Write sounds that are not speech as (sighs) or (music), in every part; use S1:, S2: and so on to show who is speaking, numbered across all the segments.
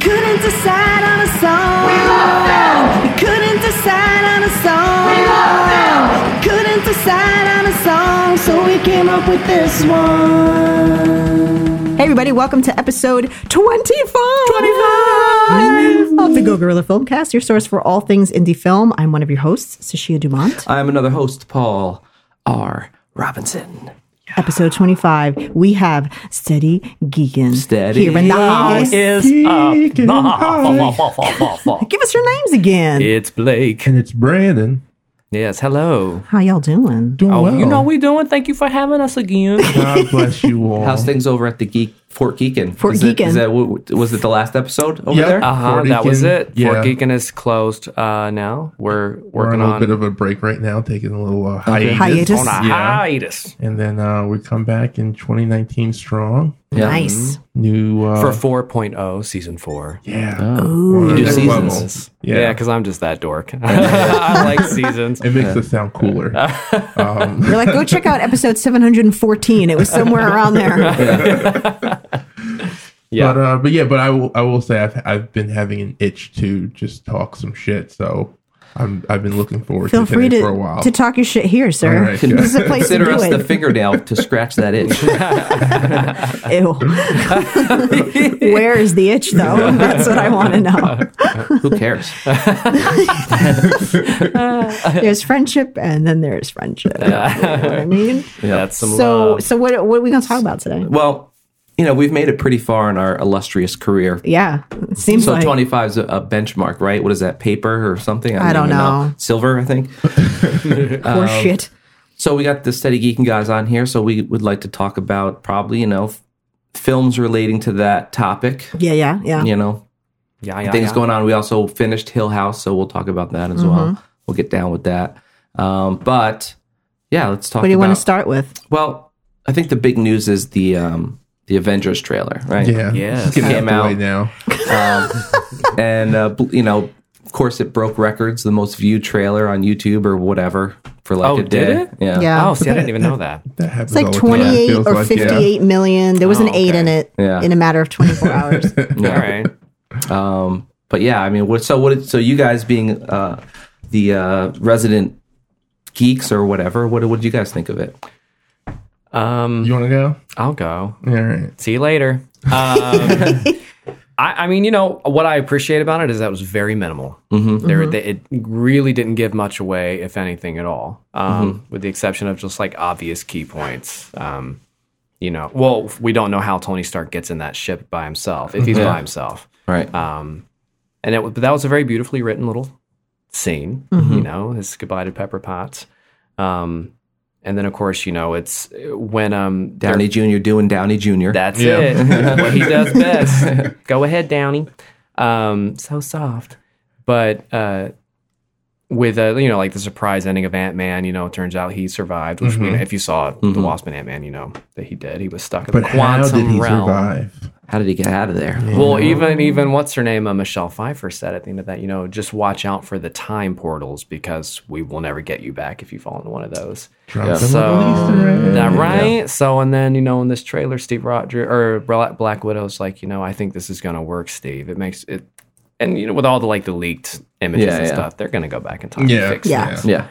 S1: couldn't decide on a song. We love them. You couldn't decide on a song. We love them. You couldn't decide on a song, so we came up with this one. Hey everybody, welcome to episode 25. 25 of the Go Gorilla Filmcast, your source for all things indie film. I'm one of your hosts, Sashia Dumont.
S2: I'm another host, Paul R. Robinson.
S1: Episode 25, we have Steady Geegan.
S2: Steady
S1: Here in the house.
S2: is (laughs) up.
S1: Give us your names again.
S2: it's Blake.
S3: And it's Brandon.
S2: Yes, hello.
S1: How y'all doing?
S3: Doing
S2: Oh,
S3: well.
S2: you know what we doing? Thank you for having us again.
S3: God bless you all.
S4: How's things over at the Geek Fort Geekin?
S1: Fort
S4: Is it-
S1: Geekin. Oh,
S4: is that what- was it the last episode over
S3: Yep.
S4: there?
S2: Uh huh.
S3: Fort
S2: That was
S3: Deakin,
S2: it.
S3: yeah.
S2: Fort Geekin is closed uh, now. We're
S3: We're on
S2: working
S3: a little
S2: on,
S3: bit of a break right now, taking a little uh, hiatus.
S1: Hiatus.
S2: on a
S3: Yeah.
S2: hiatus
S3: And then uh, we come back in 2019 strong.
S4: Yeah.
S1: Nice.
S3: New. Uh,
S2: for 4.0 season four.
S3: yeah.
S1: Ooh.
S3: We're on
S4: You do
S3: another
S4: seasons.
S3: Yeah.
S2: Yeah, because I'm just that
S3: (laughs)
S2: dork. (laughs) I like seasons.
S3: it makes us sound cooler. um,
S1: You're like, go check out episode 714. It was somewhere around there.
S2: Yeah.
S3: But uh, but yeah, but I will I will say I've I've been having an itch to just talk some shit. So I'm I've been looking forward
S1: Feel
S3: to
S1: free
S3: today for a
S1: to,
S3: while.
S1: to talk your shit here, sir.
S3: All right,
S1: this is a place to
S4: Consider
S1: do
S4: us the
S1: it.
S4: fingernail to scratch that
S1: (laughs)
S4: itch.
S1: Ew. Where is the itch, though? That's what I want to know.
S4: Who cares?
S1: There's friendship, and then there's friendship. You know what I mean?
S2: That's some
S1: So,
S2: love.
S1: so what, what are we going to talk about today?
S4: Well, you know, we've made it pretty far in our illustrious career.
S1: Yeah. it Seems
S4: So
S1: like.
S4: 25 is a, a benchmark, right? What is that, paper or something?
S1: I don't
S4: even
S1: know.
S4: Silver, I think.
S1: Poor shit.
S4: So we got the Steady Geeking guys on here. So we would like to talk about probably, you know, f- films relating to that topic,
S1: Yeah, yeah, yeah.
S4: you know,
S2: yeah, yeah,
S4: things
S2: yeah.
S4: going on. We also finished Hill House, so we'll talk about that as
S1: Mm-hmm.
S4: well. We'll get down with that. Um, but yeah, let's talk.
S1: What do you
S4: about,
S1: want to start with?
S4: Well, I think the big news is the um, the Avengers trailer, right?
S3: yeah.
S2: Yes.
S3: Just get it
S4: Came
S3: out the way
S4: out.
S3: now.
S4: And uh, bl- you know, of course, it broke records, the most viewed trailer on YouTube or whatever for like
S2: Oh,
S4: a
S2: did
S4: day.
S2: it?
S4: Yeah.
S1: Yeah.
S2: Oh, see, I didn't even know (laughs) that.
S3: That happens.
S1: It's like
S3: all the time. It
S1: 28
S3: feels
S1: or
S3: like, yeah.
S1: fifty-eight million. There was an
S2: Oh,
S1: 8 in
S2: okay.
S1: it
S4: Yeah.
S1: in a matter of 24 hours.
S2: All right.
S4: Um, but yeah, I mean, what, so what? So you guys being uh, the uh, resident geeks or whatever, what what did you guys think of it?
S2: Um,
S3: You want to go?
S2: I'll go.
S3: All right.
S2: See you later. Um, (laughs) I, I mean, you know what I appreciate about it is that it was very minimal. Mm-hmm. There, they- it really didn't give much away, if anything at all, um, with the exception of just like obvious key points. Um, you know, well, we don't know how Tony Stark gets in that ship by himself if he's by himself,
S4: Right.
S2: um, and it, w- but that was a very beautifully written little scene. You know, his goodbye to Pepper Potts. Um, and then, of course, you know, it's when um, they're-
S4: Downey Jr. doing Downey Jr.
S2: that's
S3: Yeah. (laughs)
S2: it. what he does best. Go ahead, Downey. Um, so soft, but uh, with uh, you know like the surprise ending of Ant Man. You know, it turns out he survived. Which we,
S3: Mm-hmm.
S2: if you saw the Wasp and Ant Man, you know that he did. He was stuck in
S3: But
S2: the
S3: how
S2: quantum
S3: did he
S2: realm.
S3: survive?
S4: How did he get out of there?
S2: Well, even even what's her name, uh, Michelle Pfeiffer said at the end of that, you know, just watch out for the time portals because we will never get you back if you fall into one of those.
S3: Drop them
S2: So
S3: on Easter egg.
S2: that right. So and then you know in this trailer, Steve Rogers or Bla- Black Widow's like, you know, I think this is gonna work, Steve. It makes it, and you know with all the like the leaked images
S4: Yeah,
S2: and
S4: yeah.
S2: stuff, they're gonna go back in time
S3: Yeah.
S2: and fix
S1: Yeah.
S2: this.
S4: yeah.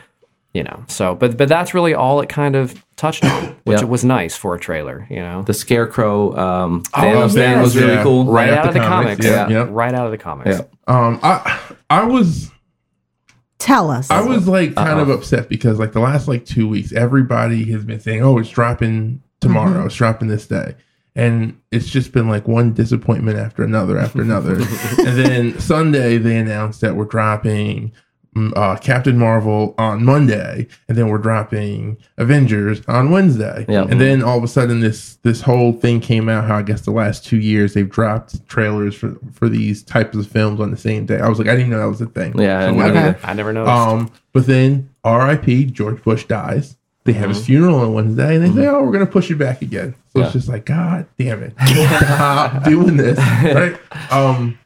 S2: You know. So but but that's really all it kind of touched on, which
S4: Yeah.
S2: it was nice for a trailer. You know,
S4: the scarecrow um Thanos
S3: yes.
S4: thing was really
S3: Yeah.
S4: cool.
S2: right out
S3: right out
S2: of the
S3: the
S2: comics.
S3: comics. Yeah. Yep.
S2: Right out of the comics.
S4: Yeah.
S3: Um, I I was
S1: Tell us.
S3: I was like kind of upset because like the last like two weeks, everybody has been saying, "Oh, it's dropping tomorrow.
S4: Mm-hmm.
S3: It's dropping this day," and it's just been like one disappointment after another after
S4: (laughs)
S3: another. and then Sunday they announced that we're dropping mm, uh, Captain Marvel on Monday, and then we're dropping Avengers on Wednesday.
S4: Yeah.
S3: And then all of a sudden this this whole thing came out. How I guess the last two years they've dropped trailers for for these types of films on the same day. I was like, I didn't even know that was a thing.
S4: Yeah, I
S3: So
S4: didn't
S3: whatever.
S4: either.
S2: I never noticed.
S3: Um, but then R.I.P. George Bush dies. They have his funeral on Wednesday, and they say, "Oh, we're gonna push it back again." So
S4: Yeah.
S3: it's just like, God damn it, stop doing this, right? Um,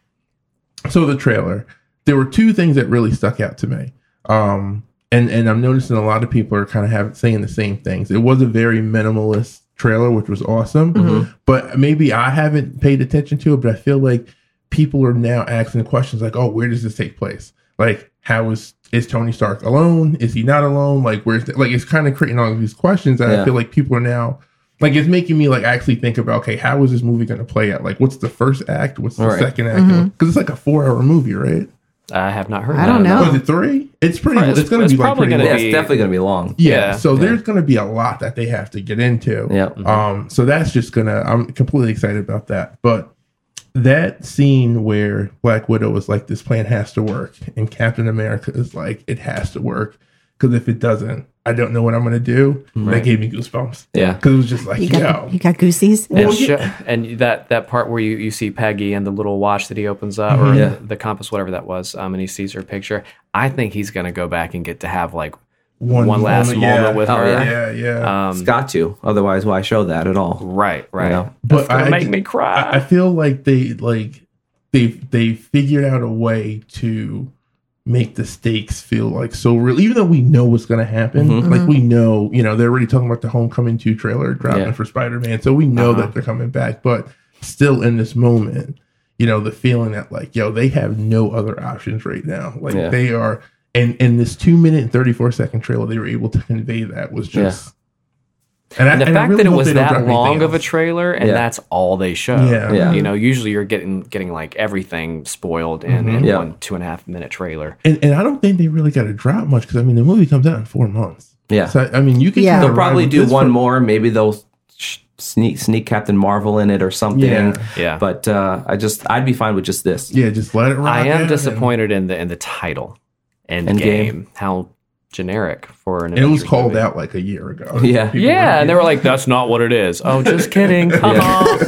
S3: so the trailer. There were two things that really stuck out to me, um, and and I'm noticing a lot of people are kind of have saying the same things. It was a very minimalist
S4: Mm-hmm.
S3: trailer, which was awesome, but maybe I haven't paid attention to it. But I feel like people are now asking questions like, "Oh, where does this take place? Like, how is is Tony Stark alone? Is he not alone? Like, where's the, like it's kind of creating all of these questions, and
S4: Yeah.
S3: I feel like people are now like it's making me like actually think about okay, how is this movie going to play out? Like, what's the first act? What's the
S4: Right. Mm-hmm.
S3: second act? Because it's like a four hour movie, right?
S2: I have not heard.
S5: I
S2: that.
S5: don't know.
S3: Was it three? It's pretty.
S2: Oh. Right,
S3: it's,
S2: it's-
S3: going to
S2: it's
S3: be like
S2: probably
S3: pretty
S2: gonna
S3: long.
S4: Yeah,
S2: be-
S4: it's definitely going to be long.
S3: Yeah.
S2: Yeah.
S3: So there's going to be a lot that they have to get into.
S4: Yeah.
S3: Um. So that's just gonna. I'm completely excited about that. But that scene where Black Widow was like, "This plan has to work," and Captain America is like, "It has to work," because if it doesn't, I don't know what I'm gonna do. That gave me goosebumps.
S4: Yeah.
S3: Because it was just like,
S5: You
S3: yo,
S5: got, you got goosies?
S2: And, sho- and that, that part where you, you see Peggy and the little watch that he opens up, or
S4: Mm-hmm. Yeah.
S2: the, the compass, whatever that was, um, and he sees her picture. I think he's going to go back and get to have like one, last moment,
S3: moment, yeah.
S2: with
S4: Oh,
S2: her. Uh, Um,
S3: Yeah, yeah.
S4: It's got to. Otherwise, why show that at all?
S2: Right, right.
S4: You know?
S3: but
S2: Gonna
S3: I
S2: make me cry.
S3: I, I feel like they like they they figured out a way to make the stakes feel like so real, even though we know what's going to happen.
S2: Mm-hmm.
S3: Like we know, you know, they're already talking about the Homecoming two trailer dropping
S4: Yeah.
S3: for Spider Man, so we
S2: Uh-huh.
S3: know that they're coming back. But still, in this moment, you know, the feeling that like, yo, they have no other options right now. Like
S4: Yeah.
S3: they are. And in this two minute and thirty four second trailer, they were able to convey that was just. And, I,
S2: And the
S3: and I
S2: fact
S3: really
S2: that it
S3: hope
S2: was
S3: they don't drop
S2: that
S3: anything
S2: long of a
S3: else.
S2: trailer and
S4: Yeah.
S2: that's all they show.
S3: Yeah. Yeah.
S2: You know, usually you're getting getting like everything spoiled in, in
S3: Mm-hmm.
S4: Yeah.
S2: one two and a half minute trailer.
S3: and, and I don't think they really got to drop much because I mean the movie comes out in four months.
S4: Yeah.
S3: So I mean you can
S5: Yeah.
S3: kinda
S4: They'll probably
S3: ride with
S4: do
S3: this
S4: one
S3: for-
S4: more. Maybe they'll sh- sneak sneak Captain Marvel in it or something.
S3: Yeah.
S2: Yeah.
S4: But uh, I just I'd be fine with just this.
S3: Yeah, just let it. Rock
S2: I
S3: out
S2: am
S3: and-
S2: disappointed in the in the title and
S4: Endgame.
S2: game. How generic for an
S3: And it was
S2: Avengers
S3: called
S2: movie.
S3: out like a year ago.
S4: (laughs) Yeah.
S3: People
S2: Yeah, and they
S3: were
S2: were like, "That's not what it is." Oh, just (laughs) kidding. Come
S5: (laughs)
S2: on,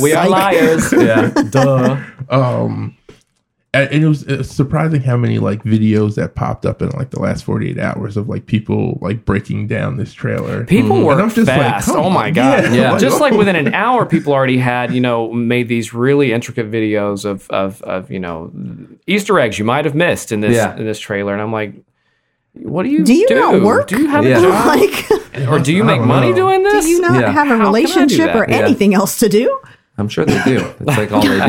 S2: we are liars.
S4: Yeah.
S2: Duh.
S3: um, and and it was uh, surprising how many like videos that popped up in like the last forty eight hours of like people like breaking down this trailer.
S2: People
S3: And I'm
S2: work
S3: just like,
S2: fast.
S3: come
S2: oh
S3: on.
S2: my god!
S3: Yeah.
S2: Yeah,
S4: Like,
S2: just like
S3: oh.
S2: within (laughs) an hour, people already had you know made these really intricate videos of of, of you know Easter eggs you might have missed in this
S4: Yeah.
S2: in this trailer, and I'm like, what do you
S5: Do you not work?
S2: Do
S1: (laughs)
S2: you have
S4: Yeah.
S2: a job?
S5: like,
S2: (laughs) or do you
S3: I
S2: make
S3: don't
S2: money
S3: know.
S2: doing this?
S5: do you not
S4: Yeah.
S5: have
S2: How
S5: a
S2: can I do
S5: relationship or
S2: that?
S4: Yeah.
S5: anything else to do?
S4: I'm sure they do. It's like all they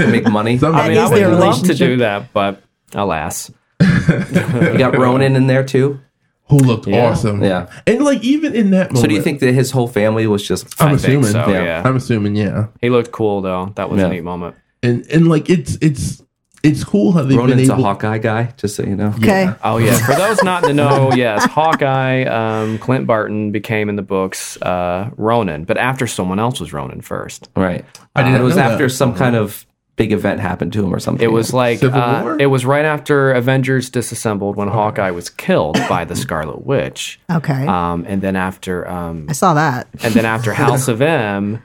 S4: do. Make money.
S3: Some-
S2: I mean, I
S5: is
S2: would
S5: their
S2: love to
S5: relationship.
S2: do that, but alas,
S4: you got Ronan in there too.
S3: Who looked awesome.
S4: Yeah.
S3: And like even in that moment.
S4: So do you think that his whole family was just
S3: I'm
S2: I think
S3: assuming.
S2: so.
S4: yeah.
S2: Yeah.
S3: I'm assuming. Yeah.
S2: he looked cool though. That was
S4: Yeah.
S2: a neat moment.
S3: And and like it's it's it's cool how they've
S4: Ronan's
S3: been
S4: a
S3: able.
S4: Hawkeye guy? Just so you know.
S5: Okay.
S2: Oh yeah, for those not to know, (laughs) yes, Hawkeye, um, Clint Barton became in the books uh, Ronan, but after someone else was Ronan first.
S4: Right. Uh,
S3: I didn't
S4: it was
S3: know
S4: after
S3: that.
S4: some kind of big event happened to him or something.
S2: It was like
S3: Civil
S2: uh,
S3: War?
S2: it was right after Avengers disassembled when Hawkeye was killed by the Scarlet Witch,
S5: Okay.
S2: um, and then after um,
S5: I saw that.
S2: and then after House of M,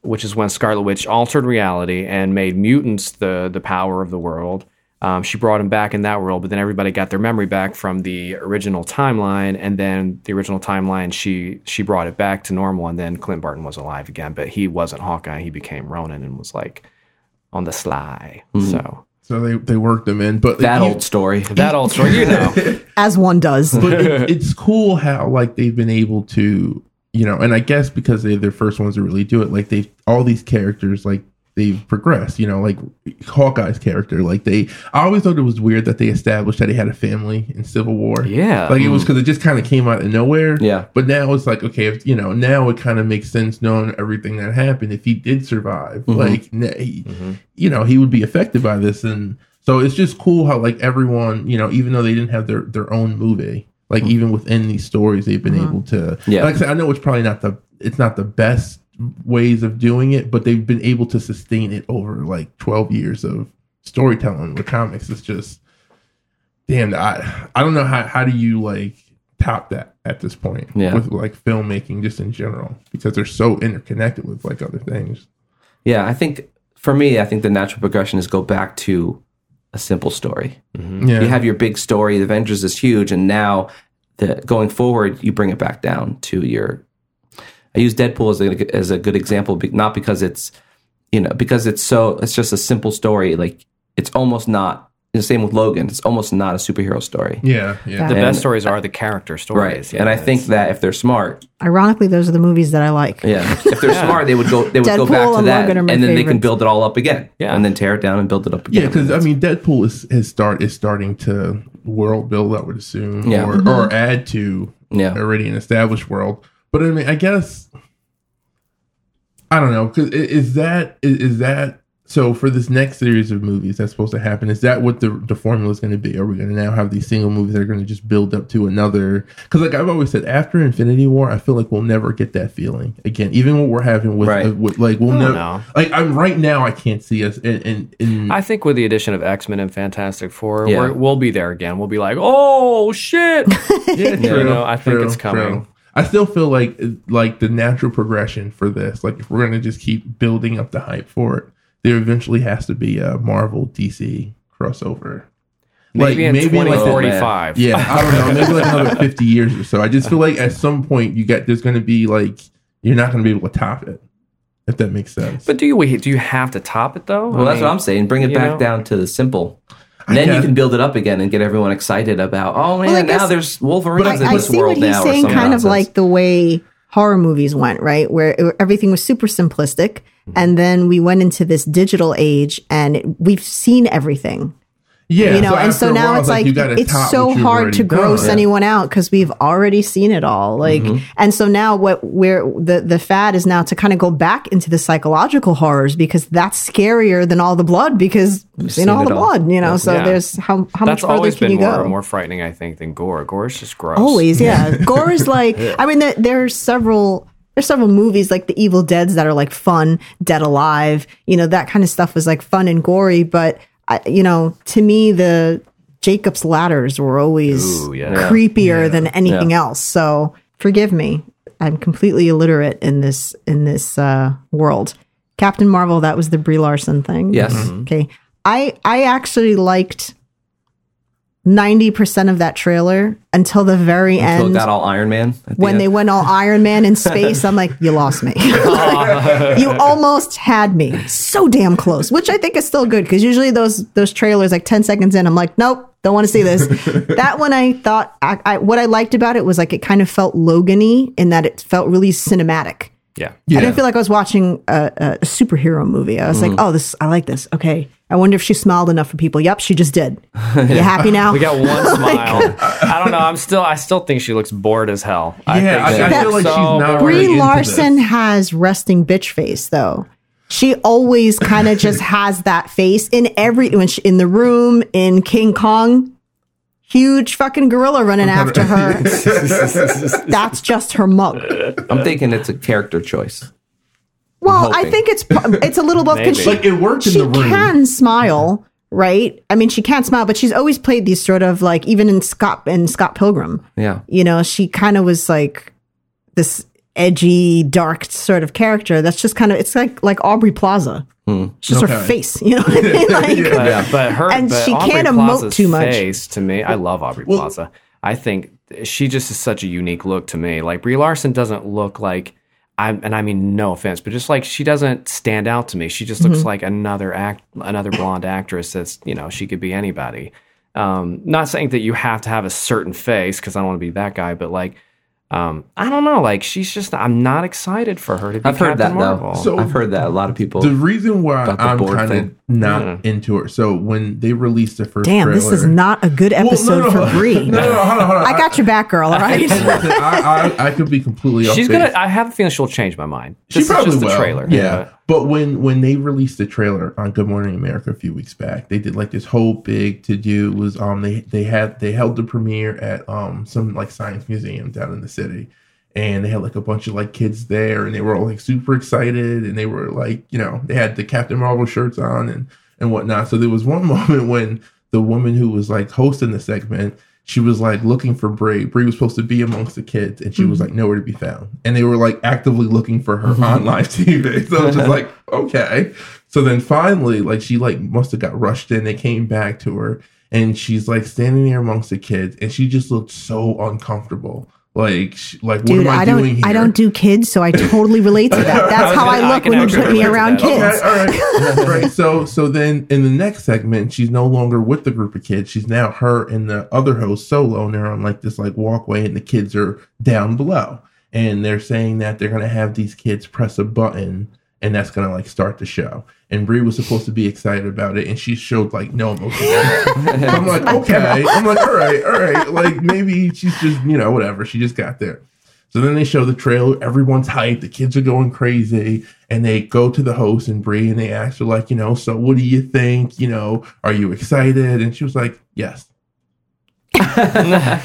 S2: which is when Scarlet Witch altered reality and made mutants the the power of the world. Um, she brought him back in that world, but then everybody got their memory back from the original timeline, and then the original timeline she she brought it back to normal, and then Clint Barton was alive again, but he wasn't Hawkeye; he became Ronan and was like on the sly.
S4: Hmm.
S2: So
S3: So they they worked them in, but
S4: that
S3: you-
S4: old story.
S2: that old story, you know,
S5: As one
S2: (laughs)
S5: does.
S3: (laughs) but it, it's cool how like they've been able to you know and i guess because they're the first ones to really do it like they've all these characters like they've progressed you know like hawkeye's character like they i always thought it was weird that they established that he had a family in civil war
S2: Yeah.
S3: like it was because it just kind of came out of nowhere
S4: Yeah.
S3: but now it's like okay if you know now it kind of makes sense knowing everything that happened if he did survive like na- he, you know he would be affected by this and so it's just cool how like everyone you know even though they didn't have their their own movie like even within these stories they've been able to
S4: Yeah.
S3: like i said i know it's probably not the it's not the best ways of doing it but they've been able to sustain it over like 12 years of storytelling with comics it's just damn i i don't know how how do you like top that at this point
S4: Yeah.
S3: with like filmmaking just in general because they're so interconnected with like other things
S4: Yeah, I think for me, I think the natural progression is go back to a simple story.
S3: yeah
S4: You have your big story, the Avengers is huge, and now the, going forward, you bring it back down to your. I use Deadpool as a, as a good example, be- not because it's, you know, because it's so, it's just a simple story. Like, it's almost not the same with Logan. It's almost not a superhero story.
S3: Yeah, yeah.
S2: The
S4: (laughs) And-
S2: best stories are the character stories.
S4: Right. and I
S2: yes.
S4: think that if they're smart,
S1: Ironically, those are the movies that I like.
S4: yeah, (laughs) if they're smart, they would go they would go
S1: Deadpool
S4: back to
S1: and
S4: that
S1: Logan are
S4: and
S1: my
S4: then they can
S1: favorites.
S4: build it all up again.
S2: Yeah.
S4: And then tear it down and build it up again.
S3: Yeah, because I mean, Deadpool is has start is starting to world build. I would assume,
S4: Yeah.
S3: or, or add to
S4: Yeah.
S3: already an established world. But I mean, I guess I don't know. Because is that is, is that so for this next series of movies that's supposed to happen? Is that what the the formula is going to be? Are we going to now have these single movies that are going to just build up to another? Because like I've always said, after Infinity War, I feel like we'll never get that feeling again. Even what we're having with,
S4: Right.
S3: uh, with like we'll
S2: I don't
S3: never
S2: know.
S3: like I'm right now. I can't see us in in. in
S2: I think with the addition of X Men and Fantastic Four,
S4: Yeah.
S2: we're, we'll be there again. We'll be like, oh shit! (laughs)
S3: yeah,
S2: you know, I think it's coming.
S3: I still feel like like the natural progression for this, like if we're gonna just keep building up the hype for it, there eventually has to be a Marvel DC crossover.
S2: maybe in
S3: maybe like
S2: twenty
S3: the-
S2: forty five.
S3: Yeah, I don't know, maybe like another fifty years or so. I just feel like at some point you got there's gonna be like you're not gonna be able to top it, if that makes sense.
S2: But do you wait, do you have to top it though?
S4: Well, that's what
S2: mean,
S4: I'm saying. Bring it
S2: you
S4: back
S2: know?
S4: down to the simple. And then you
S3: guess-
S4: can build it up again and get everyone excited about. Oh man,
S1: I
S4: now
S1: guess-
S4: there's Wolverines
S1: I,
S4: in
S1: I
S4: this
S1: see what
S4: world
S1: he's
S4: now.
S1: saying,
S4: or some
S1: kind
S4: nonsense.
S1: of like the way horror movies went, right? Where it, everything was super simplistic, and then we went into this digital age, and it, we've seen everything,
S3: yeah,
S1: you know. and so
S3: after a
S1: now
S3: while,
S1: it's like,
S3: gotta
S1: it's
S3: top
S1: so
S3: what you've
S1: hard
S3: already
S1: to
S3: done.
S1: gross
S3: Yeah. Mm-hmm.
S1: anyone out because we've already seen it all. Like, and so now what? Where the the fad is now to kind of go back into the psychological horrors because that's scarier than all the blood because we've seen
S4: seen
S1: all
S4: it
S1: the
S4: all.
S1: blood, you know. So
S2: Yeah.
S1: there's how how much
S2: That's
S1: further
S2: always
S1: can
S2: been
S1: you
S2: more
S1: go?
S2: more frightening, I think, than gore. Gore is just gross.
S1: Always, yeah. Gore is like I mean there there's several there's several movies like the Evil Deads that are like fun, Dead Alive, you know, that kind of stuff was like fun and gory, but I, you know, to me the Jacob's ladders were always
S2: Ooh, yeah.
S1: creepier than anything else. So forgive me. I'm completely illiterate in this in this uh, world. Captain Marvel, that was the Brie Larson thing. Mm-hmm.
S4: Yes.
S1: Okay. I I actually liked 90% of that trailer until the very
S4: Until it
S1: end.
S4: got all Iron Man. at the
S1: when
S4: end.
S1: they went all Iron Man in space, I'm like, you lost me. (laughs) you
S2: (laughs)
S1: almost had me. So damn close, which I think is still good because usually those those trailers, like 10 seconds in, I'm like, nope, don't want to see
S2: (laughs)
S1: this. that one I thought, I, I, what I liked about it was like it kind of felt Logan y in that it felt really cinematic.
S2: Yeah. Mm.
S1: I didn't feel like I was watching a, a superhero movie. I was like, oh, this, I like this. Okay. I wonder if she smiled enough for people. Yep, she just
S2: (laughs)
S1: did. You happy now?
S2: We got one smile. I don't know. I'm still. I still think she looks bored as hell. I
S3: Yeah, I-
S2: think she
S3: I
S1: feel
S2: looks
S1: like
S3: she's not
S2: bored.
S1: Brie
S3: really- into
S1: Larson
S3: this.
S1: has resting bitch face though. She always kind of
S3: (laughs)
S1: just has that face in every when she, in the room in King Kong. Huge fucking gorilla running after her.
S3: (laughs)
S1: That's just her mug.
S4: I'm thinking it's a character choice.
S1: Well, I
S4: hoping.
S1: think it's it's a little both because
S2: Maybe.
S1: she
S3: Like it worked in
S1: she
S3: the room.
S1: can smile, right? I mean, she can smile, but she's always played these sort of like even in Scott in Scott Pilgrim.
S4: Yeah.
S1: you know, she kind of was like this edgy, dark sort of character. That's just kind of it's like like Aubrey Plaza. It's just her
S3: Okay.
S1: face, you know what I mean? Like,
S2: But, but her
S1: And
S2: but
S1: she
S2: Aubrey
S1: can't emote
S2: Plaza's
S1: too much.
S2: Face to me, I love Aubrey Plaza. I think she just is such a unique look to me. Like Brie Larson doesn't look like I'm, and I mean no offense, but just like she doesn't stand out to me. She just
S1: Mm-hmm.
S2: looks like another act, another blonde actress. That's you know she could be anybody. Um, not saying that you have to have a certain face because I don't want to be that guy, but like. Um, I don't know. Like she's just, I'm not excited for her to be
S4: I've heard that
S2: Captain Marvel.
S4: though.
S3: So-
S4: I've heard that a lot of people.
S3: The reason why
S4: About the
S3: I'm
S4: board
S3: kind of
S4: thing.
S3: not into her. So when they released the first,
S1: damn, this is
S3: trailer-
S1: not a good
S3: Well,
S1: episode for Brie.
S3: no, (laughs) no, hold on, hold on.
S1: I got your back, girl. All
S3: (laughs)
S1: right.
S3: I, I, I could be completely. off
S2: She's
S3: base.
S2: gonna. I have a feeling she'll change my mind.
S3: She
S2: This is
S3: probably
S2: just the
S3: will.
S2: trailer.
S3: Yeah. But when when they released the trailer on Good Morning America a few weeks back, they did like this whole big to do was um they they had they held the premiere at um some like science museum down in the city. And they had like a bunch of like kids there and they were all like super excited and they were like, you know, they had the Captain Marvel shirts on and and whatnot. So there was one (laughs) moment when the woman who was like hosting the segment, she was like looking for Brie. Brie was supposed to be amongst the kids, and she was
S1: Mm-hmm.
S3: like nowhere to be found. And they were like actively looking for her on live (laughs) TV. So I was just like, okay. So then finally, like she like must have got rushed in. They came back to her, and she's like standing there amongst the kids, and she just looked so uncomfortable. Like, sh- like what
S1: Dude,
S3: am I,
S1: I
S3: doing
S1: don't
S3: here?
S1: I don't do kids, so I totally relate to that. That's how I
S2: gonna- I
S1: look
S2: can
S1: when you
S2: actually
S1: put me
S2: relate to
S1: around
S2: that. Okay.
S1: kids.
S3: Okay, all right. right. So so then in the next segment, she's no longer with the group of kids. She's now her and the other host solo, and they're on like this like walkway, and the kids are down below. And they're saying that they're gonna have these kids press a button and that's gonna like start the show. And Brie was supposed to be excited about it, and she showed like no emotion. I'm like, okay. I'm like, all right, all right. Like maybe she's just, you know, whatever. She just got there. So then they show the trailer. Everyone's hyped. The kids are going crazy, and they go to the host and Brie, and they ask her like, you know, so what do you think? You know, are you excited? And she was like, yes.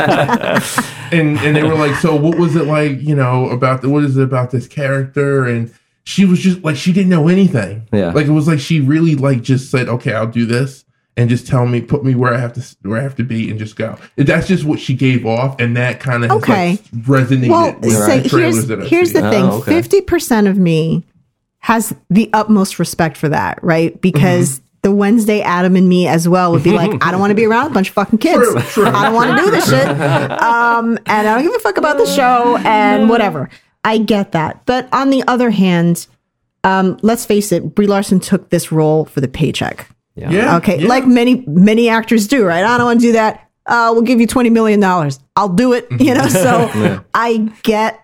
S3: and and they were like, so what was it like? You know, about the what is it about this character? And she was just like, she didn't know anything.
S4: Yeah.
S3: like it was like she really like just said, okay, I'll do this. And just tell me, put me where I have to, where I have to be, and just go. That's just what she gave off, and that kind of
S1: Okay.
S3: resonated
S1: Well,
S3: with
S1: so
S3: the trailers that
S1: here's,
S3: I've
S1: here's
S3: seen.
S1: the
S4: Oh,
S1: thing
S4: okay.
S1: 50% of me has the utmost respect for that, right?
S4: Mm-hmm.
S1: Because the Wednesday Adam and me as well would be
S4: (laughs)
S1: like, I don't want to be around a bunch of fucking kids.
S3: True, true.
S1: I don't want to do this
S3: (laughs)
S1: shit. Um, and I don't give a fuck about the show and whatever. I get that. But on the other hand, um, let's face it, Brie Larson took this role for the paycheck.
S3: yeah,
S1: Okay,
S3: yeah.
S1: like many many actors do, right? I don't want to do that. Uh, we'll give you twenty million dollars. I'll do it. You know,
S3: Mm-hmm.
S1: so
S3: (laughs)
S1: I get,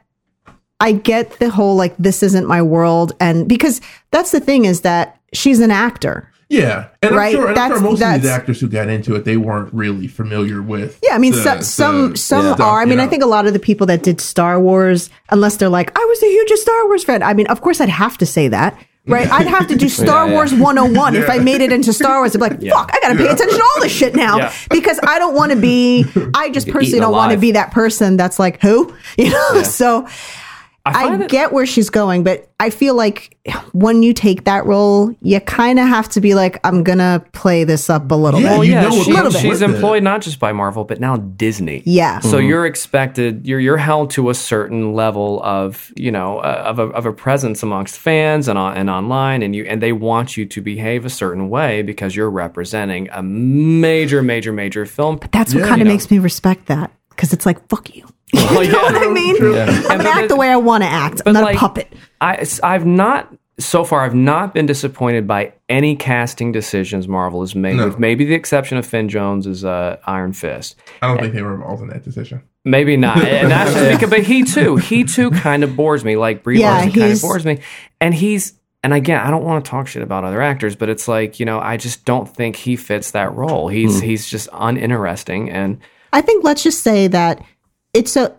S1: I get the whole like this isn't my world, and because that's the thing is that she's an actor.
S3: Yeah, and
S1: Right?
S3: I'm sure, and I'm
S1: That's-
S3: sure most of
S1: that's-
S3: these actors who got into it, they weren't really familiar with.
S1: Yeah, I mean,
S3: the-
S1: so,
S3: the
S1: some some
S3: stuff,
S1: are. I
S3: you
S1: mean, I
S3: know.
S1: think a lot of the people that did Star Wars, unless they're like, I was the hugest Star Wars fan. I mean, of course, I'd have to say that. Right, I'd have to do Star
S4: yeah.
S1: Wars 101 if I made it into Star Wars. I'd be like, fuck, I gotta pay attention to all this shit now
S2: Yeah.
S1: because I don't want to be. I just personally
S4: eaten
S1: don't want to
S4: alive.
S1: be that person that's like, who, (laughs) you know? So
S2: find
S1: I
S2: it-
S1: get where she's going, but I feel like when you take that role, you kind of have to be like, I'm gonna play this up a little
S3: Yeah,
S1: bit.
S2: Well,
S3: you
S2: yeah,
S3: know what
S2: she-
S3: comes
S1: with
S2: she's
S3: it.
S2: employed not just by Marvel, but now Disney.
S1: Yeah.
S2: So
S3: Mm-hmm.
S2: you're expected, you're you're held to a certain level of you know uh, of a, of a presence amongst fans and on, and online, and you and they want you to behave a certain way because you're representing a major, major, major film.
S1: That's what
S3: Yeah.
S1: kind of
S2: You know.
S1: makes me respect that because it's like fuck you. (laughs)
S2: Oh,
S3: (laughs)
S2: yeah.
S1: You know what I mean? I'm
S2: And
S1: gonna
S2: but
S1: act
S2: it-
S1: the way I want to act. I'm not
S2: like,
S1: a puppet.
S2: I, have not so far. I've not been disappointed by any casting decisions Marvel has made, with maybe the exception of Finn Jones' uh, Iron Fist.
S3: I don't think they were involved in that decision.
S2: Maybe
S4: (laughs)
S2: not. And that's just because, but he too, he too kind of bores me. Like Brie
S1: Yeah,
S2: Larson kind
S1: he's-
S2: of bores me. And he's, and again, I don't want to talk shit about other actors, but it's like, you know, I just don't think he fits that role. He's,
S4: Hmm.
S2: he's just uninteresting. And
S1: I think let's just say that it's a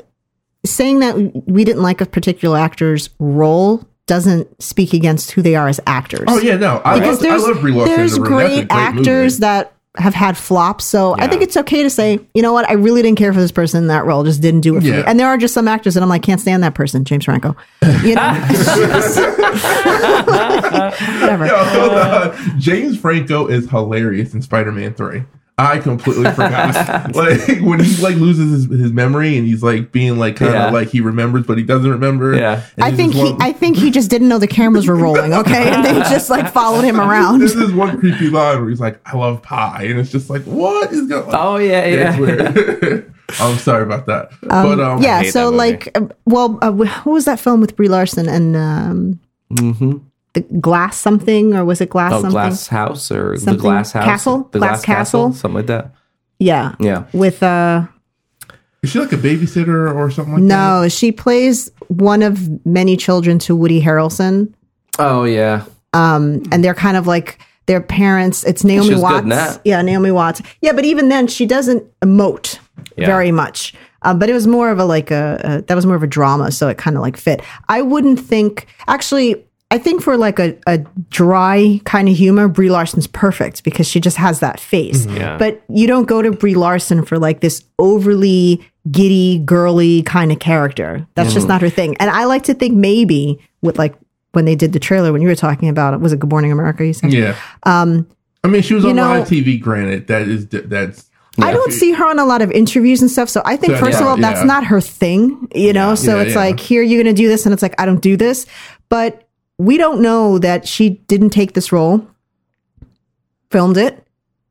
S1: saying that we didn't like a particular actor's role doesn't speak against who they are as actors.
S3: Oh yeah, no, I
S1: because
S3: love, I
S1: there's
S3: love Brie Larson.
S1: there's
S3: in the room. That's a
S1: great, actors
S3: movie. (laughs)
S1: that have had flops. So I
S2: Yeah.
S1: think it's okay to say, you know what, I really didn't care for this person in that role, just didn't do it for
S3: Yeah.
S1: me. And there are just some actors that I'm like, can't stand that person, James Franco. You know, (laughs) whatever. (laughs)
S3: Yo, uh, James Franco is hilarious in Spider-Man Three. I completely
S1: (laughs)
S3: forgot. like when he like loses his, his memory and he's like being like kind of
S4: Yeah.
S3: like he remembers but he doesn't remember.
S4: Yeah.
S3: And
S1: I
S3: this
S1: think
S3: is
S1: he,
S3: one-
S1: I think he just didn't know the cameras were rolling. Okay, and they just like followed him around. (laughs)
S3: This is one creepy line where he's like, "I love pie," and it's just like, "What is going?" on?
S4: Oh, yeah,
S3: (laughs) It's
S4: yeah.
S3: weird. (laughs) I'm sorry about that, but um,
S1: yeah,
S2: hate
S1: so
S2: that movie.
S1: like, uh, well, uh, wh- what was that film with Brie Larson and um, the Glass something, or was it Glass (laughs)
S4: Oh,
S1: something?
S4: glass house or the
S1: Something-
S4: glass house?
S1: castle?
S4: The
S1: Glass
S4: glass, castle?
S1: castle?
S4: Something like that.
S1: Yeah,
S4: Yeah.
S1: With uh,
S3: is she like a babysitter or something like that?
S1: no, she plays one of many children to Woody Harrelson,
S4: Oh, yeah.
S1: and they're kind of like their parents. It's Naomi
S4: was good
S1: Watts.
S4: in that.
S1: Yeah, Naomi Watts. Yeah, but even then, she doesn't emote very much. Uh, but it was more of a like a, a that was more of a drama, so it kind of like fit. I wouldn't think actually. I think for like a, a dry kind of humor, Brie Larson's perfect because she just has that face. But you don't go to Brie Larson for like this overly giddy, girly kind of character. That's just not her thing. And I like to think maybe with like when they did the trailer when you were talking about it was it Good Morning America? You said
S3: Yeah. Um, I mean, she was
S1: you
S3: on
S1: know-
S3: live TV. Granted, that is that's
S1: I don't see her on a lot of interviews and stuff. So I think,
S3: Yeah,
S1: first of
S3: yeah,
S1: all, that's
S3: yeah.
S1: not her thing, you know? So
S3: Yeah,
S1: it's
S3: yeah.
S1: like, here, you're going to do this. And it's like, I don't do this. But we don't know that she didn't take this role, filmed it,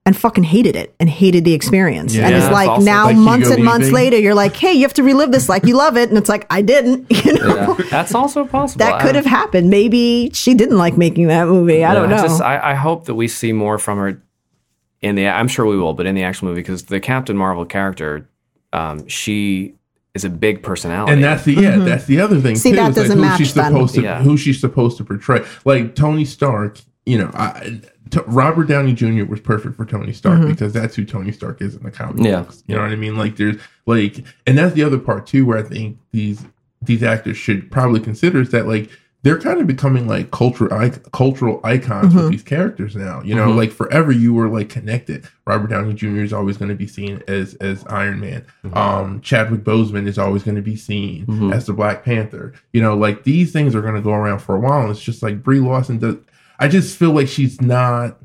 S1: and fucking hated it and hated the experience.
S3: Yeah,
S1: and it's
S2: that's
S1: like
S2: awesome.
S1: now
S3: Like you
S1: months
S3: go
S1: and months
S3: leaving.
S1: later, you're like, hey, you have to relive this like you love it. And it's like, I didn't, (laughs) you know?
S2: That's also possible.
S1: That
S2: I
S1: could have happened. Maybe she didn't like making that movie. I don't know.
S2: I, just, I, I hope that we see more from her in the. I'm sure we will, but in the actual movie because the Captain Marvel character, um, she is a big personality.
S3: And that's the yeah, that's the other
S1: Mm-hmm.
S3: thing
S1: See,
S3: too.
S1: that
S3: is, like,
S1: doesn't
S3: who
S1: match
S3: she's
S1: then.
S3: supposed to
S2: Yeah.
S3: who she's supposed to portray. Like Tony Stark, you know, I, t- Robert Downey Jr. was perfect for Tony Stark
S1: Mm-hmm.
S3: because that's who Tony Stark is in the comic
S4: Yeah.
S3: books. You know what I mean? Like there's like, and that's the other part too, where I think these these actors should probably consider is that like they're kind of becoming like cultural ic- cultural icons with these characters now. You know, like forever you were like connected. Robert Downey Jr. is always going to be seen as as Iron Man. Um, Chadwick Boseman is always going to be seen as the Black Panther. You know, like these things are going to go around for a while. And it's just like Brie Lawson does. I just feel like she's not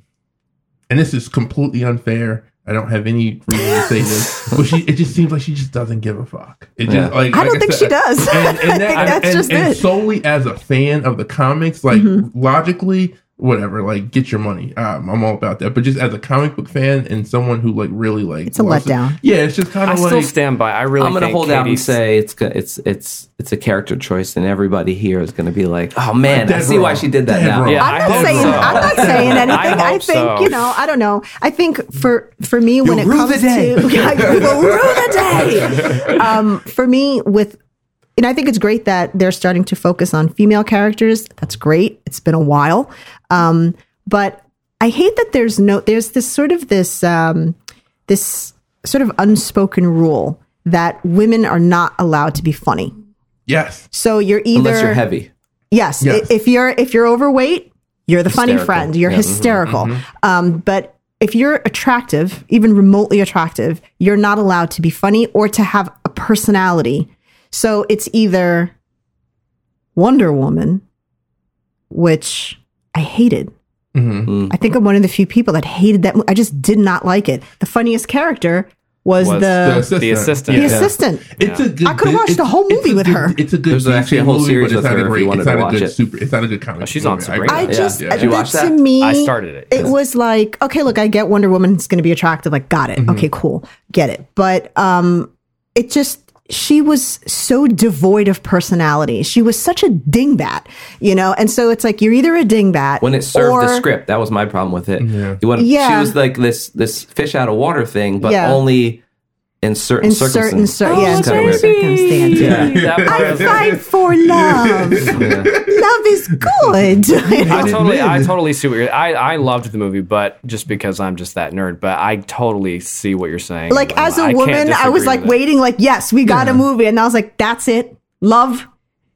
S3: and this is completely unfair. I don't have any reason to say this, but she, it just seems like she just doesn't give a fuck. It just,
S4: Yeah.
S3: like,
S1: I don't
S3: like
S1: think she
S3: said,
S1: does.
S3: And,
S1: (laughs)
S3: and
S1: I
S3: that-
S1: think
S3: and-
S1: that's
S3: and-
S1: just
S3: and
S1: it. Mm-hmm.
S3: solely as a fan of the comics, like logically, whatever, like get your money. Um, I'm all about that. But just as a comic book fan and someone who like really like,
S1: It's a
S3: loves it-
S1: letdown.
S3: yeah, it's just kind
S2: I
S3: of
S2: still
S3: like
S2: stand by. I really.
S4: I'm gonna
S2: think
S4: hold out and
S2: Katie's-
S4: say it's go- it's it's it's a character choice, and everybody here is gonna be like, "Oh man, I
S3: Dead
S4: see why
S3: wrong.
S4: she did that
S3: Dead
S4: now."
S3: wrong.
S2: Yeah,
S1: I'm
S2: I
S1: not
S2: hope
S1: saying
S2: so.
S1: I'm not
S2: (laughs)
S1: saying anything. I,
S2: hope
S1: think
S2: so.
S1: you know. I don't know. I think for for me when it
S4: You'll rue the
S1: comes
S4: day.
S1: to (laughs) Yeah, you will rue the
S2: (laughs)
S1: day. Um, for me with. And I think it's great that they're starting to focus on female characters. That's great. It's been a while, um, but I hate that there's no there's this sort of this um, this sort of unspoken rule that women are not allowed to be funny.
S3: yes,
S1: So you're either
S4: Unless you're heavy,
S1: Yes, i-
S3: Yes.
S1: if you're if you're overweight, you're the funny
S4: Hysterical.
S1: friend. You're
S4: Yeah, mhm,
S1: hysterical. Um, but if you're attractive, even remotely attractive, you're not allowed to be funny or to have a personality. So it's either Wonder Woman, which I hated. I think I'm one of the few people that hated that. mo- I just did not like it. The funniest character was,
S2: Was
S1: the
S2: The assistant.
S1: the
S2: yeah.
S1: assistant.
S3: It's a good.
S1: I could've
S3: bit-
S1: watched
S3: it's-
S1: the whole
S3: it's
S1: movie
S3: a
S1: with
S3: good-
S1: her.
S3: It's a good.
S4: There's actually a
S3: DC
S4: whole
S3: movie,
S4: series
S3: but it's
S4: with
S3: not a
S4: her if
S3: great-
S4: you wanted
S3: it's not
S4: to
S3: a
S4: watch
S3: good
S4: it. Oh,
S3: Super. It's not a good comic.
S2: she's on
S3: movie.
S2: Sabrina.
S1: I
S3: agree.
S4: Yeah.
S1: just
S4: Did you
S1: that
S4: watch
S1: to
S4: that?
S1: me.
S2: I started it,
S1: It
S2: yeah.
S1: was like, okay, look, I get Wonder Woman's going to be attractive. Like, got
S4: Mm-hmm.
S1: it. Okay, cool, get it. But um, it just she was so devoid of personality. She was such a dingbat, you know. And so it's like you're either a dingbat
S4: when it served
S1: or,
S4: the script, that was my problem with it.
S3: Yeah.
S4: You wanna-
S1: Yeah.
S4: she was like this this fish out of water thing, but
S1: Yeah.
S4: only in certain
S1: in certain,
S4: circumstances.
S1: cir- yeah, Oh, in
S4: It's kinda
S1: certain
S4: weird.
S1: circumstances.
S4: Oh, (laughs) Yeah.
S2: That part
S1: I
S2: is-
S1: fight for
S4: (laughs)
S1: love. Love is good. You know?
S2: I totally, I
S3: Admitted.
S2: totally see what you're. I, I loved the movie, but just because I'm just that nerd. But I totally see what you're saying.
S1: like
S2: Um,
S1: as a
S2: I can't
S1: woman, I was
S2: disagree
S1: like
S2: with it.
S1: waiting, like yes, we got a movie, and I was like, that's it, love.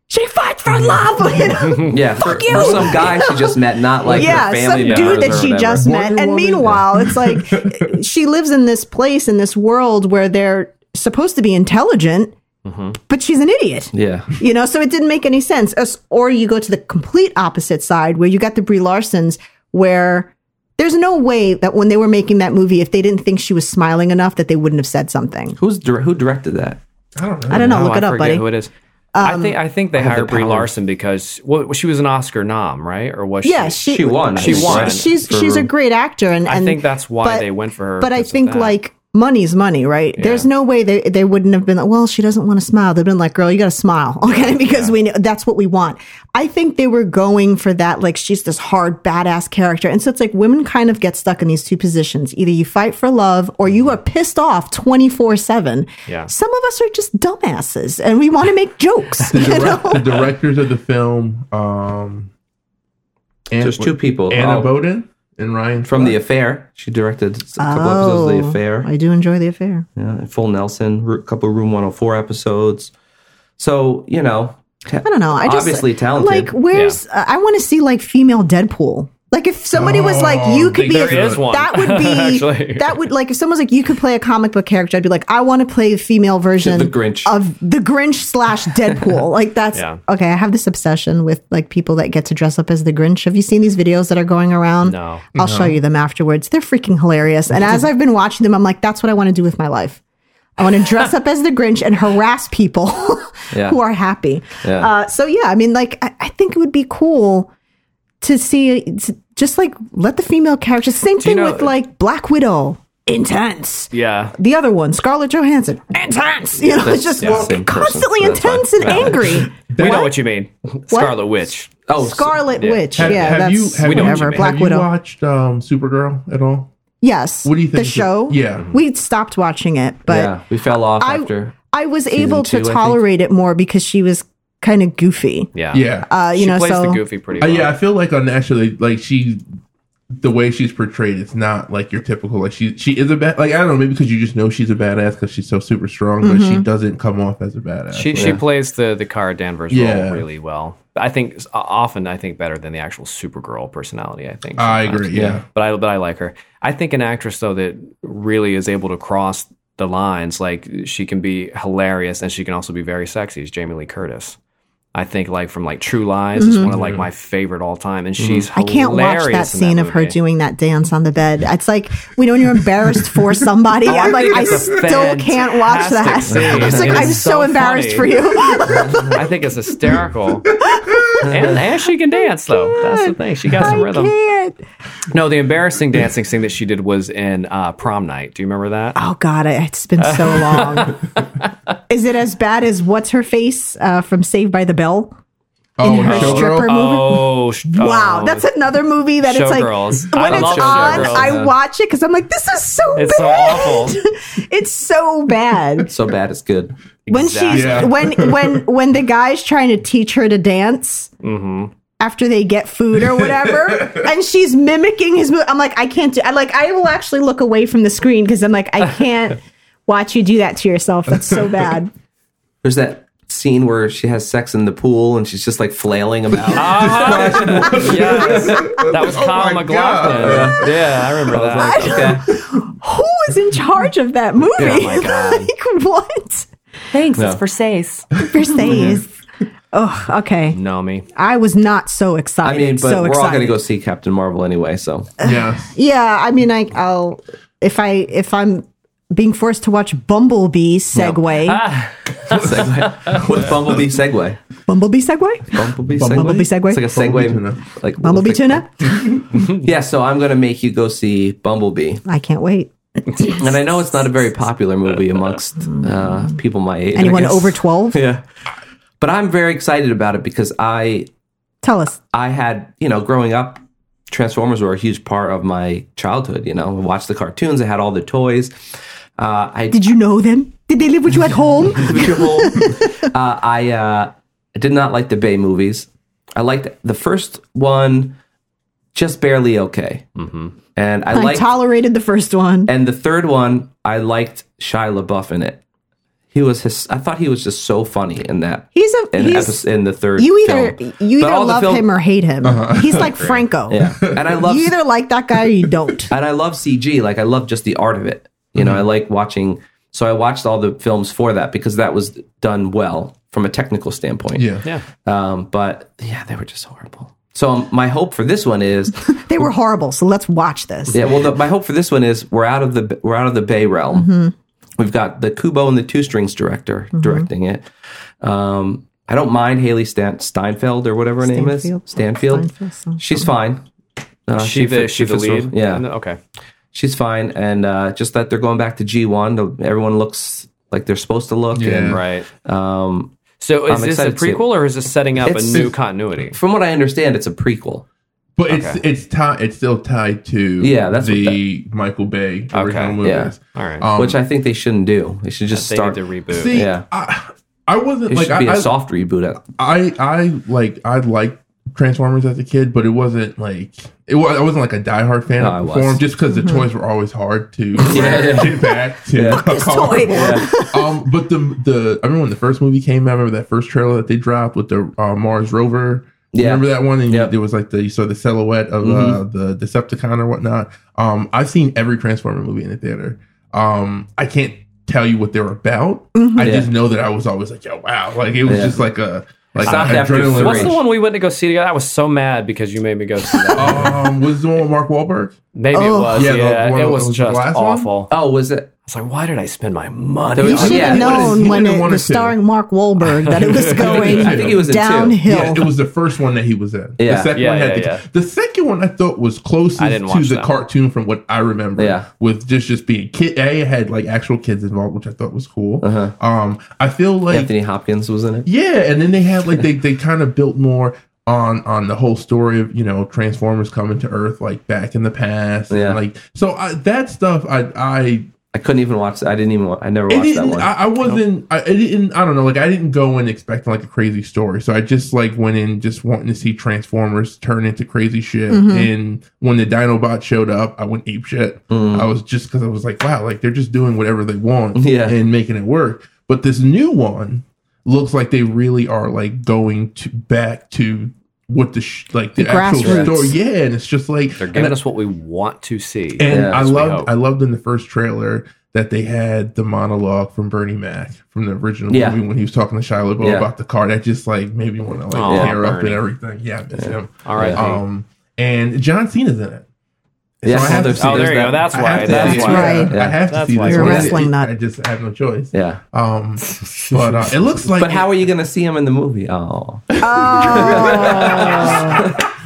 S1: She fights for
S2: Mm.
S1: love, (laughs) you know?
S4: Yeah, for,
S1: you.
S4: for some guy she just met, not like
S1: yeah,
S4: her
S1: some
S4: family
S1: dude
S4: members
S1: that
S4: or
S1: she
S4: whatever.
S1: just met,
S3: Wonder
S1: and
S3: Woman.
S1: meanwhile, it's
S3: (laughs)
S1: like she lives in this place in this world where they're supposed to be intelligent,
S2: Mm-hmm.
S1: but she's an idiot.
S4: Yeah,
S1: You know, so it didn't make any sense. As- Or you go to the complete opposite side where you got the Brie Larsons, where there's no way that when they were making that movie, if they didn't think she was smiling enough, that they wouldn't have said something.
S4: who's dir- who directed that?
S3: I don't know.
S1: I don't know.
S2: Oh,
S1: Look
S2: I
S1: it up,
S2: forget
S1: buddy. Um,
S2: Who it is? I think I think they hired Brie
S4: power.
S2: Larson because well, she was an Oscar nom, right? Or was
S1: Yeah,
S2: she?
S1: she,
S4: She won. I
S2: She
S4: think,
S2: won.
S4: right?
S1: She's
S4: For-
S1: she's a great actor, and,
S2: I
S1: and-
S2: think that's why
S1: but-
S2: they went for her.
S1: But I
S2: because of
S1: think
S2: that.
S1: like money's money, right? There's no way they they wouldn't have been like, well, she doesn't want to smile. They've been like, girl, you got to smile, (laughs) okay? Because we know that's what we want. I think they were going for that, like she's this hard badass character, and so it's like women kind of get stuck in these two positions: either you fight for love, or you are pissed off twenty four seven.
S2: Yeah.
S1: Some of us are just dumbasses, and we want to make jokes. (laughs) you know?
S3: the directors of the film. Um, and,
S4: There's two people.
S3: Anna
S4: Oh,
S3: Boden and Ryan
S4: from The
S3: Fleck.
S4: Affair. She directed a couple episodes of The Affair.
S1: Oh, I do enjoy the affair.
S4: yeah, and Full Nelson, a couple of Room 104 episodes. So, you know, I
S1: I don't know. I just
S4: obviously talented.
S1: Like, where's uh, I want to see like female Deadpool. Like, if somebody was like,
S3: Oh,
S1: you could be
S3: there
S1: a,
S2: is one.
S1: that would be
S2: Actually.
S1: that would like if someone's like, you could play a comic book character. I'd be like, I want to play the female version
S4: The Grinch.
S1: of the Grinch slash Deadpool. like, that's
S2: Yeah.
S1: okay. I have this obsession with like people that get to dress up as the Grinch. Have you seen these videos that are going around?
S2: No.
S1: I'll show you them afterwards. They're freaking hilarious. And as I've been watching them, I'm like, that's what I want to do with my life. I want to dress up as the Grinch and harass people (laughs)
S4: Yeah.
S1: who are happy.
S4: Yeah.
S1: Uh, so yeah, I mean, like I, I think it would be cool to see it's just like let the female characters. Same
S2: you
S1: thing
S2: know-
S1: with like Black Widow. Intense.
S2: Yeah.
S1: The other one, Scarlett Johansson. Intense. You know, it's
S4: That's-
S1: just
S4: yeah, same person.
S1: constantly
S4: That's fine.
S1: intense and angry.
S2: We know what you mean. Scarlet Witch.
S4: (laughs) Oh, so-
S1: Scarlet Witch.
S3: Have,
S1: yeah,
S3: have
S1: that's
S3: you have, you,
S1: whatever.
S3: have
S1: Black
S3: you
S1: Widow.
S3: watched um, Supergirl at all?
S1: yes.
S3: What do you think?
S1: The show.
S3: Yeah.
S1: We stopped watching it, but
S4: yeah, we fell off
S1: I
S4: after.
S1: I was able
S4: two, I
S1: to
S4: think.
S1: tolerate it more because she was kind of goofy.
S2: Yeah.
S3: Yeah.
S1: Uh, you
S2: she
S1: know,
S2: plays
S1: so
S2: the goofy pretty
S3: Uh,
S2: well.
S3: yeah, I feel like on naturally, like she, the way she's portrayed, it's not like your typical. Like she, she is a bad. Like I don't know, maybe because you just know she's a badass because she's so super strong, but
S4: Mm-hmm.
S3: she doesn't come off as a badass.
S2: She she plays the the Kara Danvers
S3: Yeah.
S2: role really well. I think s- o- often I think better than the actual Supergirl personality. I think
S3: I
S2: sometimes.
S3: agree. Yeah,
S2: but I but I like her. I think an actress though that really is able to cross the lines, like she can be hilarious and she can also be very sexy. Is Jamie Lee Curtis? I think like from like True Lies is one of like my favorite all time, and she's
S1: Mm-hmm. I can't watch that
S2: hilarious in
S1: scene of her
S2: movie.
S1: doing that dance on the bed. It's like when when you're embarrassed for
S2: (laughs)
S1: somebody, I'm like
S2: think
S1: I
S2: it's a
S1: still can't watch that. (laughs)
S2: fantastic scene.
S1: It's like
S2: It
S1: I'm
S2: is
S1: so
S2: so
S1: embarrassed
S2: funny.
S1: for (laughs) you.
S2: I think
S1: (laughs)
S2: it's hysterical. and, and she can dance though. That's the thing. She got some rhythm.
S1: Can't.
S2: No, the embarrassing dancing thing that she did was in uh, prom night. Do you remember that?
S1: Oh God, I- it's been
S2: (laughs)
S1: so long. Is it as bad as what's her face uh, from Saved by the Bell?
S3: Oh,
S1: her
S3: Showgirl?
S1: stripper movie.
S2: Oh, sh-
S1: Wow,
S2: oh,
S1: that's another movie that it's like
S2: Showgirls. I
S1: when it's
S2: love
S1: on,
S2: Showgirls.
S1: I watch it because I'm like, this is so
S2: It's so
S1: bad.
S2: awful.
S1: (laughs) it's so bad.
S4: So bad it's good.
S1: When she's
S3: Yeah.
S1: when when when the guy's trying to teach her to dance.
S2: Mm-hmm.
S1: After they get food or whatever, and she's mimicking his move. I'm like, I can't do. I like, I will actually look away from the screen because I'm like, I
S2: (laughs)
S1: can't watch you do that to yourself. That's so bad.
S4: There's that scene where she has sex in the pool and she's just like flailing
S3: (laughs)
S4: about.
S3: Ah.
S2: Uh-huh. yes. That
S1: (laughs) Oh
S2: was Kyle
S3: my
S2: McLaughlin. Yeah, I remember that.
S4: okay.
S1: Who is in charge of that movie?
S2: Oh my
S1: (laughs)
S2: God.
S1: like
S2: (laughs)
S1: what?
S5: Thanks,
S4: No.
S5: it's for says.
S1: Versailles.
S2: Mm-hmm.
S1: oh, okay.
S2: Nami.
S1: I was not so
S4: I
S1: excited.
S4: mean, but
S1: so
S4: we're
S1: excited.
S4: all gonna go see Captain Marvel
S1: (laughs)
S4: anyway, so
S3: yeah.
S4: (laughs)
S1: Yeah, I mean, I, I'll if I if I'm being forced to watch Bumblebee segue,
S4: Ah. segue. with Bumblebee segue.
S1: Bumblebee segue,
S4: Bumblebee segue.
S1: Bumblebee segue?
S4: It's like a segue.
S3: Bumblebee tuna.
S4: Like
S1: Bumblebee
S4: like-
S1: tuna.
S4: Yeah, so I'm gonna make you go see Bumblebee,
S1: I can't wait.
S4: and I know it's not a very popular movie amongst uh, people my age. I
S1: Anyone
S4: guess.
S1: over
S4: (laughs)
S1: twelve?
S4: Yeah, but I'm very excited about it because I
S1: Tell us.
S4: I had, you know, growing up, Transformers were a huge part of my childhood. You know, I watched the cartoons, I had all the toys. Uh, I
S1: Did you know them? Did they live with you at
S4: (laughs)
S1: home?
S4: uh, I uh, I did not like the Bay movies. I liked the first one, just barely okay, mm-hmm. and I
S1: I
S4: liked
S1: tolerated the first one.
S4: and the third one. I liked Shia LaBeouf in it. He was his. I thought he was just so funny in that.
S1: He's a-
S4: in,
S1: he's-
S4: epis- in the third.
S1: You either
S4: film.
S1: you
S4: But
S1: either
S4: all the
S1: love
S4: film-
S1: him or hate him. He's like Franco.
S4: yeah, (laughs) and I love
S1: You either like that guy or you don't.
S4: and I love CG. Like I love just the art of it. You
S1: Mm-hmm.
S4: know, I like watching. So I watched all the films for that because that was done well from a technical standpoint.
S3: Yeah.
S2: Yeah.
S4: Um, but yeah, they were just horrible. So um, my hope for this one
S1: (laughs)
S4: is,
S1: They were horrible. So let's watch this.
S4: yeah. Well, the, my hope for this one is we're out of the we're out of the Bay realm.
S1: Mm-hmm.
S4: We've got the Kubo and the Two Strings director directing it. Um, I don't mind Haley Stan- Steinfeld or whatever her name
S1: Stanfield.
S4: is. Stanfield.
S1: Steinfeld, something.
S4: She's fine. Uh,
S2: She, the,
S4: fits-
S2: she the
S4: fits the-
S2: lead?
S4: Yeah Mm-hmm.
S2: No, Okay.
S4: she's fine and uh, just that they're going back to g1 everyone looks like they're supposed to look
S3: Yeah.
S4: and
S2: Right.
S4: um,
S2: So is
S4: I'm
S2: this a
S4: excited to see it.
S2: prequel or is this setting up
S4: It's-
S2: a new continuity?
S4: from what i understand it's a prequel
S3: But it's it's tied. It's still tied to
S4: Yeah, that's what
S3: the Michael Bay original movies.
S4: yeah.
S2: All right.
S3: Um,
S4: which i think they shouldn't do they should just
S2: they
S4: start
S2: need to reboot.
S3: see,
S4: yeah.
S3: I, I wasn't
S4: it
S3: like
S4: should be a
S3: I, I,
S4: soft reboot
S3: I I like I liked Transformers as a kid, but it wasn't like it was. I wasn't like a diehard fan
S4: No, I
S3: of the
S4: was.
S3: form, just because the toys were always hard to get back to. (laughs)
S1: toy.
S3: um, but the the I remember when the first movie came. out, I remember that first trailer that they dropped with the uh, Mars rover. You
S4: Yeah.
S3: Remember that one? And
S4: Yep.
S3: there was like the you saw the silhouette of
S2: Mm-hmm.
S3: uh, the Decepticon or whatnot. Um, I've seen every Transformer movie in the theater. Um, I can't tell you what they're about.
S2: Mm-hmm.
S3: I just know that I was always like, "Yo, wow!" Like it was
S4: Yeah.
S3: just like a like
S4: Stopped
S3: an
S4: after
S3: adrenaline
S4: three.
S2: What's
S3: rush. (laughs)
S2: the one we went to go see together? I was so mad because you made me go see that.
S3: Um, was the one with Mark Wahlberg?
S2: Maybe it was.
S3: Yeah,
S2: Yeah,
S3: the one-
S2: it was,
S3: was it the
S2: just
S3: last one?
S2: awful. I
S4: Oh, was it?
S2: was like, why did I spend my money?
S4: There
S1: You
S2: on
S4: was-
S1: should
S2: that?
S4: yeah,
S1: have
S4: it was-
S1: known
S3: he
S1: when
S3: didn't
S1: it
S3: want
S1: was
S3: it to.
S1: starting Mark Wahlberg that it was going
S4: (laughs) I think he was in two.
S1: downhill.
S3: Yeah, it was the first one that he was in.
S4: Yeah.
S3: the second
S2: Yeah,
S3: one had
S2: yeah,
S3: the, the second one I thought was closest
S2: I didn't
S3: to
S2: watch
S3: the
S2: that one.
S3: cartoon from what I remember.
S4: Yeah.
S3: with just just being kid. A it had like actual kids involved, which I thought was cool.
S2: Uh-huh.
S3: Um, I feel like
S4: Anthony Hopkins was in it.
S3: yeah, and then they had like they they kind of built more on on the whole story of you know Transformers coming to Earth like back in the past. and,
S4: Yeah.
S3: like so I, that stuff I I
S4: I couldn't even watch. that. I didn't even. wa- I never
S3: it uh,
S4: watched that
S3: didn't,
S4: one.
S3: I, I wasn't. I, it didn't. I don't know. Like I didn't go in expecting like a crazy story. So I just like went in just wanting to see Transformers turn into crazy shit. And when the Dinobot showed up, I went ape shit.
S4: Mm.
S3: I was just because I was like, wow, like they're just doing whatever they want
S4: (laughs) Yeah.
S3: and making it work. But this new one looks like they really are like going to back to what the sh- like the,
S1: The
S3: actual
S1: grassroots.
S3: story. Yeah, and it's just like
S2: They're
S3: and I-
S2: giving us what we want to see.
S3: and
S4: Yeah,
S3: I
S2: we
S3: loved
S2: hope.
S3: I loved in the first trailer that they had the monologue from Bernie Mac from the original
S4: Yeah.
S3: movie when he was talking to Shia LaBeouf
S4: Yeah.
S3: about the car. That just like made me want to like
S2: Aw,
S3: tear up and
S2: Bernie.
S3: everything. Yeah, I miss him.
S2: All right.
S3: Um, and John Cena's in it.
S4: Yeah,
S3: So I have
S4: (laughs) there's-
S3: to-
S2: oh,
S4: there's
S2: there you
S4: that-
S2: go. That's
S3: I
S2: why.
S3: have to
S2: That's
S3: see-
S2: why.
S1: Right.
S3: I have to
S2: That's
S3: see
S2: why.
S3: this.
S2: You're
S3: one.
S1: a wrestling
S3: I-
S1: nut.
S3: I just have no choice.
S4: yeah.
S3: Um, but uh, it looks like.
S4: But how are you going to see him in the movie? Oh,
S1: Oh.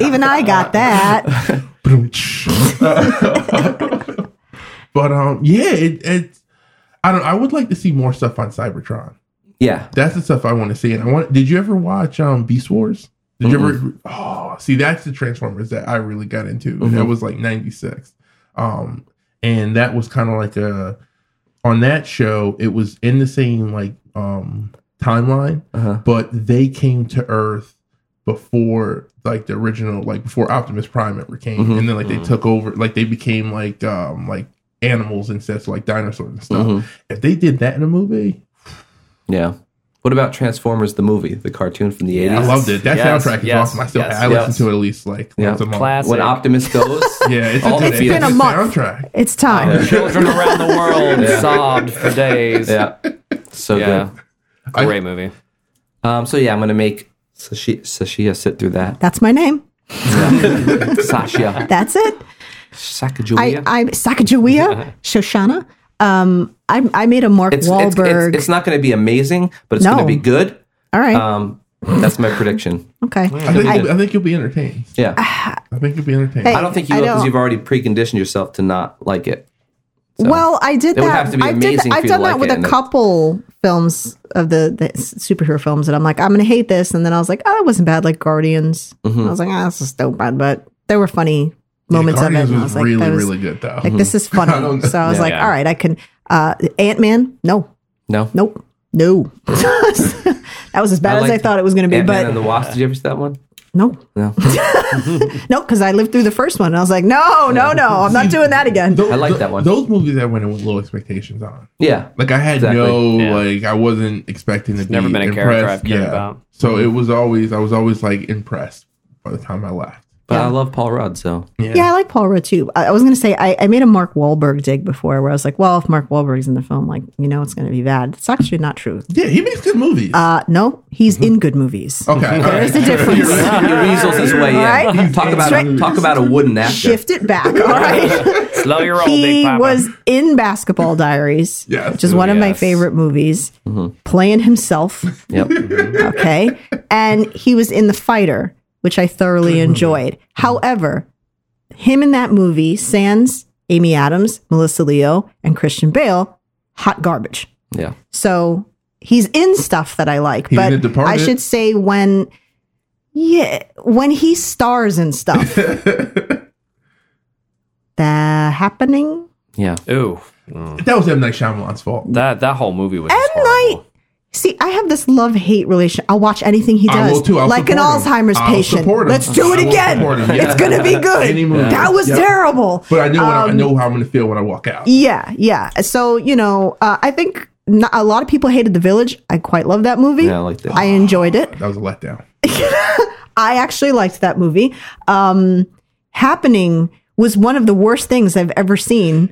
S1: Even I got that.
S3: (laughs) But um, yeah, it, it. I don't. I would like to see more stuff on Cybertron.
S4: yeah.
S3: That's the stuff I want to see. And I want. Did you ever watch um Beast Wars? Did you ever? Oh, see, that's the Transformers that I really got into. That was like '96, um, and that was kind of like a. On that show, it was in the same like um timeline,
S4: Uh-huh.
S3: but they came to Earth before like the original, like before Optimus Prime ever came,
S4: Mhm.
S3: and then like they took over, like they became like um like animals instead, so like dinosaurs and stuff.
S4: Mhm.
S3: If they did that in a movie,
S4: Yeah. What about Transformers the movie, the cartoon from the
S2: Yeah.
S3: I
S4: eighties?
S3: loved it. That
S2: Yes,
S3: soundtrack is
S2: yes,
S3: awesome. I still
S2: yes,
S3: I
S4: yes.
S3: listen to it at least like
S4: Yeah.
S3: once a month.
S2: Classic.
S4: When (laughs) Optimus goes.
S3: (laughs) Yeah, it's,
S4: All
S3: a,
S4: the
S3: it's,
S4: feels.
S3: a
S1: It's been a month.
S3: soundtrack.
S1: It's time.
S2: Children around the
S3: (laughs)
S2: world sobbed for days. Yeah.
S4: Yeah. So good.
S2: Great movie.
S4: Um, so yeah, I'm gonna make Sashi- Sashia sit through
S3: (laughs)
S4: that.
S1: That's my name.
S4: Sasha.
S1: That's it. I,
S4: Sakajulia.
S1: I uh,
S4: (laughs)
S1: Sacagawea, Shoshana. Um, I, I made a Mark
S4: it's, it's,
S1: Wahlberg.
S4: it's, it's not gonna be amazing, but it's
S1: No.
S4: gonna be good.
S1: All right.
S4: Um, that's my prediction.
S1: okay.
S3: I think, you'll be- I, think you'll be entertained.
S4: Yeah.
S3: I think you'll be entertained.
S1: Hey,
S4: I don't think you
S1: I
S4: will because
S1: don't-
S4: you've already preconditioned yourself to not like it.
S1: Well, I did
S4: It
S1: that.
S4: would have to be
S1: I did.
S4: amazing
S1: I've
S4: for you
S1: done
S4: to
S1: that
S4: like
S1: with
S4: it,
S1: a
S4: and it-
S1: couple films of the, the s- superhero films that I'm like, I'm gonna hate this, and then I was like, oh, that wasn't bad. Like Guardians,
S4: Mm-hmm.
S1: I was like, ah, this is stupid, but there were funny
S3: Yeah,
S1: moments of it.
S3: Guardians
S1: and I
S3: was
S1: was like,
S3: really,
S1: that was-
S3: really good though.
S2: Mm-hmm.
S1: like this is funny.
S3: Mm-hmm. don't-
S1: so I was
S4: Yeah.
S1: like,
S2: Yeah.
S1: all right, I can. Uh, Ant Man, no,
S4: No.
S1: nope, no. (laughs) that was as bad as I
S4: liked
S1: thought it was gonna be,
S4: Ant Man
S1: but
S4: and the Wasp. Did you ever see that one?
S1: no,
S4: No.
S1: no, because I lived through the first one, and I was like, no, no, no, I'm not doing that again.
S3: Tho-
S4: I like
S3: tho-
S4: that one.
S3: Those movies I went in with low expectations on.
S4: Yeah.
S3: Like I had
S4: Exactly.
S3: no
S2: Yeah.
S3: like I wasn't expecting to be
S2: never been a character
S3: impressed.
S2: I've cared about. Mm-hmm.
S3: So it was always I was always like impressed by the time I left.
S4: But I love Paul Rudd, so
S1: Yeah, I like Paul Rudd too. I, I was going to say I, I made a Mark Wahlberg dig before, where I was like, well, if Mark Wahlberg's in the film, like you know, it's going to be bad. It's actually not true.
S3: Yeah, he makes good movies.
S1: Uh, no, he's in good movies.
S3: okay,
S1: There's
S3: (laughs)
S1: the
S4: He
S1: difference.
S4: weasels his way
S1: Right?
S4: in. Talk about
S1: Straight-
S4: talk about a wooden actor.
S1: Shift it back. All right.
S2: Slow your roll, Big
S1: he
S2: Papa.
S1: was in Basketball Diaries,
S3: Yes.
S1: which is one of my
S2: Yes. Mm-hmm.
S1: favorite movies, playing himself.
S4: Yep.
S1: Okay. and he was in The Fighter, which I thoroughly enjoyed.
S2: Mm-hmm.
S1: However, him in that movie, Sans, Amy Adams, Melissa Leo, and Christian Bale, hot garbage.
S4: Yeah.
S1: So he's in stuff that I like,
S3: He's in
S1: but
S3: The Departed.
S1: I should say when, yeah, when he stars in stuff, the happening.
S4: Yeah.
S2: Ooh,
S3: that was M Night Shyamalan's fault.
S2: that that whole movie was. just
S1: M.
S2: horrible.
S1: See, I have this love hate relation. I'll watch anything he does,
S3: I will too. I'll
S1: like an
S3: support him.
S1: Alzheimer's
S3: I'll
S1: patient.
S3: support him.
S1: Let's do
S3: I
S1: it
S3: will
S1: again.
S3: support him, yeah. (laughs)
S1: It's gonna be good.
S3: Any movie.
S1: That was
S3: Yeah.
S1: terrible.
S3: But I know what
S1: Um,
S3: I, I know how I'm going to feel when I walk out.
S1: Yeah, yeah. So you know, uh, I think not, a lot of people hated The Village. I quite love that movie.
S4: Yeah, I liked it.
S1: I enjoyed it.
S3: That was a letdown.
S1: I actually liked that movie. Um, Happening was one of the
S3: Mm.
S1: worst things I've ever seen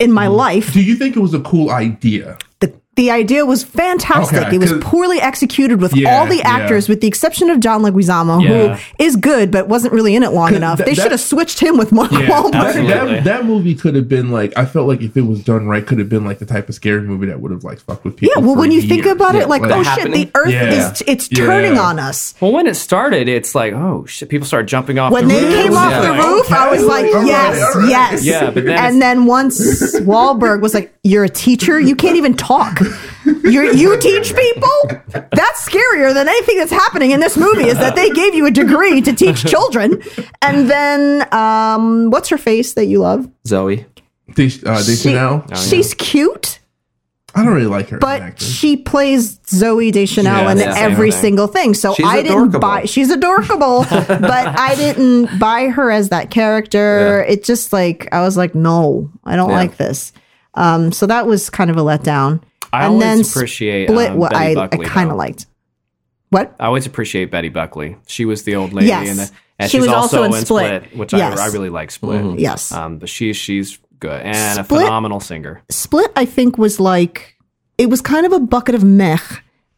S1: in my life.
S3: Do you think it was a cool idea?
S1: The the idea was fantastic.
S3: Okay,
S1: it was
S3: 'cause-
S1: poorly executed with
S3: Yeah,
S1: all the
S3: yeah.
S1: actors, with the exception of John Leguizamo,
S2: Yeah.
S1: who is good but wasn't really in it long enough.
S3: that-
S1: they
S3: that-
S1: should have switched him with Mark
S3: Yeah,
S1: Wahlberg.
S3: that,
S2: Absolutely.
S3: that, that movie could have been like I felt like if it was done right, could have been like the type of scary movie that would have like fucked with people.
S1: Yeah, well,
S3: for
S1: when you
S3: years.
S1: think about
S4: Yeah,
S1: it, like,
S4: like
S1: oh
S4: happening.
S1: shit, the earth
S3: Yeah.
S1: is, it's
S3: Yeah.
S1: turning on us.
S2: Well, when it started, it's like, oh shit, people started jumping off.
S1: When
S2: the
S1: they
S2: roofs.
S1: came off the
S2: Yeah.
S1: roof, I was like,
S3: All right,
S1: yes,
S3: all right.
S1: yes.
S2: Yeah, but then it's-
S1: and then once Wahlberg was like, you're a teacher, you can't even talk. You're, you teach people? That's scarier than anything that's happening in this movie is that they gave you a degree to teach children. And then, um, what's her face that you love?
S4: Zoe.
S3: They- uh, they
S1: She-
S2: Oh,
S3: Chanel?
S1: she's cute.
S3: I don't really like her. as an
S1: but
S3: actor.
S1: she plays Zoe Deschanel
S2: Yeah,
S1: in
S2: that's the same
S1: every
S2: thing.
S1: single thing. So
S4: She's
S1: I didn't
S4: adorkable.
S1: buy. She's adorkable, but I didn't buy her as that character. It just like I was like, no, I don't
S4: Yeah.
S1: like this. Um, so that was kind of a letdown.
S2: I
S1: and
S2: always
S1: then
S2: appreciate
S1: split
S2: um,
S1: what
S2: Betty
S1: I, I
S2: Buckley,
S1: kind
S2: though.
S1: of liked. What?
S2: I always appreciate Betty Buckley. She was the old lady,
S1: Yes.
S2: in the, and
S1: She
S2: she's
S1: was
S2: also, in Split, which
S1: Yes. Mm-hmm.
S2: I, I really like Split.
S1: Yes.
S2: Um, but she she's good and
S1: Split-
S2: a phenomenal singer. Uh,
S1: Split, I think, was like it was kind of a bucket of meh,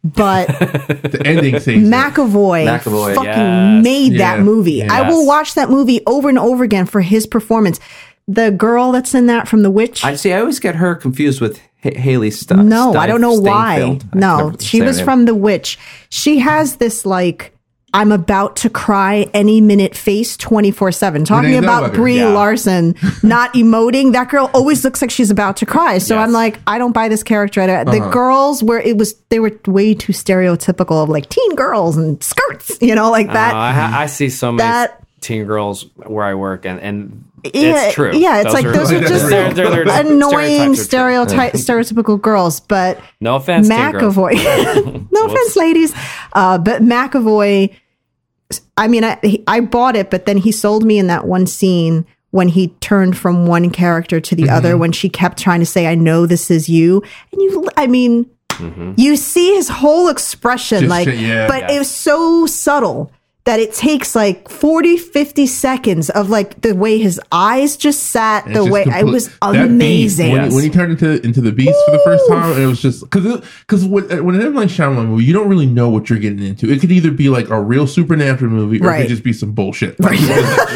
S1: but.
S3: the ending scene.
S1: McAvoy,
S4: McAvoy,
S1: fucking
S2: yes.
S1: made that
S3: Yeah,
S1: movie. I will
S2: yes.
S1: watch that movie over and over again for his performance. The girl that's in that from The Witch.
S4: I see. I always get her confused with H- Haley stuff.
S1: no, I don't know why. No, she was from The Witch. She has this like I'm about to cry any minute face 24/7. Talking
S3: ain't no
S1: about
S3: other.
S1: Brie
S2: Yeah.
S1: Larson not emoting. That girl always looks like she's about to cry. So
S2: Yes.
S1: I'm like I don't buy this character. I don't- The girls were it was they were way too stereotypical of like teen girls and skirts, you know, like that.
S2: Uh, I, ha- I see so many
S1: that-
S2: teen girls where I work, and and
S1: Yeah,
S2: it's true.
S1: yeah, it's like, those are just
S2: (laughs) they're- they're- they're-
S1: annoying
S2: stereotypes are true.
S1: stereotype stereotypical girls, but
S2: No offense, teen girls.
S1: McAvoy. (laughs) no offense, ladies, uh, but McAvoy. I mean, I he- I bought it, but then he sold me in that one scene when he turned from one character to the other when she kept trying to say, "I know this is you," and you. I mean, you see his whole expression,
S3: Just
S1: like,
S3: to- yeah.
S1: but it was so subtle that it takes like 40 50 seconds of like the way his eyes just sat
S3: It's
S1: the
S3: just
S1: way it
S3: complete-
S1: was
S3: that beast,
S1: amazing
S3: when, he- when he turned into into the beast for the first time, it was just because because when, uh, when an M Night Shyamalan movie, you don't really know what you're getting into. It could either be like a real supernatural movie, or it
S1: Right.
S3: could just be some bullshit.
S1: (laughs)
S3: Like,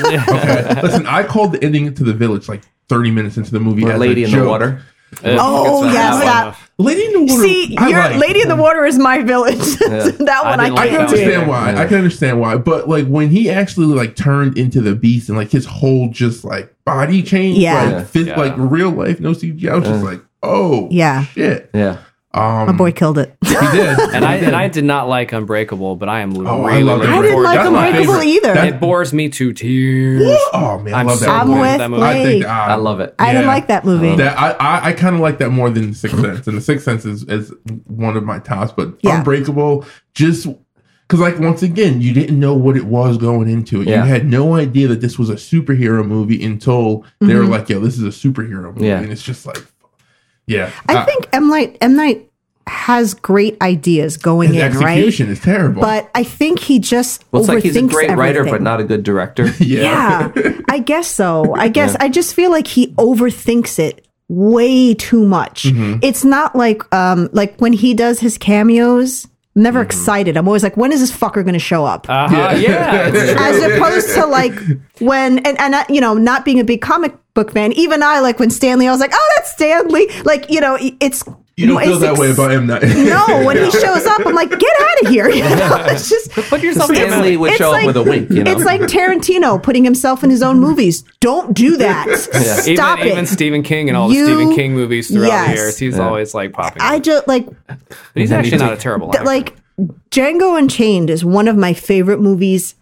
S3: okay, listen, I called the ending to the village like 30 minutes into the movie.
S4: Or
S3: as a
S4: Lady in the
S3: joke.
S4: Water.
S1: oh
S4: That's
S1: yes
S4: not
S1: that
S3: Lady in the Water.
S1: see
S3: I
S1: your
S3: like.
S1: lady in the water is my (laughs) village that one i,
S2: didn't like
S3: I can
S1: can't
S2: that one.
S1: do
S3: understand why.
S4: Yeah.
S3: I can understand why. But like when he actually like turned into the beast and like his whole just like body changed,
S1: Yeah.
S3: like,
S1: Yeah.
S3: phys-
S2: Yeah.
S3: like real life, no CGI. I was just like, oh
S1: Yeah.
S3: shit. Um,
S4: Yeah.
S1: my boy killed (laughs) it
S3: He did.
S2: (laughs) and I and I did not like Unbreakable, but I am really
S3: Oh, I
S2: looking
S3: love that.
S1: I didn't
S2: forward
S1: like
S2: to
S3: That's my
S1: Unbreakable
S3: favorite.
S1: either.
S3: That-
S2: It bores me to tears.
S3: oh man, I
S2: I'm
S3: love
S2: so
S3: that.
S1: i'm
S2: Love
S3: movie.
S1: with
S2: that movie.
S3: I
S1: Blake.
S3: think ah,
S4: I love it.
S1: I didn't
S3: yeah.
S1: like that movie
S3: That I I, I kind of like that more than Sixth Sense, and the Sixth Sense is, is one of my tops. But
S1: Yeah.
S3: Unbreakable, just because like once again, you didn't know what it was going into it.
S4: Yeah.
S3: You had no idea that this was a superhero movie until they
S1: Mm-hmm.
S3: were like, "Yo, this is a superhero movie,"
S4: Yeah.
S3: and it's just like, yeah,
S1: i
S3: uh,
S1: think m night m night has great ideas going
S3: his
S1: in right
S3: execution is terrible.
S1: but i think he just
S4: Well, it's like he's a
S1: overthinks
S4: great writer, but
S1: everything.
S4: not a good director.
S1: (laughs)
S4: (laughs)
S1: Yeah, I guess so. I guess I just feel like he overthinks it way too much.
S3: Mm-hmm.
S1: It's not like um like when he does his cameos, I'm never
S4: Mm-hmm.
S1: excited. I'm always like, when is this fucker gonna show up?
S2: Uh-huh, yeah, it's true.
S3: (laughs)
S1: As opposed to like when and and I, you know, not being a big comic book fan, even I like when Stanley, I was like, oh, that's Stanley. Like you know, it's
S3: you don't feel
S1: it's
S3: that
S1: ex-
S3: way about M
S1: (laughs)
S3: Night.
S1: No,
S3: (laughs)
S1: when he shows up, I'm like, get out of here. You know, it's just
S2: Put yourself in the
S4: Stanley would
S1: it's
S4: show
S1: like-
S4: up with a wink. You know?
S1: it's like Tarantino putting himself in his own movies. Don't do
S4: (laughs)
S1: that. Stop
S2: even,
S1: it.
S2: even Stephen King and all
S1: You-
S2: the Stephen King movies throughout
S1: Yes.
S2: the years, he's always like popping.
S1: I
S2: I,
S1: just like
S2: he's actually not a terrible
S1: th-
S2: actor.
S1: like Django Unchained is one of my favorite movies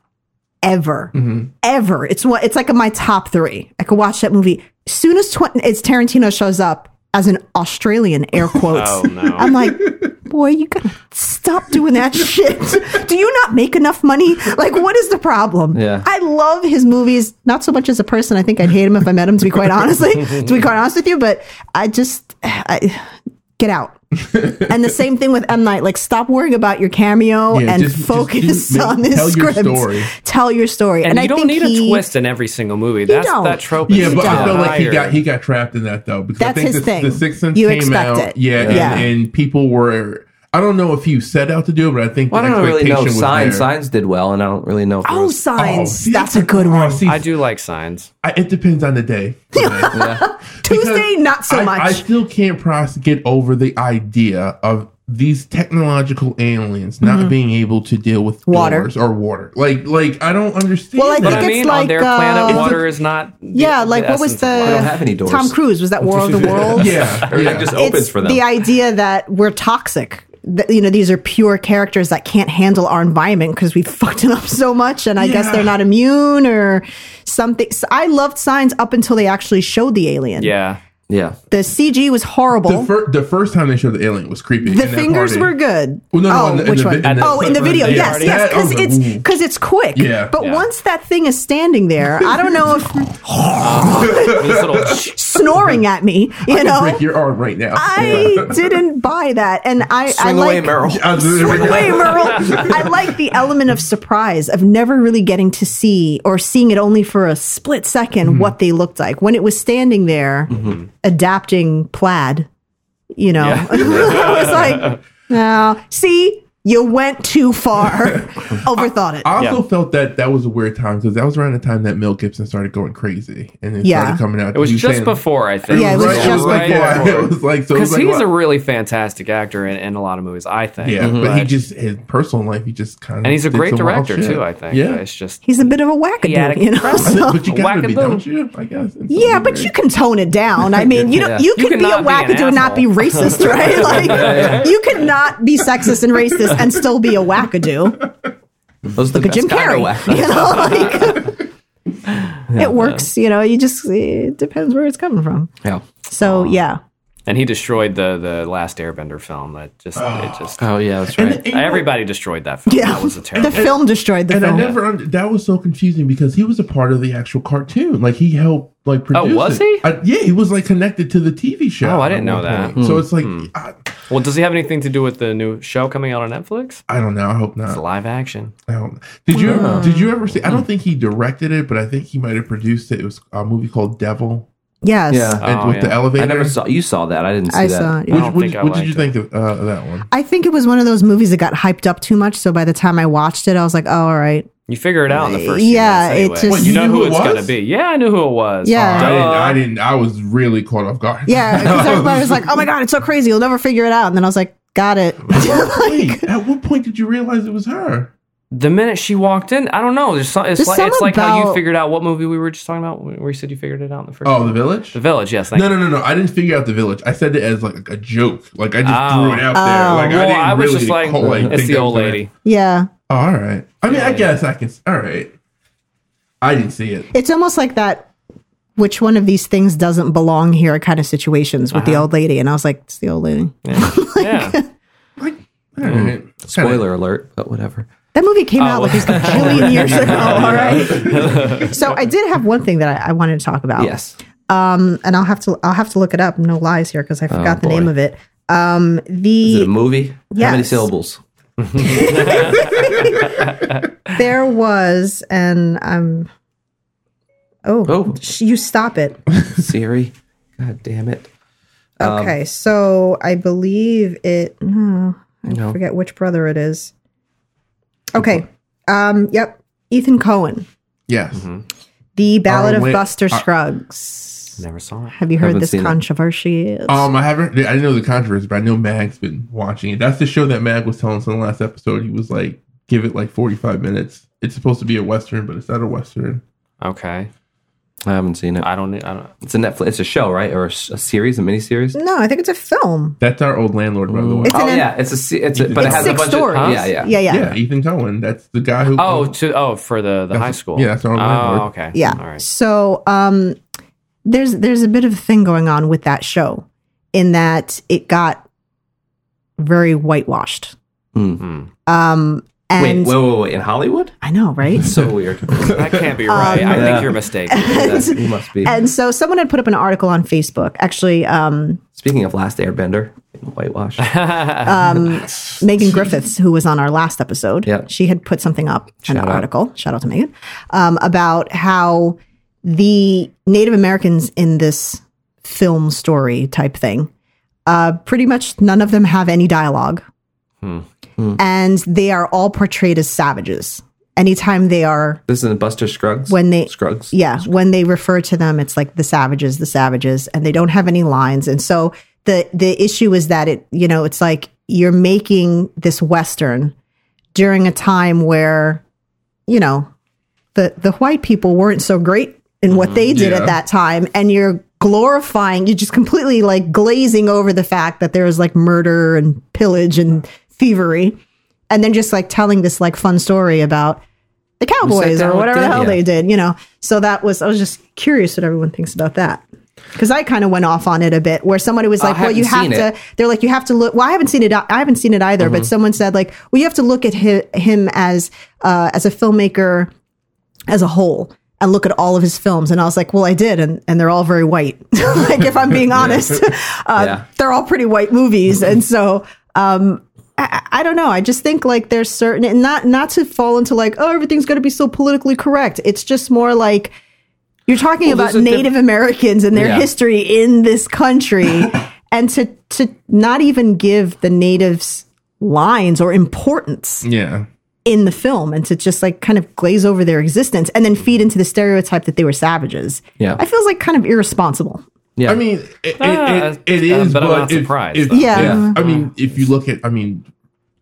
S1: ever.
S2: Mm-hmm.
S1: Ever. It's what it's like in my top 3. I could watch that movie. Soon as tw- it's Tarantino shows up as an Australian
S2: (laughs)
S1: air quotes.
S2: oh no,
S1: I'm like, boy, you gotta stop doing
S2: (laughs)
S1: that shit. Do you not make enough money? Like, what is the problem?
S4: Yeah.
S1: I love his movies, not so much as a person. I think I'd hate him if I met him, to be quite honestly, to be quite honest with you, but I just, I, get out. and the same thing with M Night. Like, stop worrying about your cameo
S3: Yeah,
S1: and
S3: just- just
S1: focus
S3: do- make-
S1: on his
S3: tell your
S1: script.
S3: story.
S1: Tell your story.
S2: And,
S1: I
S2: you don't
S1: think
S2: need
S1: he-
S2: a twist in every single movie. That's
S1: don't.
S2: that trope. is
S3: Yeah, but I feel like he
S2: tired.
S3: got he got trapped in that though because I
S1: That's
S3: think
S1: his
S3: the,
S1: thing.
S3: the Sixth Sense
S1: You
S3: came
S1: expect
S3: out,
S1: it.
S3: yeah,
S1: Yeah.
S3: And, and people were. I don't know if you set out to do it, but I think
S4: Well, I
S3: the
S4: don't really know.
S3: expectation was
S4: Signs,
S3: there.
S4: signs did well, and I don't really know. if it
S1: Oh,
S4: was-
S3: Oh,
S1: signs.
S3: see,
S1: That's a good one.
S3: Oh, see,
S2: I do like signs.
S3: I, it depends on the
S1: (laughs)
S3: day.
S1: Tuesday, not so
S3: I,
S1: much.
S3: I still can't process, get over the idea of these technological aliens not being able to deal with
S1: Mm-hmm. Water.
S3: doors or water. Like, like I don't understand.
S1: Well, I
S2: But
S1: think
S2: I
S1: it's
S2: mean, on
S1: like,
S2: their
S1: uh,
S2: planet,
S1: It's
S2: water is not. the-
S1: yeah, like what was
S2: essence of
S1: the
S2: life.
S4: don't have any doors.
S1: Tom Cruise? Was that War of
S3: (laughs)
S1: the Worlds?
S4: (laughs)
S3: yeah,
S4: Everything
S3: yeah.
S4: just
S1: It's
S4: opens for them.
S1: the idea that we're toxic. That, you know, these are pure characters that can't handle our environment because we (laughs) fucked it up so much, and I guess
S3: Yeah.
S1: they're not immune or something. So I loved Signs up until they actually showed the alien.
S2: Yeah.
S4: yeah.
S1: the CG was horrible.
S3: the, fir- the first time they showed the alien was
S1: The
S3: creepy. and that
S1: fingers
S3: party-
S1: were good.
S3: Well, no, no,
S1: oh,
S3: in the- in
S1: which
S3: the
S1: one?
S3: vi- in the-
S1: oh, in the video.
S3: Yeah,
S1: Yes,
S3: already
S1: yes,
S3: had- I was
S1: because
S3: like,
S1: it's
S3: ooh.
S1: because it's quick.
S3: Yeah.
S1: But
S2: Yeah.
S1: once that thing is standing there, I don't know
S3: (laughs)
S1: if
S2: This little-
S1: snoring at me. You
S3: (laughs) I could
S1: know,
S3: break your arm right now.
S1: I didn't buy that, and I
S4: Swing
S1: I
S4: away,
S1: like.
S4: Meryl.
S1: (laughs)
S3: I
S2: (laughs)
S3: was- (laughs)
S1: Swing away, Merle. I like the element of surprise of never really getting to see or seeing it only for a split 2nd what they looked like when it was standing there adapting plaid. You know, (laughs) I was like, no, see, you went too far, overthought it.
S3: I also felt that that was a weird time because that was around the time that Mel Gibson started going crazy and then
S1: Yeah.
S3: started coming out.
S2: It was
S3: You
S2: just
S3: saying-
S2: before, I think.
S1: Yeah, it was
S3: right,
S1: just
S3: like,
S2: right
S3: yeah, (laughs)
S2: (laughs)
S3: it was like so. it was
S2: Because
S3: like,
S2: he's
S3: wow.
S2: a really fantastic actor in, in a lot of movies, I think.
S3: Yeah, but he just his personal life, he just kind of
S2: and he's a
S3: did
S2: great
S3: some wild
S2: director
S3: shit.
S2: too. I think.
S3: Yeah,
S2: it's just
S1: He's a bit of a
S2: He had
S1: wackadoodle,
S2: a
S1: you know. (laughs)
S2: crest.
S1: So-
S3: but you
S2: Whack
S3: gotta
S2: and
S3: be,
S2: boom.
S3: don't you? I guess. in some
S1: yeah, but
S3: degree.
S1: you can tone it down. I mean, you
S4: Yeah.
S1: don't, you
S2: You
S1: could be a
S2: cannot be an
S1: wackadoo, not be
S2: asshole.
S1: racist,
S2: (laughs)
S1: right? Like you could not be sexist and racist and still be a wackadoo.
S4: Those
S1: Look at Jim Carrey. (laughs) You know, like,
S2: (laughs)
S1: it works. You know, you just it depends where it's coming from.
S4: Yeah.
S1: So yeah,
S2: and he destroyed the the last Airbender film. That just it just
S4: Oh yeah, that's
S3: And-
S4: right.
S3: and-
S2: everybody destroyed that film.
S1: yeah, (laughs)
S2: that was a
S1: the
S2: terrible.
S1: film destroyed the
S3: And I
S1: film.
S3: never under, that was so confusing because he was a part of the actual cartoon. Like he helped like produce.
S2: Oh, was
S3: it.
S2: he?
S3: I- yeah, he was like connected to the TV show.
S2: Oh, I didn't
S3: at
S2: know
S3: one
S2: that. Hmm.
S3: point. So it's like I,
S2: well, does he have anything to do with the new show coming out on Netflix?
S3: I don't know. I hope
S2: It's
S3: not.
S2: live action.
S3: I don't, did you did you ever see? I
S2: Hmm.
S3: don't think he directed it, but I think he might have produced it. It was a movie called Devil
S1: yes,
S4: Yeah.
S3: and
S2: Oh,
S3: with
S2: yeah.
S3: the elevator.
S4: Uh, I never saw you saw that. I didn't see
S1: I
S4: that.
S1: saw. It, yeah.
S3: Which,
S2: don't
S3: which-
S2: think I
S3: what did you
S2: liked
S3: think of uh, of that one?
S1: I think it was one of those movies that got hyped up too much. So by the time I watched it, I was like, oh, all right.
S2: You figure it out in the first.
S1: Yeah,
S2: few minutes
S1: it
S2: anyway.
S1: just- What,
S2: you
S3: you
S2: know
S3: knew
S2: who
S3: who it
S2: it's gonna
S3: was? Oh,
S2: be. Yeah, I knew who it was. Uh,
S1: Yeah.
S3: I didn't.
S2: Duh.
S3: I didn't. I was really caught off guard.
S1: Yeah, (laughs)
S3: (laughs)
S1: because everybody was like, oh my god, it's so crazy. You'll never figure it out. And then I was like, got (laughs) it. (laughs)
S3: Wait, at what point did you realize it was her?
S2: the minute she walked in, I don't know. There's some, it's
S1: There's
S2: like,
S1: something
S2: it's like how you
S1: about-
S2: figured out what movie we were just talking about, where you said you figured it out in the first.
S3: Oh, the village.
S2: The Village. Yes, thank
S3: No, no, no, no. I didn't figure out the village. I said it as like a joke. Like I just
S2: Oh.
S3: threw it out there.
S1: Oh.
S3: Like I
S2: Well,
S3: didn't
S2: I, was
S3: really
S2: just like,
S3: call,
S2: it's
S3: think
S2: the
S3: that
S2: old
S3: was
S1: (laughs)
S3: her.
S2: lady.
S1: yeah.
S3: Oh, all right. I mean, I guess I can. s- All right. I didn't see it.
S1: It's almost like that which one of these things doesn't belong here kind of situations with the old lady. And I was like, it's the old lady. uh,
S2: Yeah.
S3: Like, all
S2: Hmm.
S3: right.
S4: Spoiler alert, but whatever.
S1: That movie came
S4: Oh.
S1: out
S4: (laughs)
S1: like a billion years ago. All right. so I did have one thing that I, I wanted to talk about. um,
S4: Yes.
S1: And I'll have to I'll have to look it up. No lies here because I forgot the
S4: Oh, boy.
S1: name of it. Um
S4: Is it a
S1: the
S4: movie? How many
S1: Yes. (laughs)
S4: syllables?
S1: there was and um oh,
S4: Oh.
S1: sh- you stop it.
S4: Siri. God damn it. Um,
S1: Okay, so I believe it. No, I
S4: No.
S1: forget which brother it is. Okay. Um. Yep. Ethan Cohen,
S3: Yes.
S2: Mm-hmm.
S1: The Ballad
S3: Oh,
S1: of
S3: wait,
S1: Buster
S3: I-
S1: Scruggs.
S2: Never saw it.
S1: Have you heard
S4: Haven't
S1: this
S4: seen it. Oh,
S1: controversy?
S3: Um, I haven't. I didn't know the controversy, but I know Mag's been watching it. That's the show that Mag was telling us in the last episode. He was like, "Give it like forty-five minutes. It's supposed to be a western, but it's not a western."
S2: Okay.
S4: I haven't seen it.
S2: I don't. I don't.
S4: It's a Netflix. It's a show, right? Or a, s- a series, a miniseries?
S1: no, I think it's a film.
S3: That's our old landlord, by the way.
S1: It's
S4: Oh
S1: an-
S4: yeah, it's a. se- It's a but
S1: It's
S4: it has
S1: six
S4: a bunch
S1: stories.
S4: of. Yeah, yeah,
S1: yeah, yeah.
S3: yeah, Ethan Cohen. That's the guy who.
S2: Oh, to oh for the the high school.
S3: yeah, that's our
S2: Oh,
S3: landlord.
S2: okay.
S1: Yeah.
S2: All right.
S1: So um, there's there's a bit of a thing going on with that show, in that it got very whitewashed.
S2: Hmm.
S1: Um.
S4: Wait,
S1: And
S4: wait, wait, wait. In
S1: (laughs)
S4: Hollywood?
S1: I know, right?
S4: (laughs) So
S1: (laughs)
S4: weird.
S2: That can't
S1: Um,
S2: be right. I think you're mistaken. (laughs)
S4: Yeah, you must be.
S1: And so someone had put up an article on Facebook. Actually, um,
S4: Speaking of Last Airbender, whitewash.
S1: Um,
S4: (laughs)
S1: Megan Griffiths, who was on our last episode,
S4: Yeah.
S1: she had put something up in
S4: Shout
S1: an
S4: out.
S1: article. Shout out to Megan um, about how the Native Americans in this film story type thing, uh, pretty much none of them have any dialogue,
S4: Hmm.
S1: and they are all portrayed as savages. Anytime they are,
S4: this is in Buster Scruggs.
S1: When they-
S4: Scruggs.
S1: yeah, when they refer to them, it's like the savages, the savages, and they don't have any lines. And so the the issue is that it, you know, it's like you're making this western during a time where you know the the white people weren't so great in what they did
S3: Yeah.
S1: at that time and you're glorifying you're just completely like glazing over the fact that there was like murder and pillage and thievery and then just like telling this like fun story about the cowboys
S4: down
S1: or
S4: with
S1: whatever the
S4: them?
S1: hell
S4: Yeah.
S1: they did you know so that was i was just curious what everyone thinks about that because I kind of went off on it a bit, where somebody was like, "Well, you have
S4: Oh, haven't
S1: to."
S4: seen Mm-hmm.
S1: They're like, "You have to look." Well, I haven't seen it. I haven't seen it either. But someone said, like, "Well, you have to look at him, him as uh, as a filmmaker as a whole." And look at all of his films, and I was like, "Well, I did, and, and they're all very white. (laughs) like, if I'm
S4: (laughs)
S1: being honest, uh,
S4: Yeah.
S1: they're all pretty white
S3: (laughs)
S1: movies." and so, um, I, I don't know. I just think like there's certain, and not not to fall into like, oh, everything's going to be so politically correct. It's just more like you're talking about
S4: there's a diff-
S1: Native Americans and their
S4: Yeah.
S1: history in this country,
S3: (laughs)
S1: and to to not even give the natives lines or importance
S3: Yeah.
S1: in the film, and to just like kind of glaze over their existence, and then feed into the stereotype that they were savages.
S4: Yeah.
S1: I feels like kind of irresponsible.
S4: Yeah.
S3: I mean, it, it-
S2: Ah,
S3: it- it
S2: uh,
S3: is,
S2: but
S3: but,
S2: I'm not
S3: it-
S2: surprised,
S3: it-
S2: though.
S1: Yeah. Mm-hmm.
S3: it- I mean, if you look at, I mean,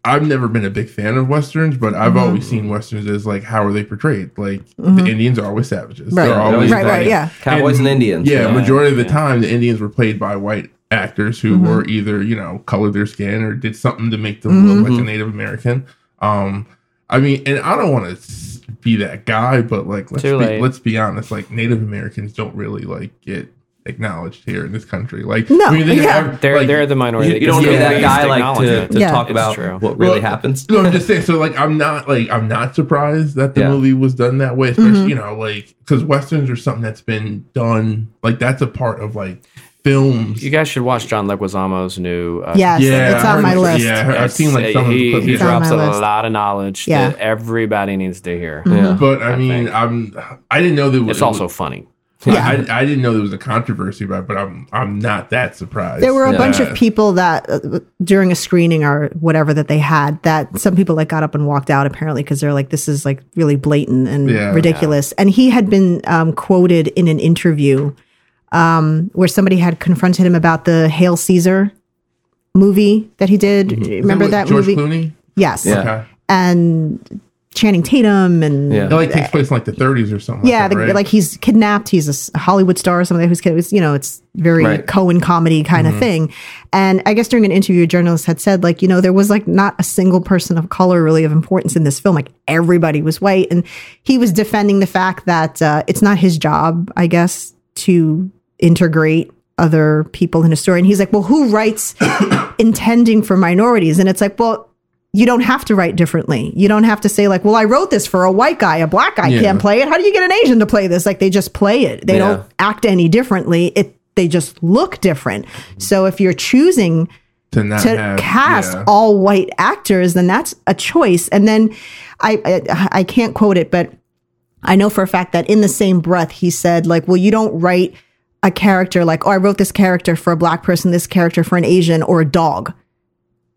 S3: I've never been a big fan of westerns, but I've
S1: Mm-hmm.
S3: always seen westerns as like how are they portrayed? Like the Indians are always savages.
S1: Right.
S3: They're
S1: Right,
S3: always
S1: right,
S3: like-
S1: yeah.
S4: Cowboys and Indians.
S3: Yeah,
S4: Yeah.
S3: majority of the time, the Indians were played by white actors who were either you know colored their skin or did something to make them look like a Native American. Um, I mean, and I don't want to be that guy, but like let's be,
S2: Too late.
S3: let's be honest, like Native Americans don't really like get acknowledged here in this country. Like
S1: No,
S3: when you think of
S1: yeah.
S3: ev-
S2: They're
S3: like-
S2: they're the minority.
S4: You, you
S2: that
S4: don't
S2: gets
S4: need
S2: the
S4: that
S2: least
S4: guy like to,
S2: acknowledgement.
S4: to
S1: Yeah.
S4: talk
S2: It's
S4: about
S2: true.
S4: what really
S3: Well,
S4: happens.
S3: No, I'm just saying. So like, I'm not like I'm not surprised that the
S4: Yeah.
S3: movie was done that way. Especially you know like because westerns are something that's been done. Like that's a part of like films.
S2: You guys should watch John Leguizamo's new. Uh,
S1: Yes,
S3: yeah,
S1: it's
S3: I
S1: on my
S3: heard-
S1: list.
S3: Yeah, I heard- I've seen like some of the
S2: he,
S3: clips.
S2: he
S3: yeah.
S2: drops a
S1: on my list.
S2: lot of knowledge
S1: Yeah. Mm-hmm.
S2: that everybody needs to hear.
S4: Yeah.
S3: But I mean, I'm I didn't know there was.
S2: It's also funny.
S3: (laughs) I, I didn't know there was a controversy about, it, but I'm I'm not that surprised.
S1: There were a
S4: Yeah.
S1: bunch of people that uh, during a screening or whatever that they had that some people like got up and walked out apparently because they're like this is like really blatant and
S3: Yeah.
S1: ridiculous. And he had been um, quoted in an interview um, where somebody had confronted him about the Hail Caesar movie that he did. Remember
S3: Is
S1: that
S3: with
S1: movie?
S3: George Clooney?
S1: Yes.
S4: Yeah.
S3: Okay.
S1: And Channing Tatum and
S4: Yeah.
S3: It like takes place in like the 30s or something.
S1: yeah,
S3: like,
S1: the,
S3: that, right?
S1: like he's kidnapped. He's a s- Hollywood star or something who's kid- it's, you know it's very
S4: Right.
S1: Cohen comedy kind
S3: Mm-hmm.
S1: of thing. And I guess during an interview, a journalist had said like you know there was like not a single person of color really of importance in this film. Like everybody was white, and he was defending the fact that uh, it's not his job, I guess, to integrate other people in a story. And he's like, well, who writes (coughs) intending for minorities? And it's like, well. You don't have to write differently. You don't have to say like, "Well, I wrote this for a white guy, a black guy
S3: Yeah.
S1: can't play it. How do you get an Asian to play this? Like they just play it. They
S4: Yeah.
S1: don't act any differently. It they just look different. So if you're choosing
S3: to not
S1: to
S3: have,
S1: cast
S3: yeah.
S1: all white actors, then that's a choice. And then I, I I can't quote it, but I know for a fact that in the same breath he said like, well, you don't write a character like, oh, I wrote this character for a black person, this character for an Asian or a dog.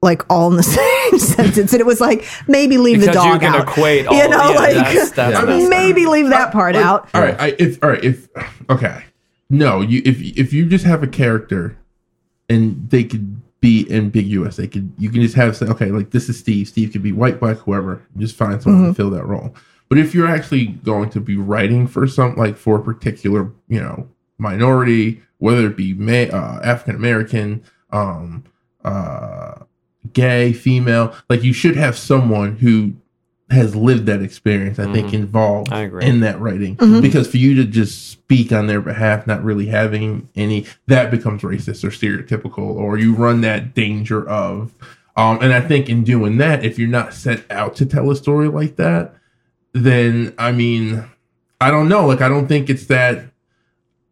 S1: Like all in the (laughs) same sentence, and it was like maybe leave
S2: Because
S1: the
S2: you
S1: dog
S2: can
S1: out.
S2: equate all-
S1: you know,
S2: yeah,
S1: like
S2: that's- that's
S1: (laughs)
S3: messed up.
S1: maybe leave that part
S3: Like,
S1: out.
S3: All right, I, if all right, if okay, no, you if if you just have a character, and they could be ambiguous. They could you can just have say, okay, like this is Steve. Steve could be white, black, whoever. Just find someone to fill that role. But if you're actually going to be writing for some like for a particular you know minority, whether it be ma- uh, African American, um, uh, gay, female, like you should have someone who has lived that experience. I think involved
S2: Mm-hmm. I agree.
S3: in that writing because for you to just speak on their behalf, not really having any, that becomes racist or stereotypical, or you run that danger of. Um, and I think in doing that, if you're not set out to tell a story like that, then I mean, I don't know. Like, I don't think it's that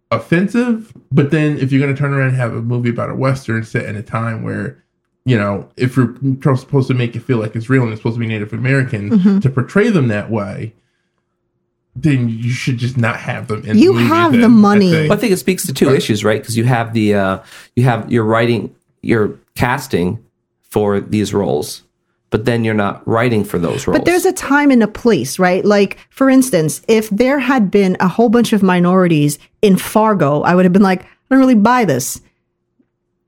S3: offensive. But then if you're going to turn around and have a movie about a western set in a time where you know, if you're tr- supposed to make it feel like it's real and it's supposed to be Native American
S1: Mm-hmm.
S3: to portray them that way, then you should just not have them in.
S1: You
S3: the movie
S1: have
S3: then,
S1: the
S3: I
S1: money.
S3: think.
S4: Well, I (laughs) think it speaks to two issues, right? Because you have the uh, you have your writing, your casting for these roles, but then you're not writing for those roles.
S1: But there's a time and a place, right? Like, for instance, if there had been a whole bunch of minorities in Fargo, I would have been like, I don't really buy this.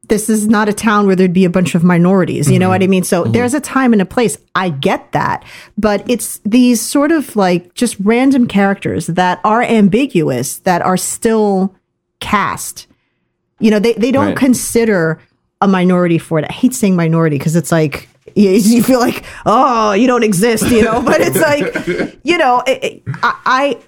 S1: This is not a town where there'd be a bunch of minorities. You know what I mean? So there's a time and a place. I get that. But it's these sort of like just random characters that are ambiguous, that are still cast. You know, they, they don't
S4: Right.
S1: consider a minority for it. I hate saying minority because it's like, you, (laughs) you feel like, oh, you don't exist, you know, but it's like, you know, it, it- I, I,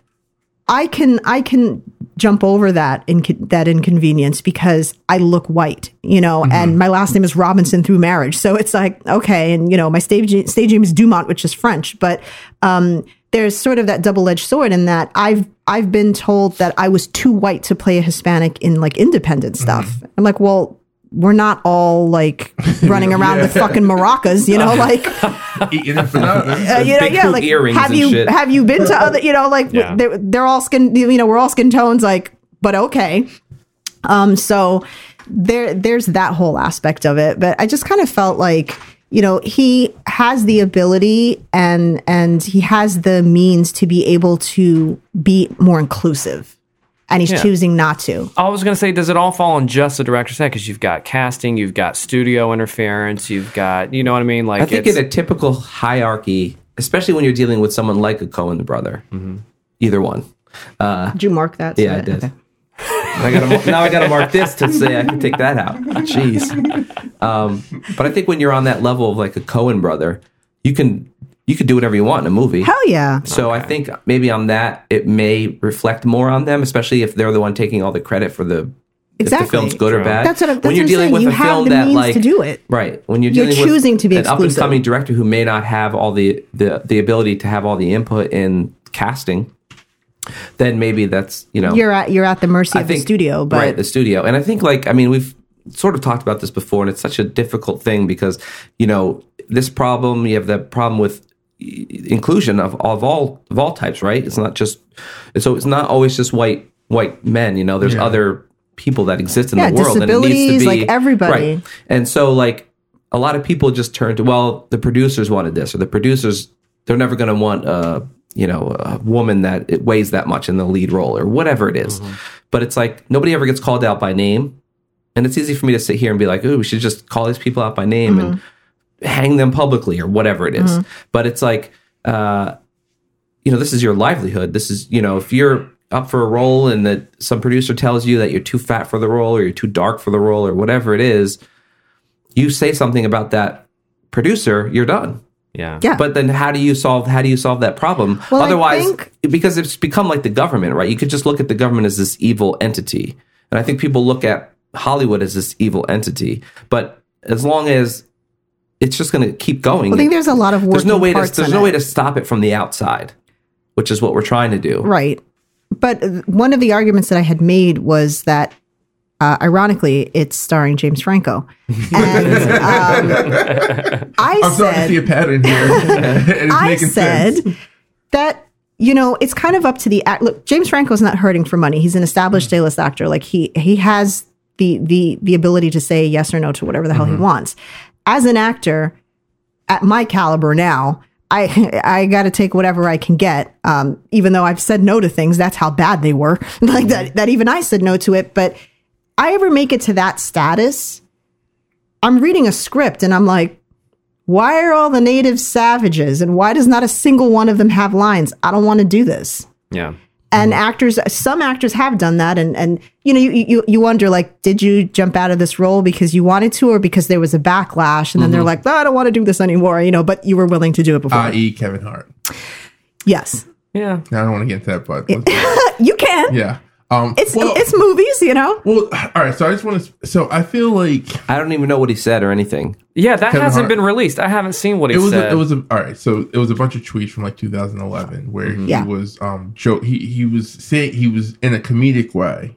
S1: I can, I can jump over that in that inconvenience because I look white, you know, and my last name is Robinson through marriage. So it's like, okay. And you know, my stage, stage name is Dumont, which is French, but, um, there's sort of that double-edged sword in that I've I've been told that I was too white to play a Hispanic in like independent stuff. I'm like, well, we're not all like running around with fucking maracas, you know, like
S3: Eating it E, for nothing.
S1: uh, you know,
S4: big
S1: yeah,
S4: hoop
S1: like
S4: earrings
S1: have
S4: and
S1: you
S4: shit.
S1: have you
S4: (laughs)
S1: been to other, you know, like w-
S2: Yeah.
S1: they're, they're all skin, you know, we're all skin tones, like, but okay. Um, so there, there's that whole aspect of it, but I just kind of felt like, you know, he has the ability and and he has the means to be able to be more inclusive, and he's choosing not to.
S2: I was gonna say, does it all fall on just the director's head? Because you've got casting, you've got studio interference, you've got, you know what I mean? Like,
S4: I think
S2: it's,
S4: in a typical hierarchy, especially when you're dealing with someone like a Cohen brother,
S2: Mm-hmm.
S4: either one.
S1: Did you mark that?
S4: Uh, Yeah, I did.
S1: Okay.
S4: I gotta, mar- now I got to mark this to say I can take that out. Jeez. Um, but I think when you're on that level of like a Cohen brother, you can you can do whatever you want in a movie.
S1: Hell yeah!
S4: So I think maybe on that it may reflect more on them, especially if they're the one taking all the credit for the
S1: Exactly.
S4: if the film's good or bad.
S1: That's what I'm- that's what I'm saying. You have the means to do it.
S4: right when you're
S1: You're
S4: dealing with
S1: choosing to be
S4: an up and
S1: exclusive.
S4: coming director who may not have all the, the the ability to have all the input in casting, then maybe that's you know
S1: You're at you're at the mercy of the studio, but
S4: right, the studio. And I think like I mean we've sort of talked about this before, and it's such a difficult thing because you know this problem you have that problem with i- inclusion of, of all of all types, right? It's not just so it's not always just white white men. You know, there's other people that exist in
S1: Yeah,
S4: the world and it needs to
S1: disabilities,
S4: be
S1: like everybody.
S4: Right. And so like a lot of people just turn to well, the producers wanted this or the producers they're never going to want a you know a woman that it weighs that much in the lead role or whatever it
S1: Mm-hmm.
S4: is. But it's like nobody ever gets called out by name. And it's easy for me to sit here and be like, "Ooh, we should just call these people out by name
S1: Mm-hmm.
S4: and hang them publicly or whatever it is. But it's like, uh, you know, this is your livelihood. This is, you know, if you're up for a role and that some producer tells you that you're too fat for the role or you're too dark for the role or whatever it is, you say something about that producer, you're done.
S2: yeah.
S1: yeah,
S4: But then how do you solve how do you solve that problem?
S1: Well, I
S4: Otherwise,
S1: think-
S4: because it's become like the government, right? You could just look at the government as this evil entity. And I think people look at Hollywood as this evil entity. But as long as it's just going to keep going.
S1: I think there's a lot of work.
S4: there's no way to
S1: parts
S4: there's
S1: in
S4: no
S1: it.
S4: way to stop it from the outside, which is what we're trying to do.
S1: Right. But uh, one of the arguments that I had made was that, uh, ironically, it's starring James
S4: (laughs)
S1: Franco. And um, I
S3: I'm starting to
S1: said,
S3: see a pattern here.
S1: (laughs)
S3: and it's
S1: I
S3: making
S1: said
S3: sense.
S1: that you know it's kind of up to the act. Look, James Franco's not hurting for money. He's an established
S3: Mm.
S1: A-list actor. Like he he has the the the ability to say yes or no to whatever the hell
S3: Mm-hmm.
S1: he wants. As an actor, at my caliber now. I, I got to take whatever I can get, um, even though I've said no to things. That's how bad they were. (laughs) like that, that even I said no to it. But I ever make it to that status, I'm reading a script and I'm like, why are all the natives savages and why does not a single one of them have lines? I don't want to do this.
S2: Yeah.
S1: And
S3: Mm-hmm.
S1: actors, some actors have done that, and and you know you you you wonder like, did you jump out of this role because you wanted to, or because there was a backlash, and then
S3: Mm-hmm.
S1: they're like, no, I don't want to do this anymore, you know, but you were willing to do it before.
S3: I.e. E, Kevin Hart.
S1: yes,
S2: Yeah.
S3: Now I don't want to get into that, but let's-
S1: you can.
S3: yeah. Um,
S1: It's
S3: well,
S1: it's movies, you know.
S3: well, all right. So I just want to. So I feel like
S4: I don't even know what he said or anything.
S2: Yeah, that
S3: Kevin
S2: hasn't
S3: Hart.
S2: been released. I haven't seen what he
S3: it was
S2: said.
S3: a, it was a, all right so it was a bunch of tweets from like 2011 where he
S1: Yeah.
S3: was um joe he, he was saying he was in a comedic way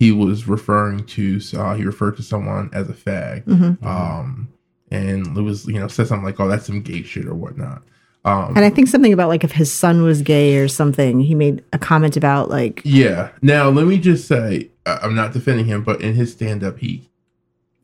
S3: he was referring to uh, he referred to someone as a fag, um, and it was you know said something like, "Oh, that's some gay shit" or whatnot. Um,
S1: And I think something about like if his son was gay or something. He made a comment about like
S3: Yeah. Now, let me just say, I- I'm not defending him, but in his stand up, he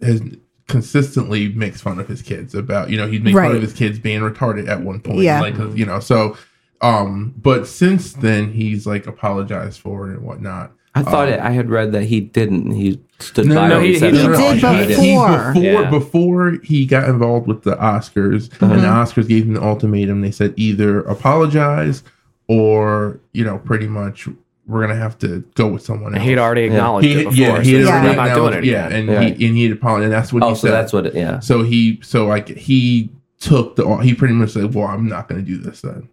S3: has consistently makes fun of his kids about, you know, he makes fun
S1: Right.
S3: of his kids being retarded at one point.
S1: Yeah.
S3: Like, you know, so, um, but since then, he's like apologized for it and whatnot.
S4: I thought it, I had read that he didn't. He stood
S3: Uh, No,
S4: by.
S3: no,
S4: what
S2: he- he
S4: said
S2: did
S4: and
S1: before.
S4: apologized.
S1: He-
S3: He-
S1: Before.
S3: before,
S2: Yeah.
S3: before he got involved with the Oscars, and
S1: Mm-hmm.
S3: the Oscars gave him the ultimatum. They said either apologize or, you know, pretty much we're going to have to go with someone else.
S2: He'd already acknowledged
S3: He-
S2: it before.
S3: yeah,
S2: so
S3: he had
S2: he's
S1: already
S2: like, I'm not doing it.
S3: acknowledged- Yeah,
S2: again."
S3: and
S4: Right.
S3: he and he had apologized, and that's what
S4: Oh,
S3: he
S4: so
S3: said.
S4: that's what. It, yeah.
S3: So he, so like he took the he pretty much said, "Well, I'm not going to do this then."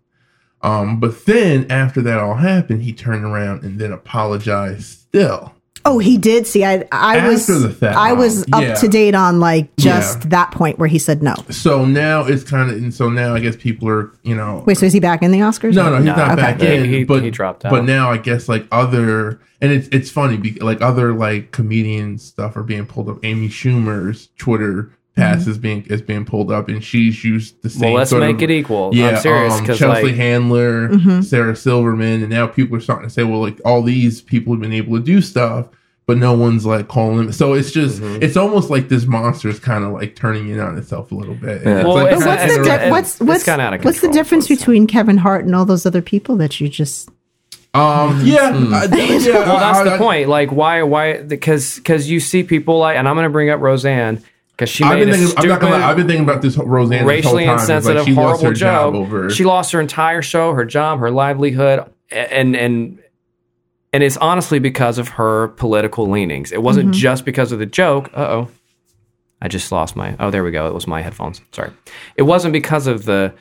S3: Um, but then after that all happened, he turned around and then apologized. Still,
S1: oh he did see I I was
S3: After the fact.
S1: I was up
S3: Yeah.
S1: to date on like just
S3: Yeah.
S1: that point where he said no.
S3: so now it's kind of, and so now I guess people are, you know,
S1: Wait, so is he back in the Oscars?
S3: No, no, he's not
S1: Okay.
S3: back
S2: Yeah,
S3: in.
S2: he-
S3: but
S2: he dropped
S3: But
S2: out.
S3: now I guess like other, and it's it's funny, be, like other like comedian stuff are being pulled up. Amy Schumer's Twitter pass is being is being pulled up, and she's used the same.
S2: Mm-hmm. Well, let's
S3: sort
S2: make
S3: of-
S2: it equal.
S3: Yeah,
S2: I'm serious
S3: um,
S2: because
S3: Chelsea
S2: like
S3: Handler, Sarah Silverman, and now people are starting to say, well, like all these people have been able to do stuff. But no one's like calling them. So it's just,
S2: Mm-hmm.
S3: it's almost like this monster is kind of like turning in on itself a little bit. And it's,
S2: Well,
S3: like,
S2: it's-
S1: But what's
S3: kinda
S1: the
S2: it's-
S1: di-
S3: interacting.
S2: it's-
S1: what's what's
S2: kinda out of
S1: what's the
S2: control,
S1: difference
S2: but-
S1: between Kevin Hart and all those other people that you just
S3: Um, yeah, I- yeah,
S2: Mm. well, that's
S3: I-
S2: the
S3: I-
S2: point. Like, why, why? Because, because you see people like, and I'm going to bring up Roseanne because she
S3: I've
S2: made
S3: been,
S2: a
S3: thinking, I'm not
S2: stupid,
S3: gonna lie, I've been thinking about this whole- Roseanne
S2: racially
S3: this whole time. It's like
S2: insensitive,
S3: she lost
S2: horrible
S3: her job
S2: joke.
S3: over.
S2: She lost her entire show, her job, her livelihood, a- and and and it's honestly because of her political leanings. It wasn't just because of the joke. Uh oh, I just lost my. Oh, there we go. It was my headphones. Sorry, it wasn't because of the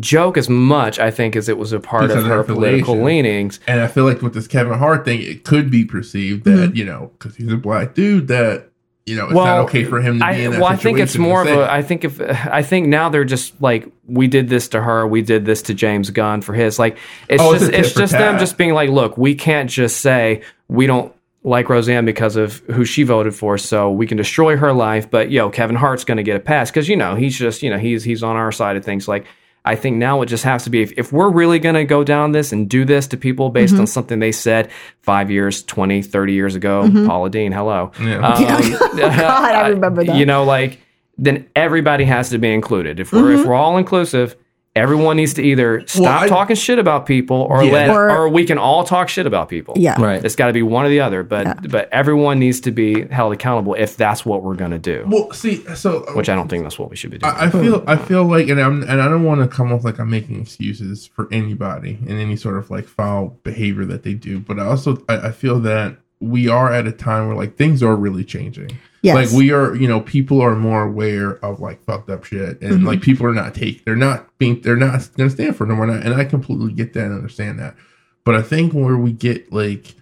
S2: joke as much. I think as it was a part
S3: Because
S2: of
S3: of Mm-hmm. her
S2: her political
S3: affiliation.
S2: leanings.
S3: and I feel like with this Kevin Hart thing, it could be perceived that
S2: Mm-hmm.
S3: you know because he's a black dude that you know it's not okay for him to be in that
S2: well, I think it's
S3: situation
S2: more of
S3: and
S2: a.
S3: say-
S2: I think if I think now they're just like we did this to her, we did this to James Gunn for his. Like it's
S3: Oh, it's
S2: just
S3: a
S2: it's,
S3: tit for
S2: just them
S3: tat.
S2: just being like, look, we can't just say we don't like Roseanne because of who she voted for, so we can destroy her life. But yo, Kevin Hart's going to get a pass because you know he's just you know he's he's on our side of things. Like I think now it just has to be if, if we're really going to go down this and do this to people based
S1: Mm-hmm.
S2: on something they said five years, 20, 30 years ago. Paula Dean, hello.
S3: Yeah.
S1: (laughs)
S2: Um,
S1: Mm-hmm. Oh, God,
S2: (laughs)
S1: I remember that.
S2: You know, like then everybody has to be included. If we're
S1: Mm-hmm.
S2: if we're all inclusive, everyone needs to either stop
S3: I-
S2: talking shit about people or
S3: Yeah.
S2: let
S1: Or-
S2: or, we can all talk shit about people.
S1: Yeah.
S4: Right.
S2: It's got to be one or the other, but but everyone needs to be held accountable if that's what we're going to do,
S3: well, see, so uh,
S2: which I don't think that's what we should be doing.
S3: I, I feel I feel like, and I'm and I don't want to come off like I'm making excuses for anybody and any sort of like foul behavior that they do, but I also I, I feel that we are at a time where like things are really changing.
S1: Yes.
S3: Like we are, you know, people are more aware of like fucked up shit, and like people are not take, they're not being, they're not gonna stand for it no more. And I completely get that and understand that, but I think where we get like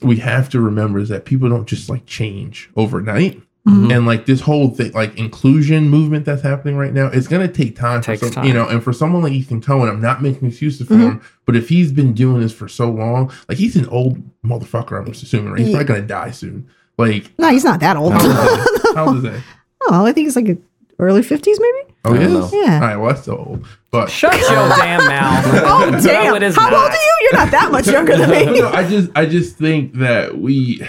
S3: we have to remember is that people don't just like change overnight.
S2: Mm-hmm.
S3: And like this whole thing, like inclusion movement that's happening right now, it's gonna take time.
S2: Takes
S3: for some,
S2: time. Mm-hmm.
S3: You know, and for someone like Ethan Cohen, I'm not making excuses for him, but if he's been doing this for so long, like he's an old motherfucker, I'm just assuming, right? He's probably gonna die soon. Like,
S1: no, he's not that old.
S3: how old is he? How
S2: (laughs)
S3: old is he?
S1: (laughs) Oh, I think he's like a early fifties, maybe.
S3: Oh, he is?
S1: know. Yeah.
S3: All right, well, that's so old.
S2: (laughs)
S3: But (laughs)
S2: Shut your damn
S1: (laughs)
S2: mouth.
S1: Oh damn!
S2: No, it is
S1: How
S2: not.
S1: old are you? You're not that much younger than
S3: No,
S1: me. (laughs)
S3: no, I just, I just think that we,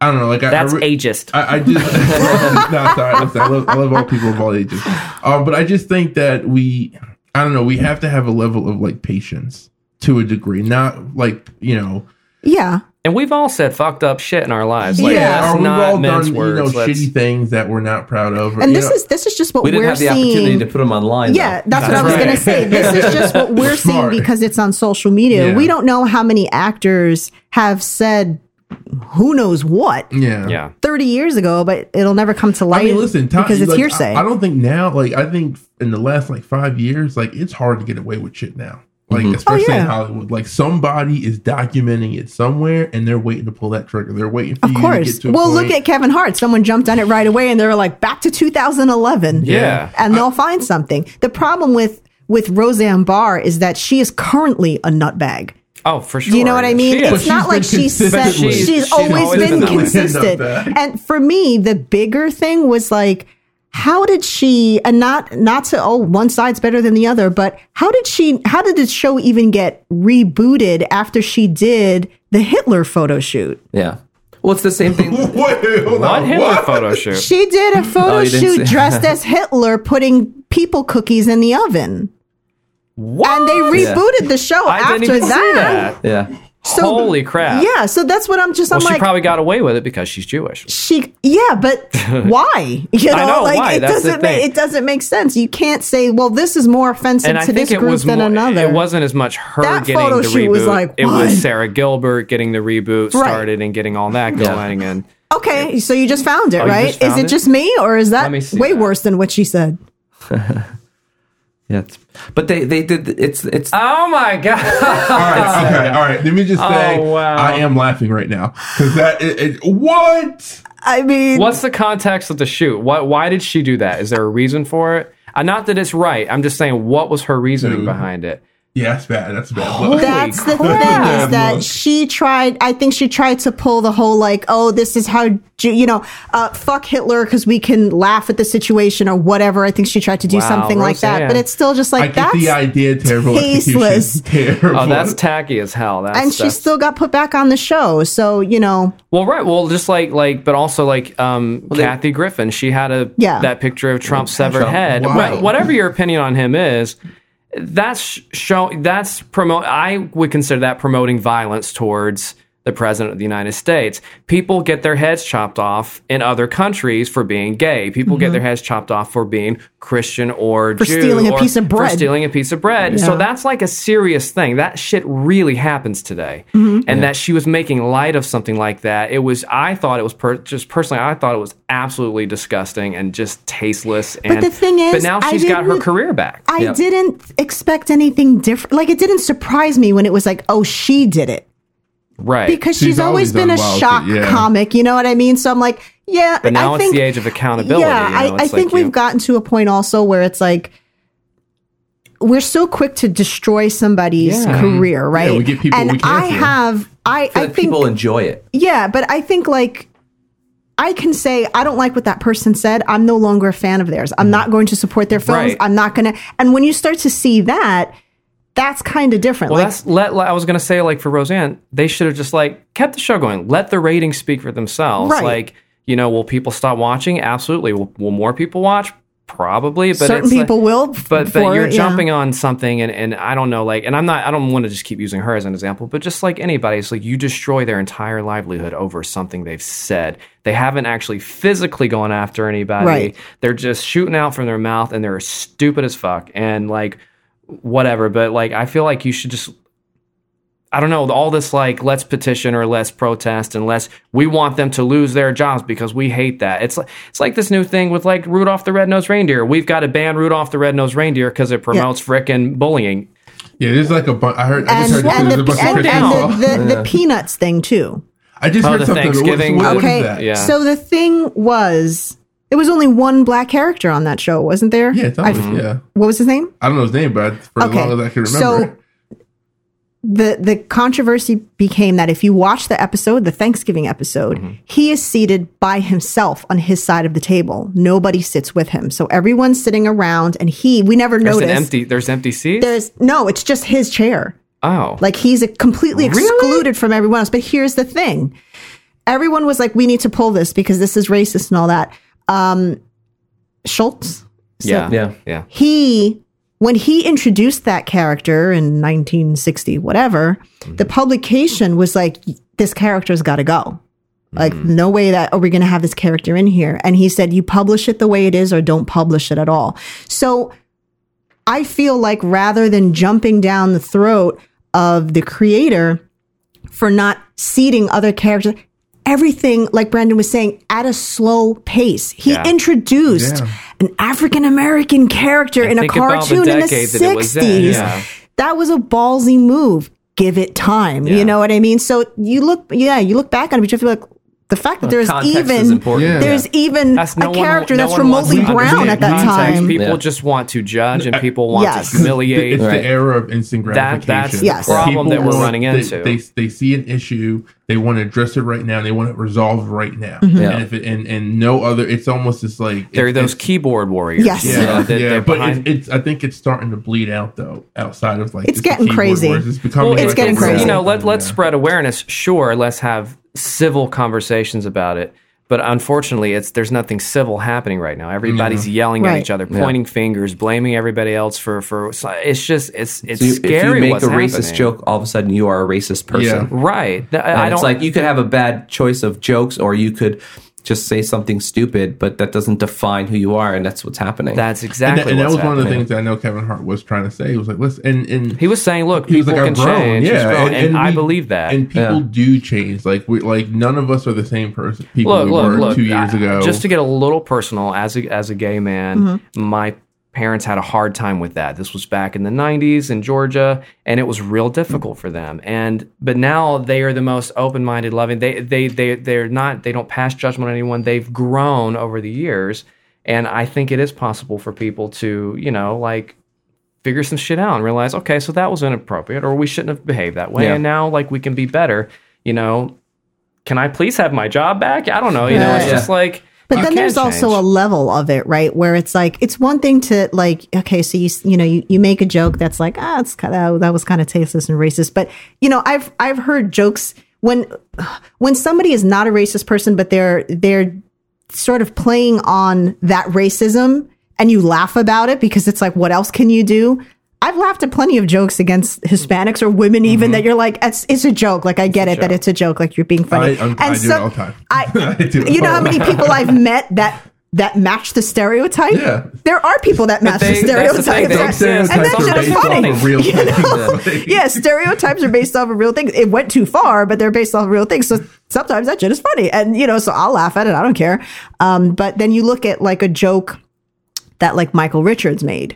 S3: I don't know, like I-
S2: That's
S3: I, re-
S2: ageist.
S3: I, I just (laughs) no, sorry, listen, I love, I love all people of all ages. Um, but I just think that we, I don't know, we have to have a level of like patience to a degree, not like you know,
S1: Yeah,
S2: and we've all said fucked up shit in our lives. Like,
S1: Yeah.
S3: or
S2: that's
S3: we've
S2: not
S3: all
S2: men's
S3: done
S2: words.
S3: you know
S2: Let's-
S3: shitty things that we're not proud of. or,
S1: and
S3: you
S1: this
S3: know,
S1: is this is just what
S4: we didn't
S1: are
S4: have the opportunity
S1: seeing.
S4: to put him online.
S1: yeah, that's, what I
S2: That's
S1: was
S2: right.
S1: gonna say. This is just (laughs) what we're seeing
S3: Smart.
S1: because it's on social media.
S3: Yeah.
S1: We don't know how many actors have said who knows what
S3: yeah,
S2: Yeah.
S1: 30 years ago, but it'll never come to light.
S3: I mean, listen, Tom,
S1: because it's
S3: like,
S1: hearsay.
S3: I, I don't think now, like, I think in the last like five years, like, it's hard to get away with shit now. Like,
S2: Mm-hmm.
S3: especially
S1: Oh, yeah.
S3: in Hollywood, like somebody is documenting it somewhere, and they're waiting to pull that trigger. They're waiting for
S1: Of
S3: you to
S1: course.
S3: get to a
S1: Well,
S3: point.
S1: look at Kevin Hart. Someone jumped on it right away, and they were like, "Back to 2011."
S2: Yeah.
S1: and they'll find something. The problem with with Roseanne Barr is that she is currently a nutbag.
S2: Oh, for sure.
S1: Do you know what I mean?
S2: She is.
S1: It's not like she said
S2: consistent.
S1: she's,
S2: She's- she's
S1: always,
S2: always
S1: been
S2: been that way.
S1: consistent.
S3: End of
S1: (laughs)
S3: that.
S1: And for me, the bigger thing was like, how did she and not not to oh one side's better than the other, but how did she how did the show even get rebooted after she did the Hitler photo shoot?
S4: Yeah. Well, it's the
S1: (laughs)
S4: same thing.
S3: (laughs) Wait, hold
S2: What
S3: on.
S2: Hitler
S3: What?
S2: photo shoot?
S1: She did
S2: (laughs)
S1: a photo
S4: you didn't
S1: shoot
S4: see-
S1: dressed as Hitler putting people cookies in the oven.
S2: What?
S1: And they
S4: Yeah.
S1: rebooted the show
S2: Oh, I
S1: after
S2: didn't even see that.
S4: Yeah.
S1: So-
S2: Holy crap!
S1: Yeah, so that's what I'm just
S2: Well,
S1: I'm
S2: she
S1: like
S2: probably got away with it because she's Jewish.
S1: she yeah
S2: (laughs)
S1: but why you know,
S2: I know,
S1: like
S2: why?
S1: it
S2: That's the
S1: doesn't make
S2: thing.
S1: it doesn't make sense you can't say well this is more offensive
S2: and I
S1: to this
S2: think it
S1: group
S2: was
S1: than
S2: more,
S1: another
S2: It wasn't as much her
S1: That
S2: getting
S1: photo
S2: the
S1: shoot
S2: reboot.
S1: was like,
S2: it
S1: what?
S2: was Sarah Gilbert getting the reboot
S1: Right.
S2: started and getting all that going. And
S1: okay so you just found it
S2: Oh, you
S1: right
S2: just
S1: is
S2: found
S1: it
S2: it?
S1: just me or is that
S2: Let me see
S1: way
S2: that.
S1: worse than what she said
S4: Yeah. It's, but they, they did, it's, it's,
S2: oh my god! (laughs)
S3: All right, okay, all right. Let me just say,
S2: Oh, wow.
S3: I am laughing right now because that it, it, what?
S1: i mean
S2: What's the context of the shoot? Why, why did she do that? Is there a reason for it? Uh, not that it's right. I'm just saying, what was her reasoning
S3: Dude.
S2: behind it?
S3: Yeah, that's bad. That's bad. Look.
S1: that's the
S2: crap.
S1: thing is that
S3: Look.
S1: she tried i think she tried to pull the whole like oh this is how Ju- you know uh, fuck hitler because we can laugh at the situation or whatever i think she tried to do
S2: Wow,
S1: something like that
S2: Roseanne.
S1: but it's still just
S3: I
S1: like
S3: get
S1: that's
S3: the idea. Terrible
S1: tasteless.
S3: execution.
S2: (laughs)
S3: Terrible.
S2: Oh, that's tacky as hell. That's,
S1: and she
S2: that's-
S1: still got put back on the show. So you know,
S2: Well, right. Well, just like like, but also like um,
S4: they-
S2: Kathy Griffin, she had a
S1: Yeah.
S2: that picture of Trump's severed
S4: Trump.
S2: head.
S3: Wow.
S2: Wha- whatever your opinion on him is, that's sh- show that's promote. I would consider that promoting violence towards the president of the United States. People get their heads chopped off in other countries for being gay. People get their heads chopped off for being Christian or
S1: Mm-hmm. For
S2: Jew
S1: stealing a
S2: or
S1: piece of
S2: for
S1: bread.
S2: stealing stealing a piece of bread.
S1: Yeah.
S2: So that's like a serious thing. That shit really happens today.
S1: Mm-hmm.
S2: And that she was making light of something like that. It was, I thought it was, per- just personally, I thought it was absolutely disgusting and just tasteless. And,
S1: the thing
S2: but
S1: is,
S2: now
S1: I
S2: she's got her
S1: didn't-
S2: career back.
S1: I
S4: Yeah.
S1: didn't expect anything different. Like it didn't surprise me when it was like, oh, she did it
S2: right.
S1: because she's,
S3: She's
S1: always,
S3: always
S1: been a
S3: done wild shit,
S1: shock
S3: yeah.
S1: comic. You know what I mean? So I'm like, yeah.
S2: but now
S1: I
S2: it's
S1: think,
S2: the age of accountability.
S1: Yeah,
S2: you know?
S1: I, I
S2: It's
S1: think
S2: like you-
S1: we've gotten to a point also where it's like we're so quick to destroy somebody's
S2: Yeah.
S1: career, right?
S3: we get people
S1: and
S3: we
S1: I
S3: cancel.
S1: have, I, I think
S4: like people enjoy it.
S1: Yeah, but I think like I can say I don't like what that person said. I'm no longer a fan of theirs. I'm not going to support their films.
S2: Mm-hmm. Right.
S1: I'm not going to. And when you start to see that, that's kind of different.
S2: Well,
S1: like
S2: that's let, let- I was gonna say like for Roseanne, they should have just like kept the show going. Let the ratings speak for themselves.
S1: Right.
S2: Like you know, will people stop watching? Absolutely. Will, will more people watch? Probably. But
S1: Certain
S2: it's like-
S1: people will f-
S2: But
S1: for
S2: but you're
S1: it, yeah.
S2: jumping on something, and and I don't know. Like, and I'm not. I don't want to just keep using her as an example, but just like anybody, it's like you destroy their entire livelihood over something they've said. They haven't actually physically gone after anybody.
S1: Right.
S2: They're just shooting out from their mouth, and they're stupid as fuck. And like whatever but like i feel like you should just i don't know all this like let's petition or let's protest and let's we want them to lose their jobs because we hate that it's like it's like this new thing with like rudolph the red-nosed reindeer we've got to ban rudolph the red-nosed reindeer because it promotes frickin' bullying
S3: (laughs) yeah. There's like a bunch. I heard. I
S1: and
S3: just heard
S1: and
S3: there's
S1: the
S3: a bunch of
S1: and,
S3: Christian
S1: and
S3: songs.
S1: the, the, the peanuts thing too.
S3: I just
S2: Oh,
S3: heard
S2: the
S3: something. What is-
S2: Thanksgiving-
S3: What, what is
S1: Okay,
S3: that?
S2: Yeah.
S1: so the thing was, there was only one black character on that show, wasn't there?
S3: Yeah, it's
S1: I-
S3: always, yeah.
S1: What was his name?
S3: I don't know his name, but for
S1: Okay,
S3: as long as I can remember,
S1: so-
S3: it.
S1: the the controversy became that if you watch the episode, the Thanksgiving episode,
S2: Mm-hmm.
S1: he is seated by himself on his side of the table. Nobody sits with him, so everyone's sitting around, and he we never
S2: there's an
S1: notice.
S2: empty there's empty seats
S1: There's no, it's just his chair.
S2: oh
S1: Like he's a completely
S2: Really?
S1: excluded from everyone else. But here's the thing: everyone was like, "We need to pull this because this is racist and all that." Um, Schultz,
S2: yeah
S4: Yeah.
S2: yeah
S1: he when he introduced that character in 1960 whatever the publication was like this character's got to go like no way that are we going to have this character in here and he said you publish it the way it is or don't publish it at all so i feel like rather than jumping down the throat of the creator for not seating other characters everything like brandon was saying at a slow pace he
S2: Yeah.
S1: introduced
S3: Yeah.
S1: an African American character in a
S2: think about the
S1: cartoon in the
S2: decade that it was in,
S1: sixties.
S2: yeah.
S1: That was a ballsy move. Give it time. You
S2: Yeah.
S1: know what I mean? So you look, yeah, you look back on it, but you feel like, the fact that there's
S4: Context is
S1: even
S4: important.
S3: Yeah.
S1: there's even
S2: That's
S1: a
S2: no one-
S1: character
S2: no
S1: that's
S2: one wants
S1: remotely
S2: to
S1: brown
S2: understand
S1: at that
S2: context.
S1: time.
S2: People
S4: Yeah.
S2: just want to judge and people want
S1: Yes.
S2: to
S3: It's (laughs)
S2: humiliate.
S3: the
S4: Right.
S3: era of instant
S2: That-
S3: gratification.
S2: that's the
S1: Yes.
S2: problem
S3: People
S2: that we're
S3: want-
S2: running
S3: they-
S2: into.
S3: They, they, see an issue, they want to address it right now, they want it resolved right now.
S1: Mm-hmm.
S4: Yeah.
S3: And, if it, and and no other, it's almost just like
S2: They're
S3: it-
S2: those
S3: it's-
S2: keyboard warriors.
S1: Yes.
S3: Yeah, yeah,
S2: that- that they're
S3: but
S2: behind-
S3: it's, it's. I think it's starting to bleed out though. Outside of like,
S1: It's
S3: just the
S1: getting
S3: keyboard
S1: crazy.
S3: wars, It's becoming.
S1: it's
S3: like
S1: getting
S3: a
S1: crazy.
S3: real-
S2: You know, let let's
S3: Yeah.
S2: spread awareness. Sure, let's have civil conversations about it. But unfortunately, it's there's nothing civil happening right now. Everybody's yelling at
S1: Right.
S2: each other, pointing fingers, blaming everybody else for for. so It's just it's it's
S4: So you-
S2: scary.
S4: if you make
S2: what's
S4: a racist
S2: happening.
S4: joke, all of a sudden you are a racist person.
S3: Yeah.
S2: right? Th-
S4: And
S2: I, I don't
S4: it's like you could have a bad choice of jokes, or you could just say something stupid, but that doesn't define who you are, and that's what's happening.
S2: That's
S3: And that,
S2: exactly.
S3: and that
S2: what's
S3: was one of the
S2: happening.
S3: things that I know Kevin Hart was trying to say. He was like, listen, and and
S2: He was saying, "Look,
S3: he was
S2: people
S3: like,
S2: can
S3: I've grown,
S2: change, It's
S3: yeah,
S2: grown. and, I
S3: we-
S2: believe that."
S3: and people do change. Like we, like none of us are the same person. People
S2: look,
S3: we
S2: look,
S3: were
S2: look.
S3: two years
S2: I-
S3: ago.
S2: just to get a little personal, as a, as a gay man, my parents had a hard time with that. This was back in the '90s in Georgia, and it was real difficult for them. And but now they are the most open-minded, loving. They they they they're not. They don't pass judgment on anyone. They've grown over the years, and I think it is possible for people to you know like figure some shit out and realize, okay, so that was inappropriate, or we shouldn't have behaved that way,
S4: Yeah.
S2: and now like we can be better. You know, can I please have my job back? I don't know. You know, it's
S4: Yeah.
S2: just like.
S1: But then there's also a level of it, right? Where it's like it's one thing to like, okay, so you s- you know you, you make a joke that's like ah, it's kind of that was kind of tasteless and racist. But you know, I've I've heard jokes when when somebody is not a racist person, but they're they're sort of playing on that racism, and you laugh about it because it's like, what else can you do? I've laughed at plenty of jokes against Hispanics or women, even
S3: Mm-hmm.
S1: that you're like, it's, it's a joke. Like I get it that it's a joke. Like you're being
S3: I,
S1: funny.
S3: I'm- I do it all the time.
S1: I,
S3: (laughs) I do it
S1: you know
S3: all
S1: how
S3: the
S1: many people I've met that that match the stereotype?
S3: Yeah.
S1: There are people that match
S2: they-
S1: the
S2: that's the thing,
S1: stereotype.
S2: they
S1: right?
S2: exist.
S1: and that's
S2: Some
S1: just
S2: based
S1: funny.
S2: off of
S3: real
S1: you
S3: things.
S1: know? (laughs)
S3: Like-
S1: yeah, stereotypes are based off of real things. It went too far, but they're based off of real things. So sometimes that shit is funny. And you know, so I'll laugh at it. I don't care. Um, but then you look at like a joke that like Michael Richards made.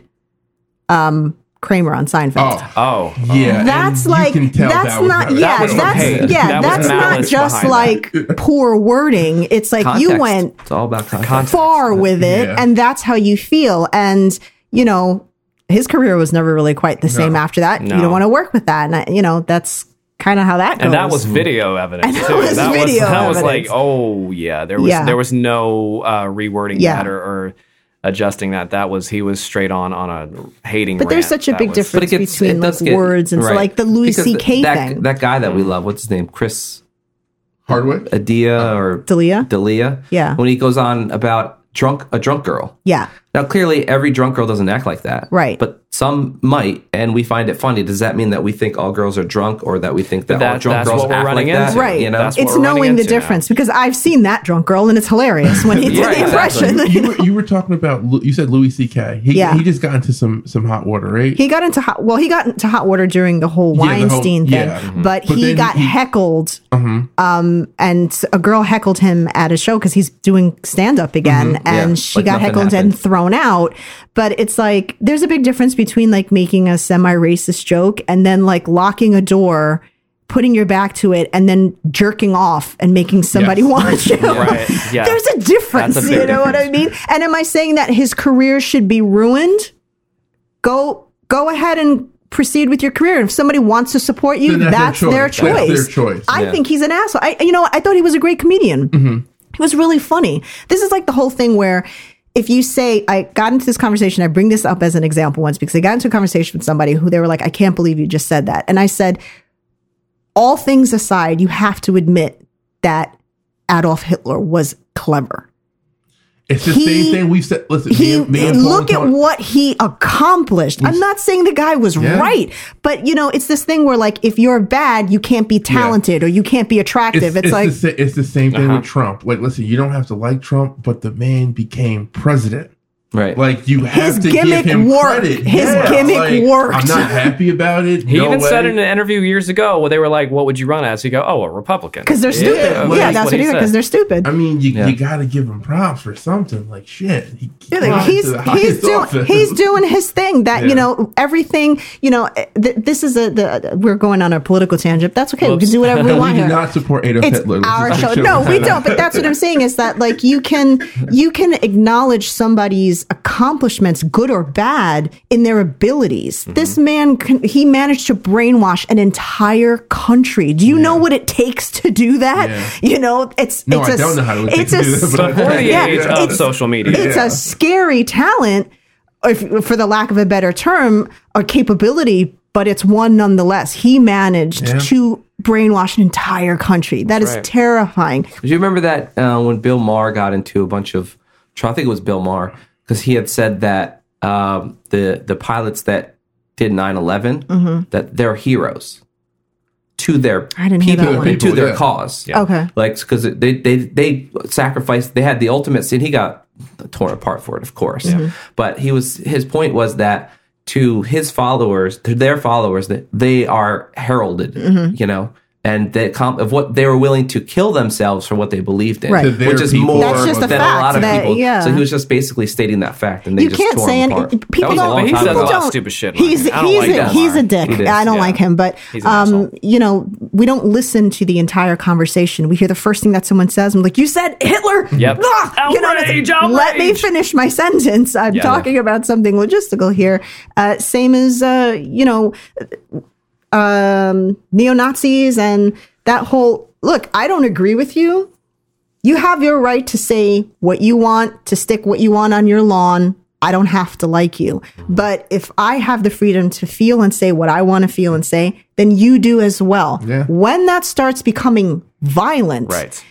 S1: Um Kramer on Seinfeld.
S3: Oh,
S2: Oh,
S3: yeah. and
S1: That's
S3: you
S1: like
S3: can tell
S1: that's
S3: that was
S1: not
S3: not-
S1: yeah
S2: was
S1: that's
S2: okay.
S1: yeah
S2: That was
S1: that's not
S2: malice
S1: just
S2: behind
S1: like poor wording. It's like
S4: Context.
S1: you went
S4: It's all about context.
S1: far with it
S3: Yeah.
S1: and that's how you feel and you know his career was never really quite the same after that you
S2: No.
S1: don't want to work with that and I, you know that's kind of how that goes
S2: and that was video evidence
S1: And that
S2: too.
S1: was
S2: that was
S1: video
S2: that was like,
S1: evidence.
S2: oh yeah, there was
S1: Yeah.
S2: there was no uh, rewording
S1: Yeah.
S2: that or, or adjusting that. That was he was straight on on a hating.
S1: but there's
S2: rant.
S1: such a
S2: That
S1: big
S2: was-
S1: difference between
S4: does
S1: like words and so
S4: right.
S1: like the Louis
S4: Because th-
S1: C.K.
S4: that,
S1: thing
S4: That guy that we love, what's his name? Chris
S1: (laughs)
S3: Hardwick.
S4: Adia or
S1: D'Elia?
S4: Dalia.
S1: Yeah.
S4: When he goes on about drunk a drunk girl.
S1: yeah
S4: Now, clearly, every drunk girl doesn't act like that.
S1: Right.
S4: But some might, and we find it funny. Does that mean that we think all girls are drunk or that we think that, all
S2: that-
S4: drunk
S2: that's
S4: girls
S2: what we're
S4: act
S2: running
S4: like that?
S2: into.
S1: right
S4: You know?
S2: That's what
S1: it's
S2: we're running
S1: knowing the
S2: into now.
S1: difference because I've seen that drunk girl and it's hilarious when
S2: (laughs)
S1: you get
S4: Right,
S1: the
S4: exactly.
S1: impression (laughs)
S3: you, were, you were talking about Lu- you said Louis C.K. He,
S1: Yeah.
S3: he just got into some some hot water, right?
S1: He got into hot. Well, he got into hot water during the whole
S3: Yeah, the whole-
S1: Weinstein thing,
S3: yeah. Mhm.
S1: but,
S3: But
S1: he
S3: then
S1: got
S3: he-
S1: heckled. Um, and s- a girl heckled him at a show because he's doing stand up again, and
S4: Yeah,
S1: she
S4: like
S1: got
S4: nothing
S1: heckled
S4: happened.
S1: and thrown out. But it's like there's a big difference between like making a semi racist joke and then like locking a door. Putting your back to it and then jerking off and making somebody (laughs)
S3: Yes.
S1: watch you.
S2: Right,
S1: (laughs)
S2: yeah.
S1: There's a difference.
S2: That's a
S1: you
S2: big
S1: know what I mean? And am I saying that his career should be ruined? go go ahead and proceed with your career. If somebody wants to support you,
S3: Then
S1: that's, their choice.
S3: That's their choice. Mm-hmm.
S1: I think he's an asshole. I you know I thought he was a great comedian. He was really funny. This is like the whole thing where if you say I got into this conversation, I bring this up as an example once because I got into a conversation with somebody who they were like, I can't believe you just said that, and I said, all things aside, you have to admit that Adolf Hitler was clever.
S3: it's the
S1: he-
S3: same thing we've said. Listen,
S1: he
S3: me and- me and Paul
S1: look at
S3: talked-
S1: what he accomplished. I'm not saying the guy was
S3: Yeah.
S1: right, but you know, it's this thing where like if you're bad, you can't be talented or you can't be attractive.
S3: It's,
S1: It's,
S3: it's (laughs)
S1: like
S3: the, sa-
S2: Uh-huh.
S3: it's the same thing with Trump. Like, listen, you don't have to like Trump, but the man became president.
S4: Right.
S3: Like you have
S1: His
S3: to
S1: gimmick
S3: give him
S1: worked.
S3: credit.
S1: His gimmick
S3: like,
S1: worked.
S3: I'm not happy about it.
S2: He
S3: no
S2: even
S3: way.
S2: said in an interview years ago where they were like, "What would you run as?" He go, "Oh, a Republican."
S1: because they're stupid. Yeah,
S2: well,
S1: that's what
S2: he
S1: he
S2: said.
S1: because they're stupid.
S3: I mean, you,
S4: Yeah.
S3: you got to give him props for something. Like shit, he
S1: Yeah, like,
S3: got
S1: he's
S3: into the
S1: he's
S3: highest
S1: doing
S3: office.
S1: he's doing his thing. That you
S3: Yeah.
S1: know everything. You know eh, th- this is a the we're going on a political tangent. That's okay. We can do whatever we
S3: (laughs) We
S1: want
S3: do
S1: here.
S3: not support Adolf
S1: it's
S3: Hitler. Let's
S1: our
S3: just
S1: show.
S3: make sure
S1: No, we
S3: have
S1: don't.
S3: that.
S1: But that's what I'm saying is that like you can you can acknowledge somebody's accomplishments, good or bad, in their abilities.
S3: Mm-hmm.
S1: This man can, he managed to brainwash an entire country. Do you know what it takes to do that?
S3: Yeah.
S1: You know, it's
S3: No,
S1: it's
S3: I
S1: a
S3: don't know how it would
S1: it's
S3: take
S1: a
S3: to do that, but I-
S2: Before
S1: (laughs)
S2: the
S1: yeah,
S2: age of
S1: it's-
S2: social media,
S1: it's a scary talent, if, for the lack of a better term, or capability, but it's one nonetheless. He managed
S3: Yeah.
S1: to brainwash an entire country. That is
S2: right.
S1: terrifying.
S4: Do you remember that uh, when Bill Maher got into a bunch of? I think it was Bill Maher because he had said that um, the the pilots that did 9-11, that they're heroes to their
S1: Mm-hmm. I didn't hear
S4: people,
S1: that one.
S4: and to
S3: People,
S4: their
S3: yeah.
S4: cause.
S1: Okay.
S4: like because they, they they sacrificed they had the ultimate sin he got torn apart for it of course but he was his point was that to his followers to their followers that they are heralded
S1: Mm-hmm.
S4: you know and the comp of what they were willing to kill themselves for what they believed in,
S1: Right. To
S3: their
S4: which is
S3: people.
S4: more
S3: That's just a
S4: than a
S1: fact
S4: lot of
S1: that-
S4: people.
S1: yeah.
S4: So he was just basically stating that fact, and they
S1: You
S4: just
S1: can't
S4: tore
S1: say
S4: him
S1: any
S4: apart.
S1: people
S4: that was a
S1: don't.
S4: long
S2: But he
S4: time
S2: says a
S1: people
S4: ago.
S2: lot of
S1: don't-
S2: stupid shit,
S1: He's
S2: Lenny.
S1: he's
S2: I don't like
S1: a,
S2: Bill
S1: he's
S2: Maher.
S1: a dick.
S4: He is,
S1: I don't
S2: yeah.
S1: like him, but
S2: He's an
S1: um,
S2: asshole.
S1: you know we don't listen to the entire conversation. We hear the first thing that someone says. I'm like, you said Hitler.
S2: Yep.
S1: Ah! You know, it's-
S2: Outrage,
S1: Let me
S2: outrage.
S1: finish my sentence. I'm
S2: Yeah.
S1: talking about something logistical here. Uh, same as uh, you know um, neo Nazis and that whole look. I don't agree with you. You have your right to say what you want, to stick what you want on your lawn. I don't have to like you. But if I have the freedom to feel and say what I want to feel and say, then you do as well.
S3: Yeah.
S1: When that starts becoming violent,
S2: right?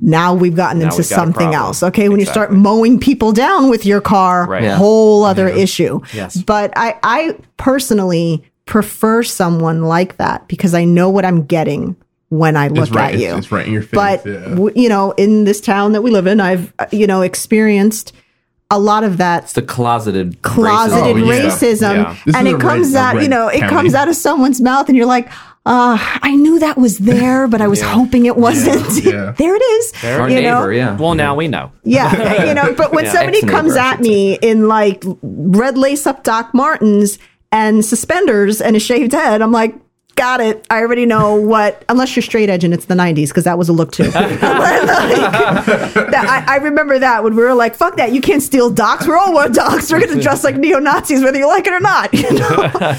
S1: now we've gotten into
S2: we've got a
S1: something
S2: problem.
S1: else. Okay, when you start mowing people down with your car,
S2: Right. Yeah.
S1: whole other issue.
S2: Yes.
S1: But I, I personally prefer someone like that because I know what I'm getting when I look
S3: It's right.
S1: at
S3: It's,
S1: you.
S3: it's right in your face.
S1: but
S3: yeah.
S1: w- you know, in this town that we live in, I've uh, you know experienced a lot of that
S4: It's the closeted,
S1: closeted
S3: Oh, yeah.
S1: racism,
S2: Yeah.
S3: This
S1: and
S3: is
S1: it
S3: a
S1: comes
S3: red- a
S1: out, you
S3: red
S1: know, it
S3: county.
S1: comes out of someone's mouth, and you're like, uh, I knew that was there, but I was hoping it wasn't.
S3: Yeah.
S1: (laughs) there it is.
S4: Our
S1: you
S4: neighbor,
S1: know?
S4: yeah.
S2: Well, now we know.
S1: Yeah, (laughs) you know, but when
S2: Yeah,
S1: somebody
S4: ex-neighbor,
S1: comes
S4: I
S1: at
S4: should
S1: me in like red lace up Doc Martens and suspenders and a shaved head, I'm like, got it. I already know what, unless you're straight edge and it's the 90s, because that was a look too. (laughs) Like, that, I, I remember that when we were like, fuck that, you can't steal docs. We're all wearing docs. We're going to dress like neo Nazis, whether you like it or not. (laughs) You
S2: (laughs)
S1: know?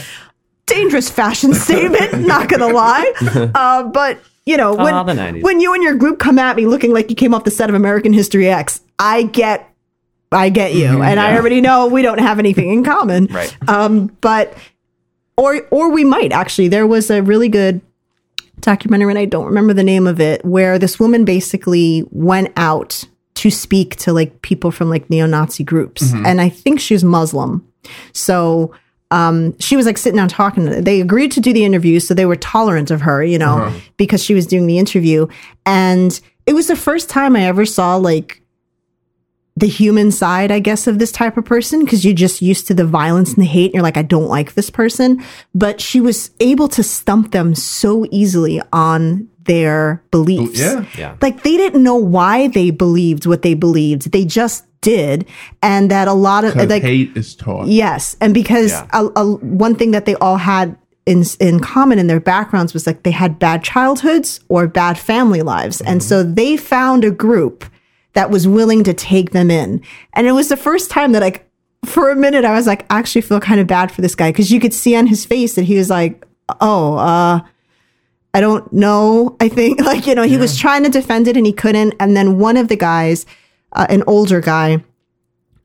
S1: Dangerous fashion statement, not going to lie. Uh, but, you know, when,
S2: Ah, the 90s.
S1: when you and your group come at me looking like you came off the set of American History X, I get I get you, and I already know we don't have anything in common.
S2: Mm-hmm. Right.
S1: Um, but or or we might actually. There was a really good documentary, and I don't remember the name of it, where this woman basically went out to speak to like people from like neo-Nazi groups, and I think she was Muslim. So um, she was like sitting down talking. They agreed to do the interview, so they were tolerant of her, you know,
S3: Uh-huh.
S1: because she was doing the interview. And it was the first time I ever saw like the human side, I guess, of this type of person because you're just used to the violence and the hate. And you're like, I don't like this person. But she was able to stump them so easily on their beliefs.
S3: yeah.
S2: Yeah.
S1: Like they didn't know why they believed what they believed. They just did. And that a lot of
S3: 'Cause
S1: like
S3: hate is taught.
S1: Yes, and because
S2: Yeah.
S1: a, a- one thing that they all had in in common in their backgrounds was like they had bad childhoods or bad family lives, and so they found a group that was willing to take them in, and it was the first time that like for a minute I was like I actually feel kind of bad for this guy because you could see on his face that he was like oh uh. I don't know. I think (laughs) like you know he was trying to defend it and he couldn't. And then one of the guys, uh, an older guy,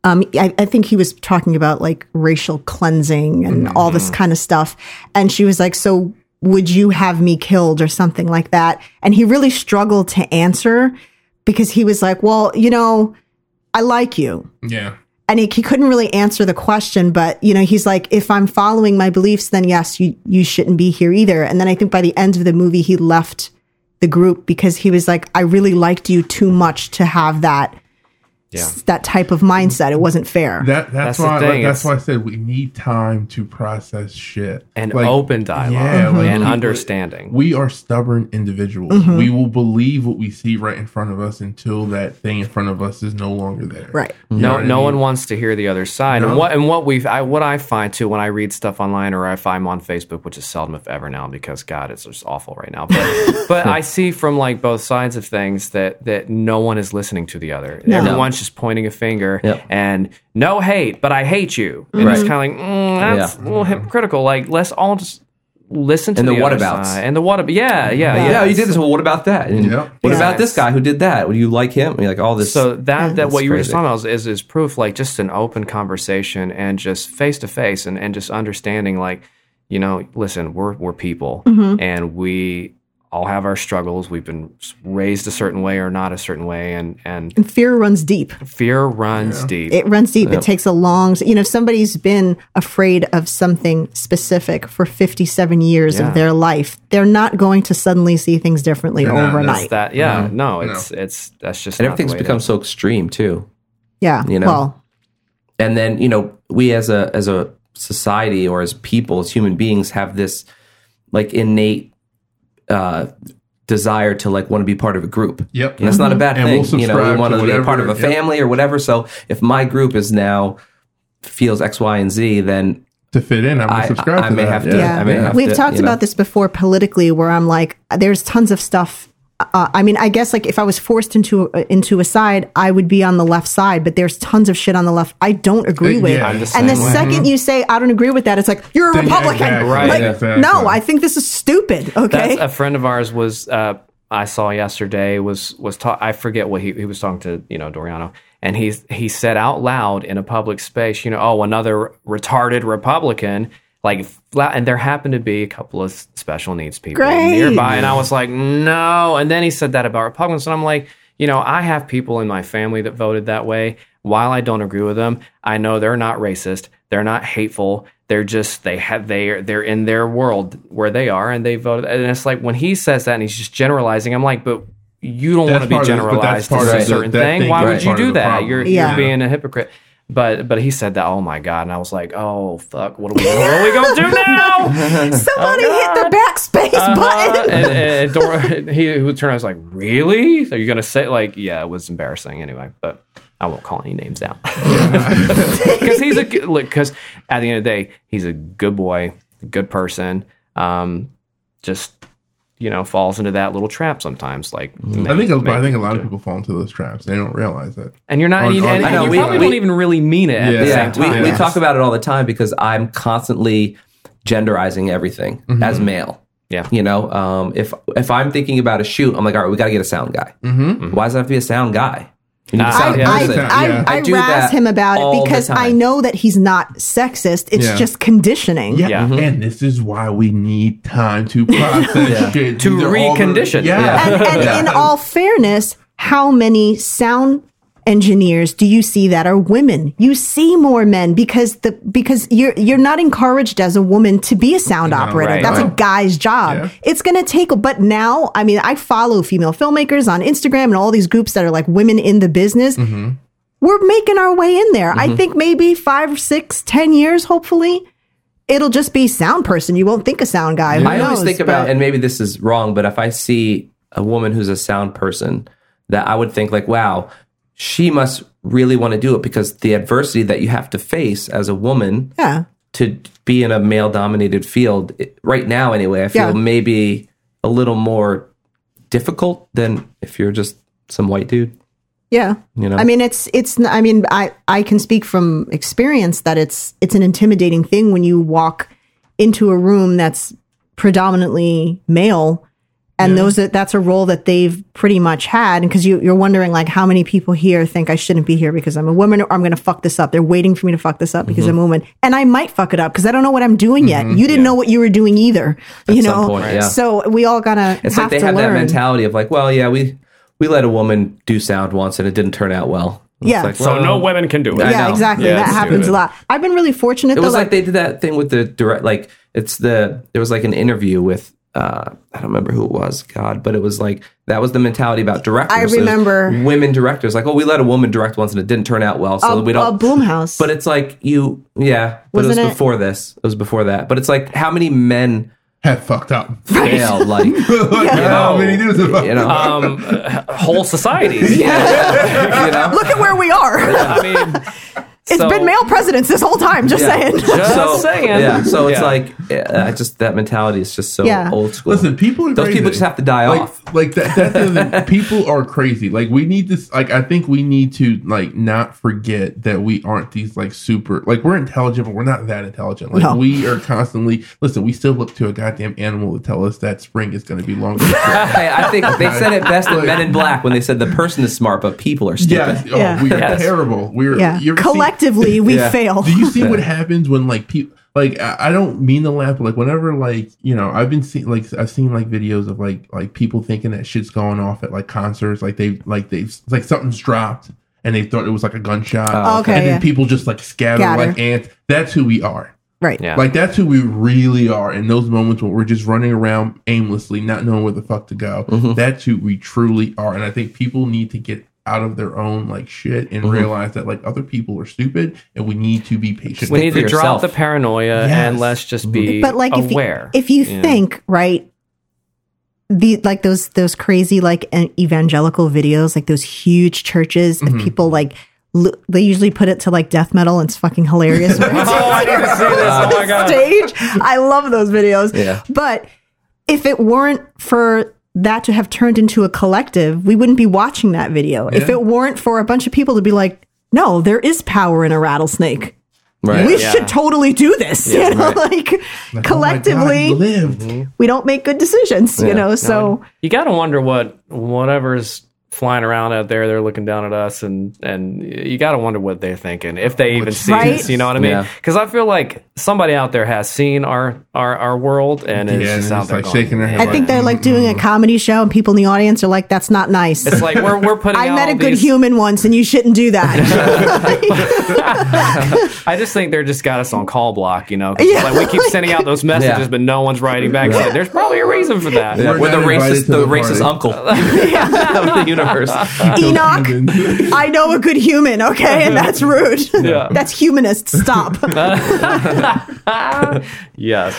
S1: um, I, I think he was talking about like racial cleansing and all this kind of stuff. And she was like, So would you have me killed or something like that? And he really struggled to answer because he was like, Well, you know, I like you.
S3: Yeah.
S1: And he, he couldn't really answer the question, but you know, he's like, if I'm following my beliefs, then yes, you, you shouldn't be here either. And then I think by the end of the movie, he left the group because he was like, I really liked you too much to have that s- that type of mindset. It wasn't fair.
S3: That
S2: That's
S3: that's,
S2: the
S3: why
S2: thing, it's-
S3: that's why I said we need time to process shit
S2: and
S3: Like,
S2: open dialogue
S3: yeah,
S1: Mm-hmm.
S3: like
S2: and
S3: people-
S2: understanding.
S3: We are stubborn individuals.
S1: Mm-hmm.
S3: We will believe what we see right in front of us until that thing in front of us is no longer there.
S1: Right.
S3: You know
S2: no,
S3: what I
S2: no
S3: mean?
S2: one wants to hear the other side.
S3: No.
S2: And what and what we I what I find too when I read stuff online or if I'm on Facebook, which is seldom if ever now because God, it's just awful right now. But but I see from like both sides of things that that no one is listening to the other. Everyone's just pointing a finger
S4: Yep.
S2: and no hate, but I hate you. And it's kind of like mm, that's
S4: Yeah.
S2: a little hypocritical. Like let's all just listen to
S4: And the
S2: the other
S4: whatabouts.
S2: side. and the what about yeah yeah yeah.
S4: yeah, you did this. Well, what about that? And
S3: Yeah.
S4: What
S1: Yeah.
S4: about this guy who did that? Would you like him? And you're like all this.
S2: So that that what you were just
S4: crazy.
S2: talking about is, is is proof, like just an open conversation and just face to face and and just understanding, like you know, listen, we're we're people and we all have our struggles. We've been raised a certain way or not a certain way, and and
S1: And fear runs deep.
S2: fear runs deep.
S1: Mm-hmm. It runs deep. It takes a long, you know, if somebody's been afraid of something specific for 57 years
S2: Yeah.
S1: of their life, they're not going to suddenly see things differently
S3: not.
S1: overnight.
S2: It's that yeah, no, it's it's that's just
S4: and
S2: not the
S4: everything's
S2: way it
S4: become
S2: is.
S4: so extreme too.
S1: yeah.
S4: you know.
S1: Well,
S4: and then you know we as a as a society or as people as human beings have this like innate uh desire to like want to be part of a group
S3: Yep.
S4: and that's not a bad
S3: And
S4: thing
S3: we'll
S4: you know
S3: subscribe
S4: we
S3: to
S4: want to, be a
S3: whatever-
S4: part of a
S3: yep.
S4: family or whatever so if my group is now feels x y and z then
S3: to fit in. I'm
S4: i
S3: gonna subscribe
S4: I
S3: to
S4: may
S3: that.
S4: have to
S3: Yeah.
S1: Yeah.
S4: i may have
S1: We've
S4: to,
S1: talked
S4: you know.
S1: about this before politically, where I'm like, there's tons of stuff. Uh, I mean, I guess like if I was forced into uh, into a side, I would be on the left side. But there's tons of shit on the left I don't agree
S3: Uh,
S1: with.
S3: yeah. I'm
S2: the
S1: and the
S2: same way.
S1: second you say I don't agree with that, it's like you're a
S3: Then-
S1: Republican.
S3: exactly,
S2: Right.
S1: Like,
S3: exactly.
S1: No, I think this is stupid. Okay.
S2: That's a friend of ours was uh, I saw yesterday was was ta- I forget what he, he was talking to you know Doriano and he's he said out loud in a public space you know oh another retarded Republican like f- la- and there happened to be a couple of s- special needs people
S1: Great.
S2: nearby and I was like no and then he said that about Republicans and I'm like you know I have people in my family that voted that way while I don't agree with them I know they're not racist they're not hateful they're just they have they they're in their world where they are and they voted and it's like when he says that and he's just generalizing i'm like but you don't want
S3: That's
S2: to be
S3: part of it, but that's
S2: generalized to
S3: part
S2: say
S3: of
S2: a
S3: the-
S2: certain
S3: that
S2: thing
S3: thing
S2: why
S3: is
S2: would you
S3: part of
S2: do
S3: the
S2: that
S3: problem.
S2: you're,
S1: Yeah.
S2: you're being a hypocrite but but he said that oh my god and i was like oh fuck what are we, what are we gonna do
S3: (laughs)
S2: now
S1: Somebody hit the backspace
S2: Uh,
S1: button.
S2: and, and Dora, (laughs) he who turned, I was like, "Really? Are you gonna say like, yeah?" It was embarrassing anyway, but I won't call any
S1: (laughs)
S2: names out because he's a good- look. Because at the end of the day, he's a good boy, a good person. Um, just you know, falls into that little trap sometimes. Like,
S3: Mm-hmm. I think a, I
S2: maybe-
S3: think a lot of people fall into those traps. They don't realize it.
S2: and you're not,
S3: Or-
S2: and,
S3: or-
S2: and
S3: I
S4: know,
S2: you
S4: we-
S2: probably
S4: we-
S2: don't even really mean it at the
S3: Yeah.
S2: same time.
S4: we, we
S3: Yeah.
S4: talk about it all the time because I'm constantly genderizing everything as male.
S2: Yeah.
S4: You know, um, if if I'm thinking about a shoot, I'm like, all right, we got to get a sound guy. Mm-hmm. Why does it have to be a sound guy? You need a
S2: Nah,
S4: sound
S1: I,
S2: Yeah,
S1: I,
S4: person.
S3: yeah.
S1: I,
S3: Yeah.
S1: I,
S4: I do
S1: razz
S4: that
S1: him about
S4: all
S1: it
S4: the
S1: because I
S4: time.
S1: know that he's not sexist. It's
S3: Yeah.
S1: just conditioning.
S3: Yeah.
S2: Yeah.
S3: And this is why we need time
S1: (laughs)
S3: to process shit.
S2: To
S3: These are all the-
S2: recondition.
S3: Yeah.
S4: (laughs)
S3: (laughs)
S4: Yeah.
S1: and, and in all fairness, how many sound engineers do you see that are women? You see more men because the because you're you're not encouraged as a woman to be a sound operator.
S2: right,
S1: That's a
S3: right.
S1: guy's job.
S3: Yeah.
S1: It's gonna take. But now, I mean, I follow female filmmakers on Instagram and all these groups that are like women in the business.
S4: Mm-hmm.
S1: We're making our way in there. I think maybe five, six, ten years, hopefully. It'll just be sound person. You won't think a sound guy. Who
S4: I always
S1: knows?
S4: think
S1: But-
S4: about, and maybe this is wrong, but if I see a woman who's a sound person, that I would think like, wow, she must really want to do it because the adversity that you have to face as a woman
S1: yeah.
S4: to be in a male dominated field it- right now anyway i feel
S1: Yeah.
S4: maybe a little more difficult than if you're just some white dude
S1: Yeah.
S4: You know?
S1: I mean, it's, it's, n- I mean, I, I can speak from experience that it's, it's an intimidating thing when you walk into a room that's predominantly male and those that that's a role that they've pretty much had. And cause you, you're wondering like how many people here think I shouldn't be here because I'm a woman or I'm going to fuck this up. They're waiting for me to fuck this up because
S4: Mm-hmm.
S1: I'm a woman and I might fuck it up because I don't know what I'm doing yet. You didn't know what you were doing either, you
S4: some
S1: know?
S4: point, yeah.
S1: So we all gotta
S4: it's
S1: have
S4: like they
S1: to
S4: have
S1: learn.
S4: that mentality of like well yeah we we let a woman do sound once and it didn't turn out well It's
S1: Yeah.
S4: like,
S2: so
S3: um,
S4: well,
S2: no women can do
S3: (laughs)
S2: it.
S4: I
S1: yeah,
S4: know.
S1: exactly.
S2: Yeah,
S1: that
S2: it's
S1: happens
S2: stupid.
S1: a lot. I've been really fortunate
S4: it
S1: though.
S4: was
S1: like-
S4: like they did that thing with the direct like it's the there was like an interview with uh, I don't remember who it was, God, but it was like that was the mentality about directors.
S1: I
S4: There's
S1: remember.
S4: women directors like, oh, we let a woman direct once and it didn't turn out well, so
S1: a,
S4: we don't.
S1: a Bloomhouse.
S4: But it's like you, yeah. But it
S1: Wasn't
S4: was
S1: it-
S4: before this. It was before that. But it's like how many men
S3: Have fucked up. (laughs)
S4: fail? Like you
S3: How many dudes have fucked
S4: know, (laughs)
S2: um, whole societies.
S4: you know.
S1: Look at where we are.
S2: I mean,
S1: (laughs) It's
S2: so-
S1: been male presidents this whole time. Just saying.
S2: Just saying.
S4: Yeah. So it's
S2: Yeah.
S4: like yeah, I just that mentality is just so
S1: Yeah.
S4: old school.
S3: Listen, people are
S4: Those
S3: crazy.
S4: people just have to die
S3: like,
S4: off.
S3: Like that, that's the other thing. people are crazy. Like we need this. Like I think we need to like not forget that we aren't these like super. Like we're intelligent, but we're not that intelligent. Like
S1: No.
S3: we are constantly. Listen, we still look to a goddamn animal to tell us that spring is going to be
S1: (laughs)
S3: longer. than-
S4: Hey, I think they said it best in Men in Black when they said the person is smart, but people are stupid.
S3: yes. Oh,
S1: Yeah.
S3: we're
S2: Yes.
S3: terrible.
S1: (laughs)
S3: We're
S1: yeah.
S3: you ever seen-
S1: Collectively, we
S4: Yeah.
S1: fail.
S3: Do you see
S1: (laughs)
S3: what happens when like people like I, I don't mean to laugh, but like whenever like you know I've been seeing like I've seen like videos of like like people thinking that shit's going off at like concerts, like they like they like something's dropped and they thought it was like a gunshot,
S1: Oh, okay,
S3: and then
S1: yeah.
S3: people just like scatter
S1: Scatter.
S3: like ants. That's who we are.
S1: right.
S2: Yeah.
S3: Like that's who we really are in those moments when we're just running around aimlessly, not knowing where the fuck to go.
S2: Mm-hmm.
S3: That's who we truly are, and I think people need to get out of their own like shit
S2: Mm-hmm.
S3: and realize that like other people are stupid, and we need to be patient.
S2: we
S3: with
S2: need
S4: for
S2: to drop
S4: yourself.
S2: the paranoia
S3: Yes.
S2: and let's just be
S1: but like if
S2: aware.
S1: you, if you
S2: Yeah.
S1: think right the like those those crazy like an- evangelical videos like those huge churches
S2: Mm-hmm.
S1: and people like l- they usually put it to like death metal and it's fucking hilarious
S2: (laughs) oh, I need to see this. Oh
S1: (laughs)
S2: my god.
S1: stage i love those videos
S4: Yeah.
S1: but if it weren't for that to have turned into a collective we wouldn't be watching that video if
S3: Yeah.
S1: it weren't for a bunch of people to be like no there is power in a rattlesnake
S4: Right.
S1: we
S2: Yeah.
S1: should totally do this. you know, like,
S3: Oh my God,
S1: collectively,
S3: you lived.
S2: Mm-hmm.
S1: we don't make good decisions. You
S4: Yeah.
S1: know, so
S2: You got to wonder what whatever's flying around out there. They're looking down at us, and and you got to wonder what they're thinking if they even see
S1: Right?
S2: this. You know what I mean?
S4: Yeah.
S2: Because I feel like somebody out there has seen our our, our world and is
S3: Yeah, and
S2: just
S3: it's
S2: out there
S3: like
S2: going,
S3: shaking their head
S1: I think they're like doing a comedy show, and people in the audience are like, "That's not nice."
S2: It's like we're we're putting.
S1: (laughs) I
S2: out
S1: met
S2: all
S1: a good
S2: these-
S1: human once, and you shouldn't do
S2: (laughs)
S1: that. (laughs)
S2: I just think they're just got us on call block. You know, 'Cause
S1: Yeah,
S2: like we keep sending
S1: (laughs)
S2: out those messages,
S4: Yeah.
S2: but no one's writing back. It's like, There's probably a reason for that.
S4: Yeah,
S3: We're
S4: we're the
S3: not invited
S4: racist,
S3: to
S4: the,
S3: the
S4: racist
S3: party.
S4: uncle (laughs) of the universe.
S1: Enoch, I know a good human, okay, and that's rude.
S2: Yeah.
S1: that's humanist.
S2: (laughs)
S1: Stop.
S2: Yes.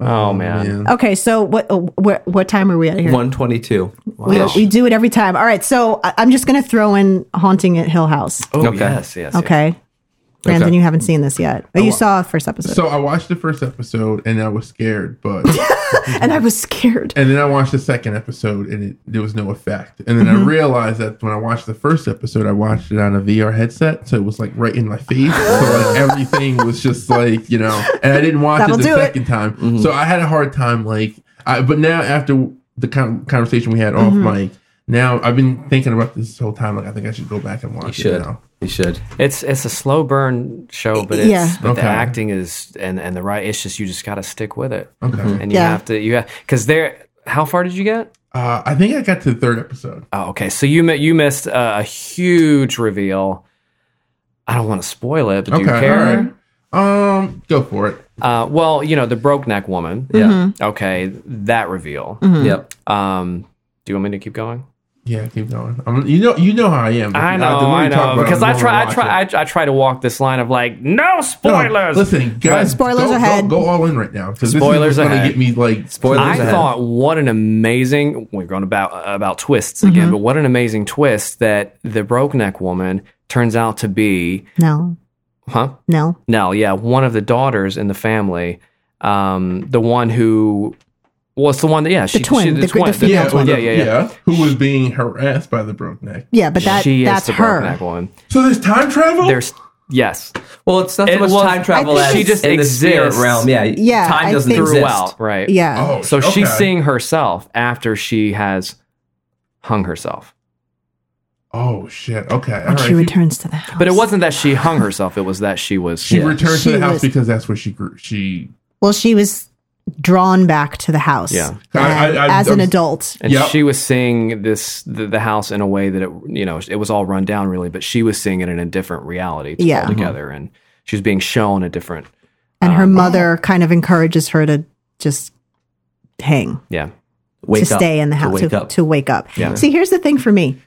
S2: Oh man.
S1: okay, so what? Uh, what, what time are we at here?
S4: One twenty-two.
S1: We, we do it every time. All right, so I, I'm just going to throw in "Haunting at Hill House."
S2: Oh
S4: Okay.
S2: yes, yes. yes.
S1: Okay. Brandon,
S4: Okay.
S1: you haven't seen this yet.
S2: Oh,
S1: But you saw the first episode.
S3: (laughs) So I watched the first episode and I was scared, but
S1: and I was scared.
S3: and then I watched the second episode and it, there was no effect. And then I realized that when I watched the first episode, I watched it on a VR headset, so it was like right in my face. so like everything was just like you know, and I didn't watch
S1: That'll
S3: it the
S1: do it.
S3: second time, so I had a hard time like. I, but now after the con- conversation we had off mic, now I've been thinking about this whole time. Like I think I should go back and watch
S4: You should.
S3: it now.
S4: You should.
S2: It's it's a slow burn show, but it's
S1: Yeah.
S2: but the
S3: Okay.
S2: acting is and and the right. It's just you just got to stick with it,
S3: Okay,
S2: and you
S1: Yeah.
S2: have to you have because there. How far did you get?
S3: uh, I think I got to the third episode.
S2: Oh, okay. So you mi- you missed uh, a huge reveal. I don't want to spoil it, but do you
S3: Okay,
S2: care?
S3: all right. Um, go for it.
S2: Uh, well, you know the broke neck woman.
S4: Yeah.
S1: Mm-hmm.
S2: Okay, that reveal.
S4: Yep.
S2: Um, do you want me to keep going?
S3: Yeah, keep going. I'm, you know, you know how I am.
S2: I
S3: If-
S2: know,
S3: the more
S2: I
S3: you talk
S2: know,
S3: about it,
S2: because
S3: the
S2: I
S3: more
S2: try, I
S3: watch
S2: try,
S3: it.
S2: I, I try to walk this line of like no
S3: No,
S2: spoilers.
S3: listen, guys.
S1: Spoilers
S3: go,
S1: ahead.
S3: Go, go all in right now. 'cause
S2: Spoilers
S3: this is what's
S2: ahead.
S3: Gonna get me like
S4: Spoilers
S2: I
S4: ahead.
S2: thought, what an amazing. We're going about uh, about twists
S1: Mm-hmm.
S2: again, but what an amazing twist that the broke neck woman turns out to be,
S1: No,
S2: huh?
S1: no.
S2: No, yeah, one of the daughters in the family, um, the one who, well, it's the one that yeah, she,
S1: twin,
S2: she,
S1: the gr- the
S2: twin.
S1: female
S3: yeah,
S2: yeah,
S3: it was
S2: yeah,
S3: a-
S2: yeah, yeah,
S3: Who was being harassed by the broke neck?
S1: Yeah, but that
S2: she
S1: that's
S2: is the broke
S1: her.
S2: neck woman.
S3: So there's time travel.
S2: There's yes,
S4: Well, it's not so
S2: It
S4: much
S2: was-
S4: time travel
S1: I
S4: as
S1: think
S4: she just in the spirit
S2: exists.
S4: realm. Yeah.
S1: Yeah,
S4: Time
S1: I
S4: doesn't
S1: think-
S4: exist.
S2: throughout, right?
S1: Yeah.
S3: oh,
S2: So she's
S3: okay.
S2: seeing herself after she has hung herself.
S3: Oh shit. Okay. All
S1: when
S3: right.
S1: she
S3: You-
S1: returns to the house.
S2: But it wasn't that she hung herself; it was that she was
S3: She returned
S1: She
S3: to the house
S1: was-
S3: because that's where she grew. She.
S1: Well, she was drawn back to the house.
S2: Yeah.
S3: I- I-
S1: And
S3: I-
S1: as an
S3: I'm-
S1: adult.
S2: and
S3: Yep.
S2: she was seeing this the, the house in a way that it you know it was all run down really but she was seeing it in a different reality
S1: Yeah. Uh-huh.
S2: yeah. altogether and she was being shown a different
S1: And her mother kind of encourages her to just hang
S2: Yeah.
S4: Wake
S1: to
S4: up,
S1: stay in the
S4: to
S1: house to
S4: wake
S1: to,
S4: up.
S1: wake up. See, here's the thing for me.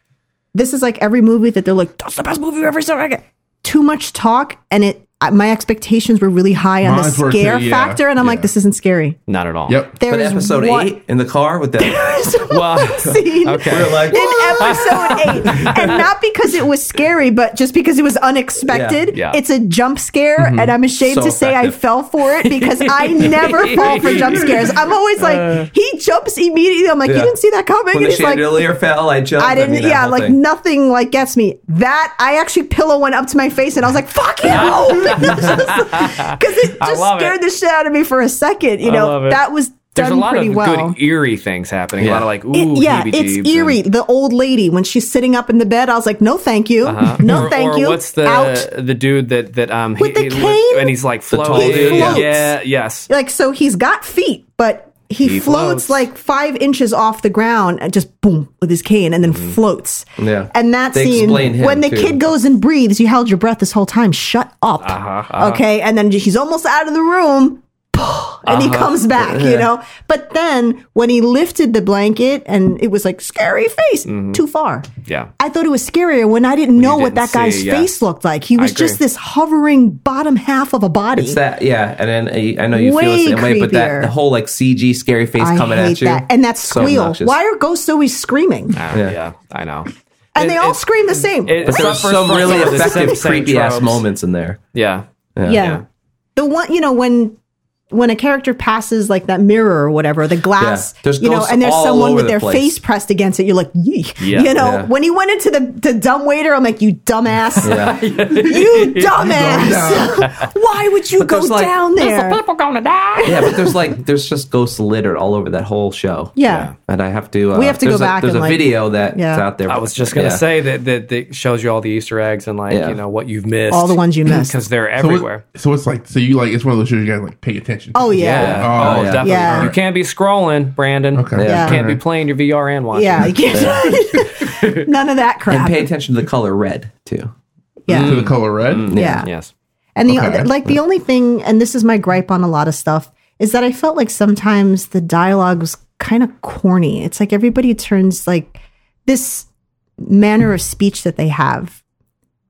S1: This is like every movie that they're like, "That's the best movie you ever saw." I get Too much talk, and it. I- My expectations were really high on
S3: Mine
S1: the
S3: were too,
S1: scare
S3: yeah,
S1: factor, and I'm like,
S3: yeah.
S1: "This isn't scary."
S2: Not at all.
S3: Yep.
S1: There
S4: But
S1: is
S4: episode
S1: one-
S4: eight in the car with that
S2: Well,
S1: (laughs) scene
S2: okay.
S4: we're like
S1: in
S2: (laughs)
S1: episode eight, and not because it was scary, but just because it was unexpected.
S2: Yeah, Mm-hmm. yeah.
S1: It's a jump scare, and I'm ashamed
S4: So
S1: to say I
S4: effective.
S1: fell for it because
S2: (laughs)
S1: I never fall for jump scares. I'm always like,
S2: Uh,
S1: he jumps immediately. I'm like, you
S4: Yeah.
S1: didn't see that coming.
S4: when
S1: and
S4: the
S1: he's like,
S4: chandelier fell, I jumped.
S1: I didn't.
S4: mean, that
S1: yeah,
S4: whole
S1: like
S4: thing.
S1: nothing like gets me. That I actually pillow went up to my face and I was like, "Fuck
S2: (laughs)
S1: you," (laughs) because it
S2: I
S1: just
S2: love
S1: scared
S2: it.
S1: the shit out of me for a second. You know,
S2: love it.
S1: that was
S2: There's a
S1: done
S2: lot
S1: pretty
S2: of
S1: well.
S2: good eerie things happening. A
S4: Yeah.
S2: lot of like, ooh,
S1: It- yeah,
S2: heebie-jeebs
S1: it's
S2: and-
S1: eerie. the old lady when she's sitting up in the bed, I was like, "No, thank you.
S2: Uh-huh.
S1: (laughs) No,
S2: Or-
S1: thank
S2: or
S1: you."
S2: What's the
S1: out?
S2: the dude that that um
S1: With the cane?
S2: and he's like
S4: tall
S2: floating.
S4: dude, He yeah.
S1: floats.
S2: yeah, yes.
S1: Like so, he's got feet, but he,
S2: He
S1: floats,
S2: floats.
S1: like five inches off the ground and just boom with his cane, and then
S2: Mm-hmm.
S1: floats.
S4: Yeah.
S1: and that
S4: They
S1: scene
S4: explain him,
S1: when the
S4: too.
S1: kid goes and breathes, you held your breath this whole time. Shut up,
S2: Uh-huh,
S1: okay? And then he's almost out of the room. (sighs) And
S2: Uh-huh.
S1: he
S2: (laughs)
S1: comes back, you know. But then when he lifted the blanket and it was like scary face, too far.
S2: Mm-hmm. Yeah.
S1: I thought it was scarier when I didn't know what that
S2: didn't
S1: guy's
S2: see, yeah.
S1: face looked like. He was just
S2: agree.
S1: this hovering bottom half of a body.
S4: It's that, yeah, and then I, I know you feel
S1: Way
S4: the same way, but
S1: creepier.
S4: that the whole like CG scary face
S1: I
S4: coming
S1: hate
S4: at you,
S1: that. And that
S4: So
S1: squeal.
S4: obnoxious.
S1: Why are ghosts always screaming?
S2: Uh, yeah.
S4: Yeah.
S2: I know.
S1: and they all
S2: it-
S1: scream the same.
S2: It
S4: But there was
S2: suffers
S4: some
S2: from
S4: really
S2: some of the
S4: effective,
S2: same
S4: creepy ass
S2: tropes.
S4: moments in there.
S2: Yeah.
S1: yeah. The one, you know, when when a character passes like that mirror or whatever, the glass,
S4: Yeah. There's
S1: you know,
S4: ghosts
S1: and there's
S4: all
S1: someone
S4: over
S1: with
S4: the
S1: their
S4: place.
S1: face pressed against it, you're like, yee.
S2: Yeah.
S1: you know,
S4: Yeah.
S1: when he went into the, the dumb waiter, I'm like, you dumbass.
S4: Yeah. (laughs)
S1: You dumbass. (laughs) Why would you go
S4: there's, like-
S1: down there?
S4: yeah, but there's like there's just ghosts littered all over that whole show.
S1: yeah.
S4: and I have to. Uh,
S1: We have to go
S4: there's
S1: back
S4: A, there's
S1: and,
S4: a
S1: like-
S4: video that's
S1: Yeah.
S4: out there.
S2: I was just gonna
S4: Yeah.
S2: say that, that that shows you all the Easter eggs and like
S4: Yeah.
S2: you know what you've missed,
S1: All the ones you missed.
S2: because they're
S3: So, what-
S2: everywhere.
S3: so it's like so you like it's one of those shows you gotta like pay attention. to.
S1: Oh, yeah.
S2: Yeah.
S3: Oh,
S4: yeah.
S2: Oh, definitely.
S1: Yeah.
S2: You can't be scrolling, Brandon.
S3: Okay.
S1: Yeah.
S2: You can't be
S3: Alright.
S2: playing your VR and watching.
S1: Yeah,
S2: it.
S1: you can't. (laughs) None of that
S4: and
S1: crap.
S4: pay attention to the color red too.
S1: yeah.
S3: to the color red.
S2: Mm.
S1: yeah,
S2: (laughs) Yes.
S1: And the
S3: Okay.
S1: like the only thing, and this is my gripe on a lot of stuff, is that I felt like sometimes the dialogue was kind of corny. It's like everybody turns like this manner of speech that they have.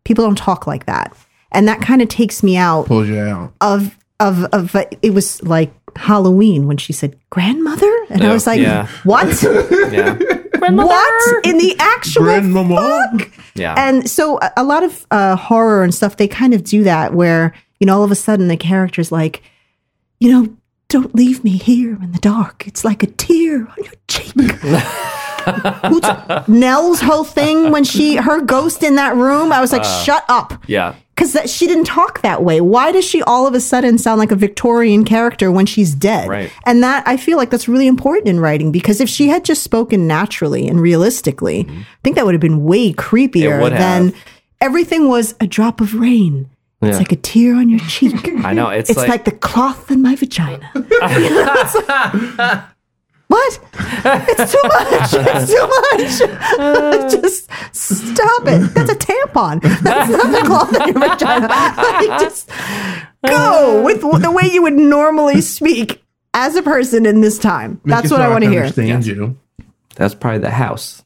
S1: People don't talk like that, and that kind of takes me out
S3: Pulls you out.
S1: of of of. It was like Halloween when she said grandmother, and I
S2: Oh,
S1: was like,
S2: yeah.
S1: what?
S2: Yeah.
S1: What in the actual
S3: Grandmama.
S1: fuck?
S2: Yeah.
S1: And so a, a lot of uh, horror and stuff, they kind of do that where, you know, all of a sudden the character's like, you know, don't leave me here in the dark. It's like a tear on your cheek.
S2: (laughs)
S1: Who's- Nell's whole thing when she, her ghost in that room, I was like, shut up.
S2: Uh, yeah.
S1: Because that she didn't talk that way. Why does she all of a sudden sound like a Victorian character when she's dead?
S2: Right.
S1: And that I feel like that's really important in writing because if she had just spoken naturally and realistically, I think that would have been way creepier
S2: Mm-hmm. It would
S1: than
S2: have.
S1: everything was a drop of rain. It's
S4: Yeah.
S1: like a tear on your cheek.
S2: (laughs) I know. It's,
S1: It's like,
S2: like,
S1: the cloth in my
S2: (laughs)
S1: vagina. (laughs) It's like, what?
S2: (laughs)
S1: (laughs) It's too much. It's too much. (laughs) just stop it. That's a tampon. That's not the cloth in your vagina. (laughs) Like, just go with w- the way you would normally speak as a person in this time.
S3: Make
S1: That's
S3: us
S1: what I
S3: not
S1: want to hear.
S3: Understand you.
S4: That's probably the house.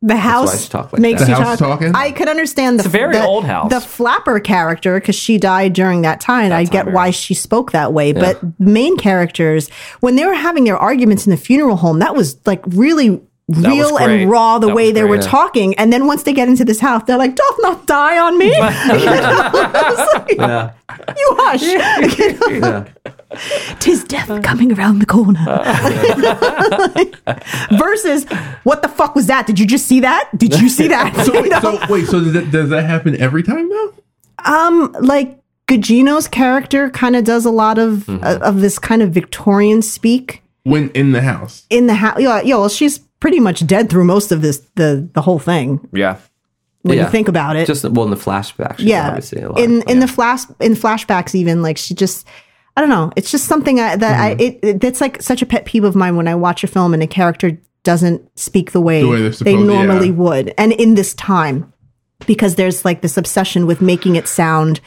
S1: The
S4: why
S1: house
S4: she talk like
S1: makes
S3: that.
S1: you
S3: The house
S1: talk.
S3: talking?
S1: I could understand the
S2: a very
S1: the-
S2: old house.
S1: The flapper character because she died during that time. I get
S2: time
S1: why she spoke that way, but main characters when they were having their arguments in the funeral home, that was like really. Real
S2: great.
S1: and raw, the
S2: That
S1: way
S2: was
S1: they
S2: great,
S1: were
S2: yeah.
S1: talking, and then once they get into this house, they're like, "Doth not die on
S2: (laughs)
S1: me." (laughs) You know? It's like,
S4: Yeah,
S1: you hush.
S2: (laughs)
S1: You know? Tis death coming around the
S3: (laughs)
S1: corner. Versus, what the fuck was that? Did you just see that? Did you see that?
S3: (laughs) So
S1: You
S3: wait,
S1: know?
S3: so wait, so does that, does that happen every time though?
S1: um, like Gugino's character kind of does a lot of
S3: Mm-hmm.
S1: uh, of this kind of Victorian speak
S3: When in the house,
S1: in the house. Yeah, yeah, well, she's pretty much dead through most of this the the whole thing
S2: yeah.
S1: when
S4: Yeah.
S1: you think about it.
S4: just well in the flashbacks.
S1: yeah
S4: obviously a lot.
S1: in in the flash in flashbacks even like she just i don't know it's just something I, that i it, it that's like such a pet peeve of mine when i watch a film and a character doesn't speak the way,
S3: The way they're
S1: they
S3: supposed-
S1: normally
S3: yeah.
S1: would and in this time because there's like this obsession with making it sound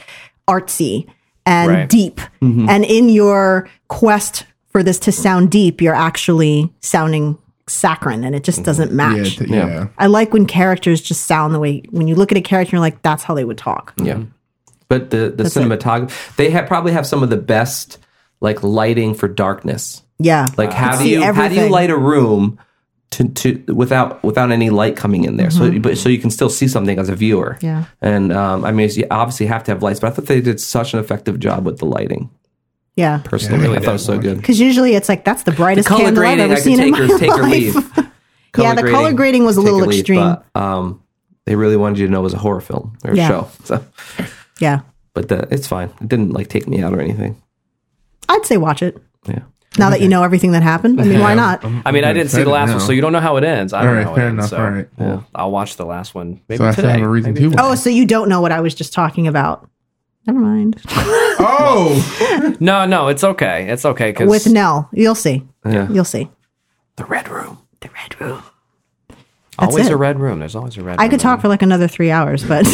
S1: artsy and
S2: Right.
S1: deep and in your quest for this to sound deep, you're actually sounding saccharine and it just doesn't
S3: Yeah,
S1: match.
S3: t- yeah.
S1: I like when characters just sound the way when you look at a character, you're like, that's how they would talk.
S4: Yeah. But the the
S1: it.
S4: cinematography, they have probably have some of the best like lighting for darkness.
S1: Yeah.
S4: Like how do
S1: see
S4: you how do you
S1: everything.
S4: light a room to, to without without any light coming in there? So but so you can still see something as a viewer.
S1: Mm-hmm. Yeah.
S4: And um, I mean, you obviously have to have lights, but I thought they did such an effective job with the lighting.
S1: yeah.
S4: Personally, I thought it was so good.
S1: Because usually it's like that's the brightest
S4: color
S1: candle I've
S4: grading,
S1: ever
S4: I could
S1: seen in
S4: take
S1: my
S4: or- take or leave.
S1: (laughs) life. Yeah, the color grading was a
S4: take
S1: little
S4: or leave,
S1: extreme.
S4: But, um, they really wanted you to know it was a horror film or
S1: Yeah.
S4: a show. (laughs) So,
S1: yeah,
S4: but the, it's fine. It didn't like take me out or anything.
S1: I'd say watch it
S4: Yeah.
S1: now that you know everything that happened. I mean, why not?
S3: I'm-
S2: I mean,
S3: I'm
S2: I didn't see the
S3: excited
S2: last
S3: now.
S2: one, so you don't know how it ends. I don't
S3: All right,
S2: know how
S3: fair
S2: it ends.
S3: enough.
S2: So
S3: All right.
S2: I'll watch the last one. Maybe
S3: So I still
S2: today.
S3: have a reason
S2: Maybe
S3: to.
S1: Oh, so you don't know what I was just talking about? Never mind.
S3: Oh,
S2: No, no, it's okay. It's okay because
S1: With Nell, you'll see.
S4: Yeah.
S1: You'll see.
S2: the red room.
S1: The red room. That's
S2: Always
S1: it.
S2: a red room. There's always a red.
S1: I
S2: room.
S1: could talk for like another three hours, but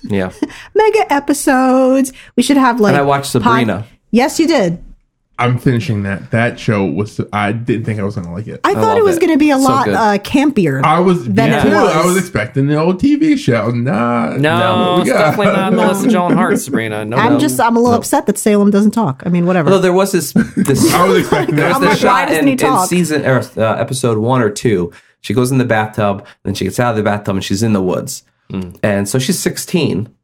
S1: (laughs)
S4: Yeah.
S1: mega episodes. We should have like.
S4: And I watched
S1: pod-
S4: Sabrina.
S1: yes, you did.
S3: I'm finishing that. That show was. I didn't think I was gonna like it.
S1: I, thought
S4: love
S1: it was
S4: it.
S1: going to be a
S4: So
S1: lot
S4: good.
S1: uh, campier.
S3: I was.
S1: Then it
S3: too,
S1: was.
S3: I was expecting the old TV show. Nah.
S2: No,
S3: we
S2: it's
S3: got-
S2: definitely
S3: (laughs)
S2: not Melissa Joan Hart, Sabrina. No,
S1: I'm
S2: no.
S1: just. I'm a little upset that Salem doesn't talk. I mean, whatever.
S4: Although there was this
S2: (laughs)
S4: this
S3: I was expecting
S4: there was
S3: that.
S1: I'm
S4: this
S1: like, why
S4: shot
S1: doesn't
S4: in,
S1: he
S4: in
S1: talk?
S4: season or, uh, episode one or two. She goes in the bathtub, then she gets out of the bathtub, and she's in the woods.
S2: Hmm.
S4: And so she's 16,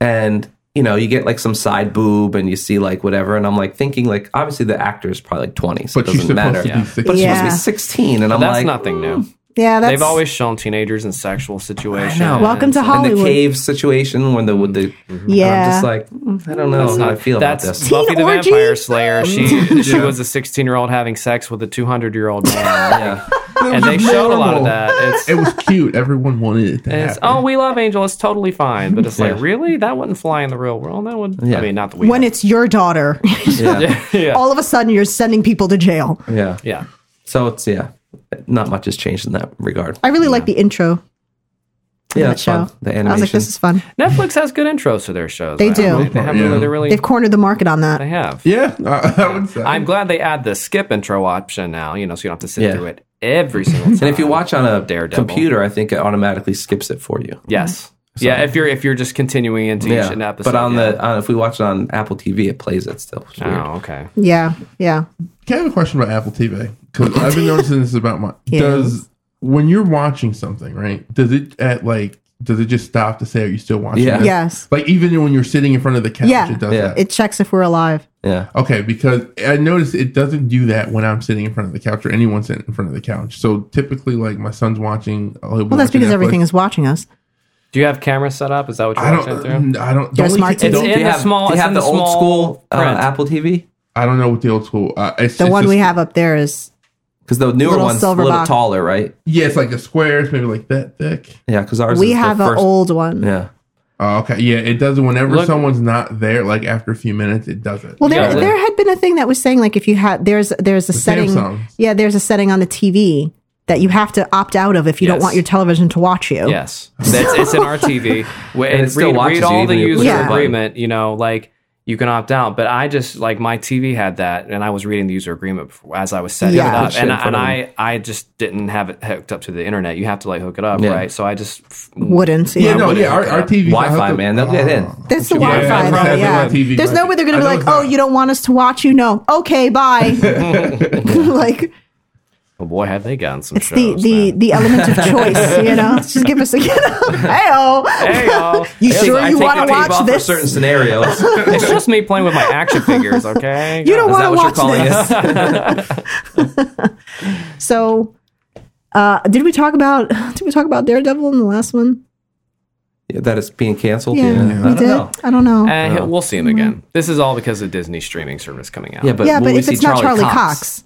S4: and you know you get like some side boob, and you see like whatever. And I'm like thinking like obviously the actor is probably like 20, so
S3: but
S4: it
S3: she's
S4: doesn't
S3: supposed
S4: matter.
S3: to be six.
S4: But she's
S1: Yeah.
S4: supposed to be 16, and I'm
S2: That's
S4: like
S2: nothing new.
S1: yeah, that's.
S2: They've always shown teenagers in sexual situations.
S1: Welcome to
S4: And the
S1: Hollywood.
S4: cave situation when the with the
S1: Yeah.
S4: I'm just like mm, I don't know how I feel about
S2: Mm-hmm. That's
S4: this.
S1: Teen
S2: Buffy the
S1: orgy?
S2: Vampire Slayer.
S1: (laughs)
S2: She she was a 16 year old having sex with a 200 year old
S1: (laughs)
S2: man, (laughs)
S4: Yeah.
S2: and they showed a lot of that. It's,
S3: It was cute. Everyone wanted it to
S2: and it's,
S3: happen.
S2: oh, we love Angel. It's totally fine, but it's
S4: Yeah.
S2: like really that wouldn't fly in the real world. That would.
S4: Yeah.
S2: I mean, not the we.
S1: when it's your daughter,
S4: yeah,
S2: (laughs) yeah.
S1: (laughs) all of a sudden you're sending people to jail.
S4: yeah,
S2: yeah.
S4: So it's yeah, not much has changed in that regard.
S1: I really like the intro to
S4: yeah,
S1: that
S4: it's
S1: show.
S4: fun. The
S1: I
S4: animation.
S1: was like, this is fun.
S2: Netflix has good intros to their shows.
S1: They
S2: I don't
S1: do.
S2: know. They have
S3: Yeah.
S2: really, they really
S1: They've cornered the market on
S2: they
S1: that.
S2: have.
S3: yeah, (laughs) I, I would say.
S2: I'm glad they add the skip intro option now. You know, so you don't have to sit
S4: Yeah.
S2: through it every single time.
S4: and if you watch on a
S2: Daredevil.
S4: computer, I think it automatically skips it for you.
S2: yes, yeah. If you're if you're just continuing into each an episode,
S4: but on
S2: yeah.
S4: the on, if we watch it on Apple TV, it plays it still. It's weird.
S2: oh okay.
S1: Yeah, yeah.
S3: Can I have a question about Apple TV? Because
S1: (laughs)
S3: I've been noticing this about my.
S1: Yes.
S3: Does when you're watching something, right? Does it at like? Does it just stop to say, "Are you still watching?"
S4: Yeah.
S3: this?
S1: Yes.
S3: Like even when you're sitting in front of the couch,
S1: Yeah.
S3: it does
S4: Yeah.
S3: that.
S1: It checks if we're alive.
S4: Yeah,
S3: Okay, because I noticed it doesn't do that when I'm sitting in front of the couch or anyone's sitting in front of the couch. So typically, like my son's watching.
S1: Well, that's because everything is watching us.
S2: Do you have cameras set up? Is that what you're
S3: I
S2: watching it through?
S3: don't. um, I don't.
S1: Your
S3: the only
S1: smart
S3: thing-
S1: TV?
S3: the
S2: It's
S3: only-
S2: in the small-
S4: do you
S2: it's
S4: have
S2: in
S4: the,
S2: the
S4: old (laughs)
S2: small
S4: school uh,
S2: print.
S4: Apple TV
S3: I don't know what the old school. Uh, it's,
S1: The
S3: it's
S1: one we
S3: just-
S1: have up there is
S4: because the newer
S1: Little
S4: one's a
S1: silver
S4: little
S1: box.
S4: taller, right?
S3: Yeah, it's like a square. It's maybe like that thick.
S4: Yeah, because ours
S1: we
S4: is
S1: have
S4: the
S1: an
S4: first,
S1: old one.
S4: Yeah,
S3: Oh, okay. Yeah, it does it whenever
S2: Look-
S3: someone's not there. Like after a few minutes, it does it.
S1: Well, there
S2: Yeah.
S1: there had been a thing that was saying like if you had there's there's a setting
S3: Samsung.
S1: yeah there's a setting on the TV that you have to opt out of if you don't
S2: Yes.
S1: want your television to watch you.
S2: Yes, That's, it's in our TV. Wh-
S4: it
S2: and
S4: still
S2: read,
S4: watches
S2: read
S4: you
S2: all the
S4: even if you
S2: user
S1: push the button.
S2: agreement. You know, like you can opt out. But I just like my TV had that, and I was reading the user agreement before, as I was setting
S1: Yeah.
S2: it
S1: Put
S2: up,
S4: shit
S2: and,
S4: in front
S2: and
S4: of
S2: I I just didn't have it hooked up to the internet. You have to like hook it up,
S4: Yeah.
S2: right? So I just f-
S1: Wouldn't.
S3: Yeah,
S1: yeah.
S3: no, yeah. Our, our TV
S4: Wi-Fi, man, they'll get in.
S3: Oh.
S1: There's the
S4: Yeah,
S1: Wi-Fi.
S2: yeah,
S1: though,
S2: yeah,
S1: yeah.
S3: yeah, TV,
S1: There's
S3: right.
S1: no way they're going
S3: I
S1: to
S3: know
S1: be like,
S3: it's
S1: "Oh,
S3: not.
S1: you don't want us to watch you? No. Okay, bye." (laughs) like
S2: oh boy, have they gotten some
S1: it's the
S2: shows?
S1: the (laughs) the element of choice, you know. It's just give us a (laughs) you know. Hey-o.
S2: man. Hey, y'all.
S1: You
S4: It's-
S1: sure
S4: I
S1: you
S4: take
S1: want
S4: the
S1: to
S4: tape off
S1: watch
S4: for
S1: this?
S4: certain scenarios. (laughs) Is
S2: it's just me playing with my action figures. Okay,
S1: (laughs) You don't
S2: God.
S1: wanna
S4: that what you're
S1: watch
S4: calling
S1: this.
S4: it?
S1: (laughs) So, uh, did we talk about did we talk about Daredevil in the last one?
S4: Yeah, that it's being canceled.
S1: Yeah,
S4: I
S1: we
S4: don't
S1: did.
S4: know.
S1: I don't know.
S2: Eh, we'll see him again. This is all because of Disney streaming service coming out.
S4: Yeah, but
S1: yeah,
S4: will
S1: but
S4: we
S1: if
S4: see
S1: it's not Charlie Cox,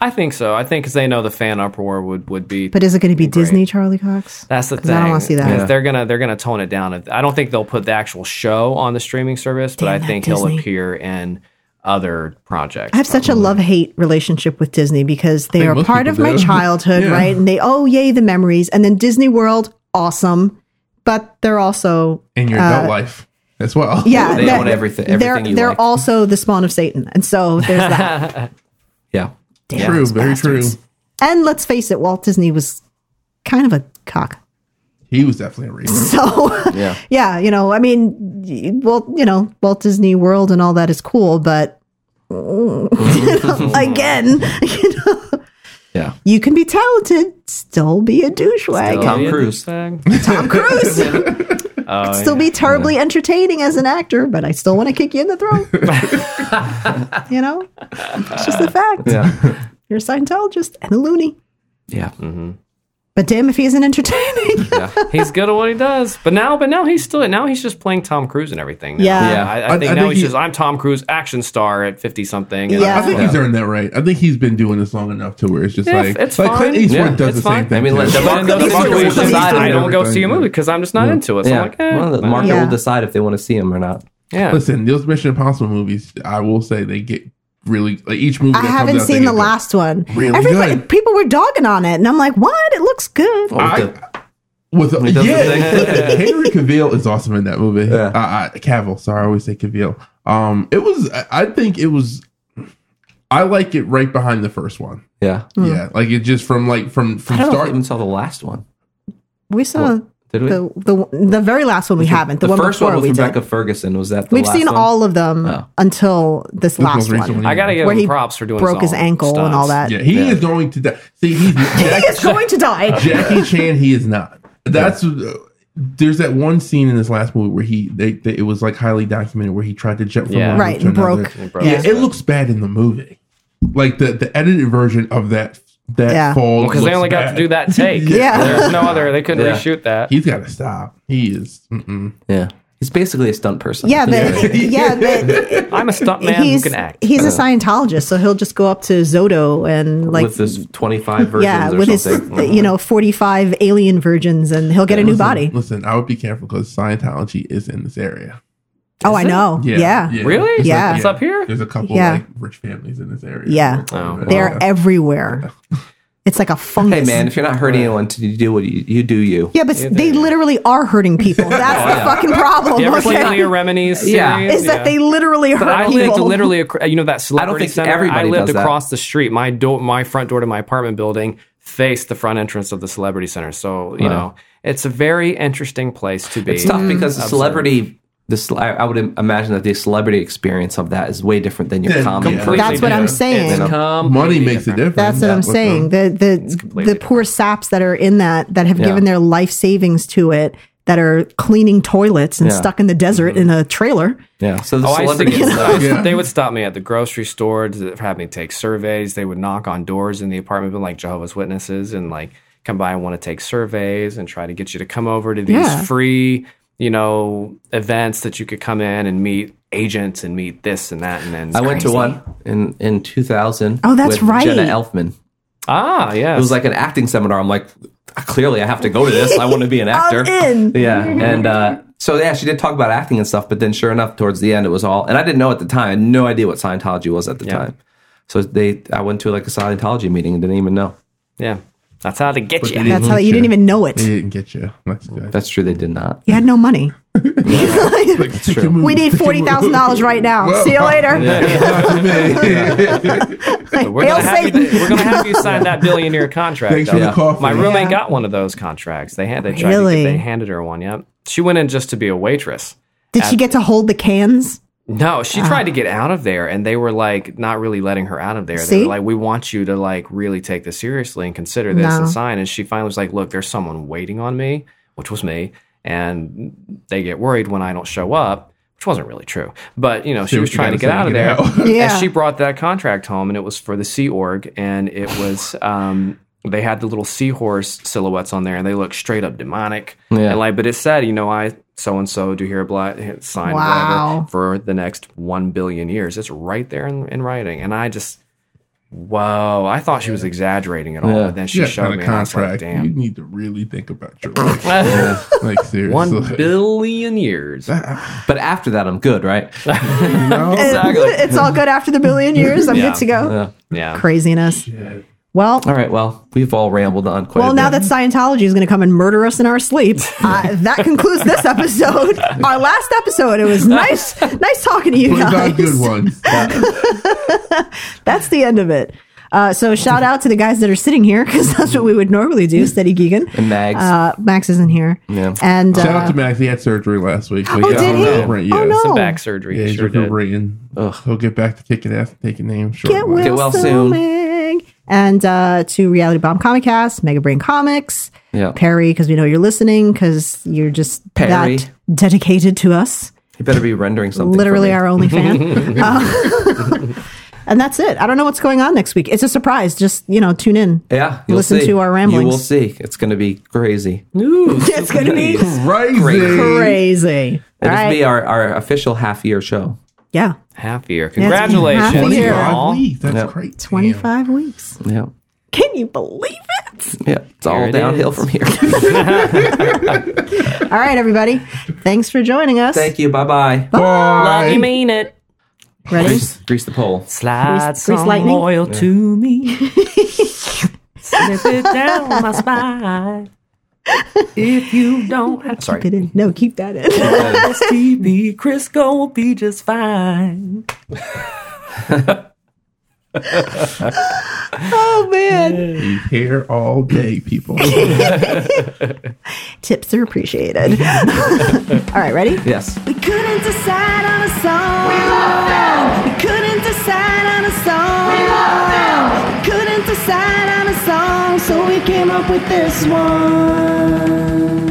S2: I think so. I think because they know the fan uproar would would be.
S1: but is it going to be Disney Charlie Cox?
S2: that's the
S1: 'Cause
S2: thing.
S1: I don't wanna see that.
S2: 'Cause
S4: Yeah.
S2: They're gonna they're gonna tone it down. I don't think they'll put the actual show on the streaming service, but
S1: Damn
S2: I
S1: that
S2: think
S1: Disney.
S2: he'll appear in other projects.
S1: I have such a love hate relationship with Disney because they
S3: think
S1: are
S3: most
S1: part of
S3: people
S1: my
S3: do. (laughs)
S1: childhood,
S3: Yeah.
S1: right? And they oh yay the memories, and then Disney World, awesome, but they're also
S3: in your adult life. as well.
S1: Uh, Yeah,
S4: They own everything- everything
S1: they're
S4: you
S1: they're
S4: like.
S1: also the spawn of Satan, and so there's that.
S4: (laughs) Yeah.
S1: Damn
S3: true,
S1: those
S3: very
S1: bastards.
S3: true.
S1: And let's face it, Walt Disney was kind of a cock.
S3: (laughs)
S1: (laughs)
S3: He was definitely a racist.
S1: So
S4: Yeah.
S1: yeah, you know, I mean, y- well, you know, Walt Disney World and all that is cool,
S4: (laughs)
S1: but (laughs) you know, again, you know,
S2: (laughs)
S4: Yeah.
S1: you can be talented, still be a douchebag.
S4: Tom
S2: Alien
S4: Cruise.
S2: thing?
S1: Tom Cruise.
S4: (laughs) Oh,
S1: still be terribly entertaining as an actor, but I still want to kick you in the
S4: (laughs)
S1: throat. you know, it's just a fact.
S4: Yeah.
S1: You're a Scientologist and a loony.
S4: Yeah.
S1: But damn if he isn't entertaining.
S2: (laughs) he's good at what he does. But now, but now he's still now he's just playing Tom Cruise and everything. now.
S1: Yeah.
S4: Yeah.
S2: I, I
S3: I- I
S2: think now
S3: think
S2: he's
S3: he-
S2: just I'm Tom Cruise, action star at fifty something. and
S1: Yeah.
S3: I think he's earned that right. I think he's been doing this long enough to where it's just
S2: Yeah,
S3: like
S2: it's
S3: like
S2: fine.
S3: Clint Eastwood
S4: Yeah,
S3: does
S2: it's
S3: the
S2: fine.
S3: same thing.
S4: I mean,
S3: too.
S4: let- the
S2: Mark
S4: market
S2: Lee's
S1: Mark
S2: doing
S1: Lee's
S2: something.
S1: decided
S2: I don't go
S3: everything.
S2: see a movie because I'm just not into it. So
S4: Yeah.
S2: I'm like, eh,
S4: well, the
S2: whatever.
S4: market
S1: Yeah.
S4: will decide if they want to see him or not.
S2: yeah.
S3: Listen, those Mission Impossible movies, I will say they get really like each movie.
S1: I
S3: that comes
S1: haven't
S3: out, they
S1: seen the
S3: get good.
S1: last one.
S3: Really
S1: Everybody,
S3: good.
S1: people were dogging on it, and I'm like, "What? It looks good."
S3: I-
S4: With the-
S3: With the,
S4: does the (laughs)
S3: yeah, Henry Cavill is awesome in that movie.
S4: Yeah.
S3: Uh, uh, Cavill, sorry, I always say Cavill. Um, it was. I- I think it was. I like it right behind the first one.
S4: yeah.
S3: Yeah, like it just from like from from
S4: Hmm. I
S1: Oh.
S4: don't know if we
S3: start.
S4: even saw the last one.
S1: we saw
S4: Did we?
S1: the, the the very last one. We haven't. The,
S4: The
S1: one
S4: first
S1: before
S4: one
S1: we
S4: with Rebecca
S1: did.
S4: Ferguson. Was that the
S1: We've
S4: last
S1: seen
S4: one?
S1: all of them
S4: Oh.
S1: until this,
S3: most
S1: last
S3: recent
S1: one.
S3: one.
S2: I gotta give
S1: Where
S2: him
S1: he
S2: props for doing
S1: broke his
S2: all
S1: ankle and all
S2: stunts.
S1: that.
S3: Yeah, he
S4: Yeah.
S3: is going to die.
S4: (laughs)
S3: See, he's
S1: He is
S3: Jack,
S1: going to die.
S3: Jackie Chan. He is not. That's there's that one scene in this last movie where he they, they it was like highly documented where he tried to jump from
S2: Yeah.
S3: one
S1: Right,
S3: roof to
S1: and
S3: another.
S1: broke.
S2: broke
S3: Yeah,
S1: Yeah.
S3: it looks bad in the movie. Like the the edited version of that that
S1: Yeah.
S3: fall
S2: because they
S3: looks
S2: only got to
S3: bad.
S2: do
S3: (laughs)
S2: that take.
S1: Yeah.
S2: there's no other. They couldn't
S4: Yeah.
S2: reshoot that.
S3: He's got to stop. He is. Mm-mm.
S4: Yeah. He's basically a stunt person.
S1: Yeah,
S4: (laughs)
S1: but
S3: (laughs)
S1: yeah, but
S2: I'm a stuntman who
S1: he's
S2: can act.
S1: he's a Scientologist, so he'll just go up to Zodo and like
S4: with this 25 versions
S1: yeah,
S4: or
S1: with his (laughs)
S4: something.
S1: you know forty five alien virgins, and he'll get a new
S3: Listen-
S1: body.
S3: Listen, I would be careful because Scientology is in this area.
S1: Oh, I know. Yeah,
S2: Really?
S3: It's
S1: Yeah.
S2: It's up here?
S3: There's a couple
S1: Yeah.
S3: like rich families in this area. uh,
S1: Yeah.
S2: Oh,
S1: they're
S3: Yeah.
S1: everywhere. It's like a fungus.
S4: hey, man, if you're not hurting anyone, to do what you, you do, you.
S1: Yeah, but they literally are hurting people. That's the fucking problem.
S2: Oh, You ever
S1: okay?
S2: seen Leah Remini's series?
S4: Yeah.
S1: Is that they literally hurt
S2: But I
S1: people?
S2: lived literally, acro- you know, that celebrity
S4: think
S2: center. I
S4: everybody
S2: lived
S4: does that.
S2: across the street. My door, my front door to my apartment building faced the front entrance of the celebrity center. So you know, it's a very interesting place to be.
S4: It's
S1: Mm-hmm.
S4: tough because the celebrity, the cel- I I would im- imagine that the celebrity experience of that is way different than your
S3: Yeah,
S4: common.
S3: completely.
S1: That's what I'm
S2: It's
S1: saying.
S4: You know?
S2: Come,
S3: Money makes a difference.
S1: That's what I'm
S3: With
S1: saying.
S3: them.
S1: The the the poor saps that are in that that have given their life savings to it that are cleaning toilets and
S4: Yeah.
S1: stuck in the desert
S2: Mm-hmm.
S1: in a trailer.
S4: Yeah. So the
S2: Oh, I used
S1: (laughs)
S2: to
S4: celebrity (laughs)
S2: get-
S4: is
S2: I
S4: that.
S2: used to-
S3: Yeah.
S2: They would stop me at the grocery store to have me take surveys. They would knock on doors in the apartment building, like Jehovah's Witnesses, and like come by and want to take surveys and try to get you to come over to these
S1: Yeah.
S2: free, you know, events that you could come in and meet agents and meet this and that and then
S4: I went to one in in 2000.
S1: Oh, that's
S4: with Jenna
S1: right.
S4: Elfman.
S2: ah yes
S4: It was like an acting seminar. I'm like, clearly I have to go to this. I want to
S1: (laughs)
S4: be an actor.
S1: in. (laughs)
S2: (laughs)
S4: Yeah. And uh, so, yeah, she did talk about acting and stuff, but then sure enough, towards the end, it was all, and I didn't know at the time, I had no idea what Scientology was at the time. So they, I went to like a Scientology meeting and didn't even know.
S2: yeah that's how they get
S3: But
S2: you
S3: they
S1: That's how
S3: get
S1: you didn't even know
S3: They
S1: it.
S3: didn't get you. That's good.
S4: That's true. They did not.
S1: You had no money.
S3: Take your
S1: we
S3: move.
S2: (laughs)
S1: need forty thousand dollars right now. See you later. (laughs)
S3: (laughs)
S2: we're
S1: Hail
S2: gonna, have you,
S1: Satan.
S2: we're gonna
S1: (laughs)
S2: have you sign that billionaire contract
S3: Thanks for
S2: though.
S3: the coffee.
S2: My roommate
S1: Yeah.
S2: got one of those contracts. They had they tried to
S1: Really?
S2: get, they handed her one. Yep. She went in just to be a waitress.
S1: Did she get to hold the cans?
S2: No, she
S1: Ah.
S2: tried to get out of there, and they were like not really letting her out of there. They
S1: See?
S2: were like, "We want you to like really take this seriously and consider this
S1: No.
S2: and sign." And she finally was like, "Look, there's someone waiting on me," which was me, and they get worried when I don't show up, which wasn't really true. But you know, she, was
S3: you
S2: trying to
S3: gotta
S2: get
S3: say,
S2: out of
S3: get
S2: there.
S3: out.
S1: (laughs) Yeah.
S2: And she brought that contract home, and it was for the Sea Org, and it was um, they had the little seahorse silhouettes on there, and they looked straight up demonic.
S4: Yeah.
S2: And like, but it said, you know, I so and so do here blind sign
S1: Wow.
S2: whatever for the next one billion years. It's right there in, in writing, and I just. Whoa! I thought she was exaggerating it all,
S4: Yeah.
S2: but then she
S3: You got
S2: showed
S3: kind
S2: me.
S3: of
S2: And I was like,
S3: contract. you
S2: "Damn,
S3: need to really think about your life. (laughs) like seriously.
S2: (laughs) one billion years."
S4: But after that, I'm good,
S2: (laughs)
S4: right?
S3: No.
S1: (laughs) it's all good after the billion years. I'm
S2: (laughs) Yeah.
S1: good to go.
S4: Yeah.
S2: Yeah,
S1: Craziness. Well,
S4: Uh, All right. Well, we've all rambled on quite
S1: well,
S4: a
S1: now
S4: bit.
S1: that Scientology is going to come and murder us in our
S4: (laughs)
S1: sleep, uh, that concludes this episode. Our last episode. It was
S4: (laughs)
S1: nice, nice talking to you
S3: Believe all
S1: guys.
S3: good
S2: (laughs)
S3: ones.
S1: That's the end of it. Uh, so shout out to the guys that are sitting here because that's what we would normally do. Steady Geegan
S4: And Mags.
S1: Uh, Max isn't here.
S4: Yeah.
S1: And
S3: Shout out
S1: uh,
S3: to Max. He had surgery last week. so
S1: Oh,
S3: he's
S1: did he?
S3: recuperating,
S1: Oh, no.
S2: Some back surgery.
S3: Yeah, he's
S2: sure did.
S3: recuperating. He'll get back to kicking ass and taking names. short
S1: get
S3: while.
S1: well,
S4: Get well soon.
S1: soon. And uh, to Reality Bomb Comic Cast, Mega Brain Comics,
S4: Yeah.
S1: Perry, because we know you're listening, because you're just
S4: Perry.
S1: that dedicated to us.
S4: you better be rendering something. for
S1: literally
S4: me.
S1: our only
S4: (laughs)
S1: fan. Uh, (laughs) and that's it. I don't know what's going on next week. It's a surprise. Just you know, tune in.
S4: Yeah. you'll
S1: listen
S4: see.
S1: to our ramblings.
S4: You will see. It's going to be crazy.
S1: (laughs) it's going to be
S4: It'll
S3: Crazy.
S1: crazy. All
S4: just
S1: right.
S4: be our, our official half year show.
S1: yeah,
S2: Half year.
S1: been half
S2: Congratulations.
S1: a year.
S2: y'all.
S3: 25 weeks. That's
S4: Yeah.
S3: crazy. Damn.
S1: twenty-five weeks.
S4: Yeah.
S1: Can you believe it?
S4: Yeah. It's
S2: Here
S4: all
S2: it
S4: downhill
S2: is.
S4: from here. (laughs)
S1: All right, everybody. Thanks for joining us.
S4: Thank you. Bye bye.
S3: Bye.
S2: You mean it.
S1: Ready?
S4: Grease, grease the pole.
S2: Slide
S1: Grease- grease
S2: some
S1: lightning?
S2: oil to
S1: (laughs)
S2: me. Slip it down my spine. If you don't have
S1: Keep it in. No, keep that in. (laughs)
S2: TV, Crisco will be just fine.
S1: oh man.
S3: He's here all
S1: (laughs)
S3: day, people.
S1: Tips are appreciated. (laughs) All right, ready?
S4: Yes.
S5: We couldn't decide on a song. We love them. We couldn't decide on a song. We love them. We couldn't decide on a song, so we came up with this one.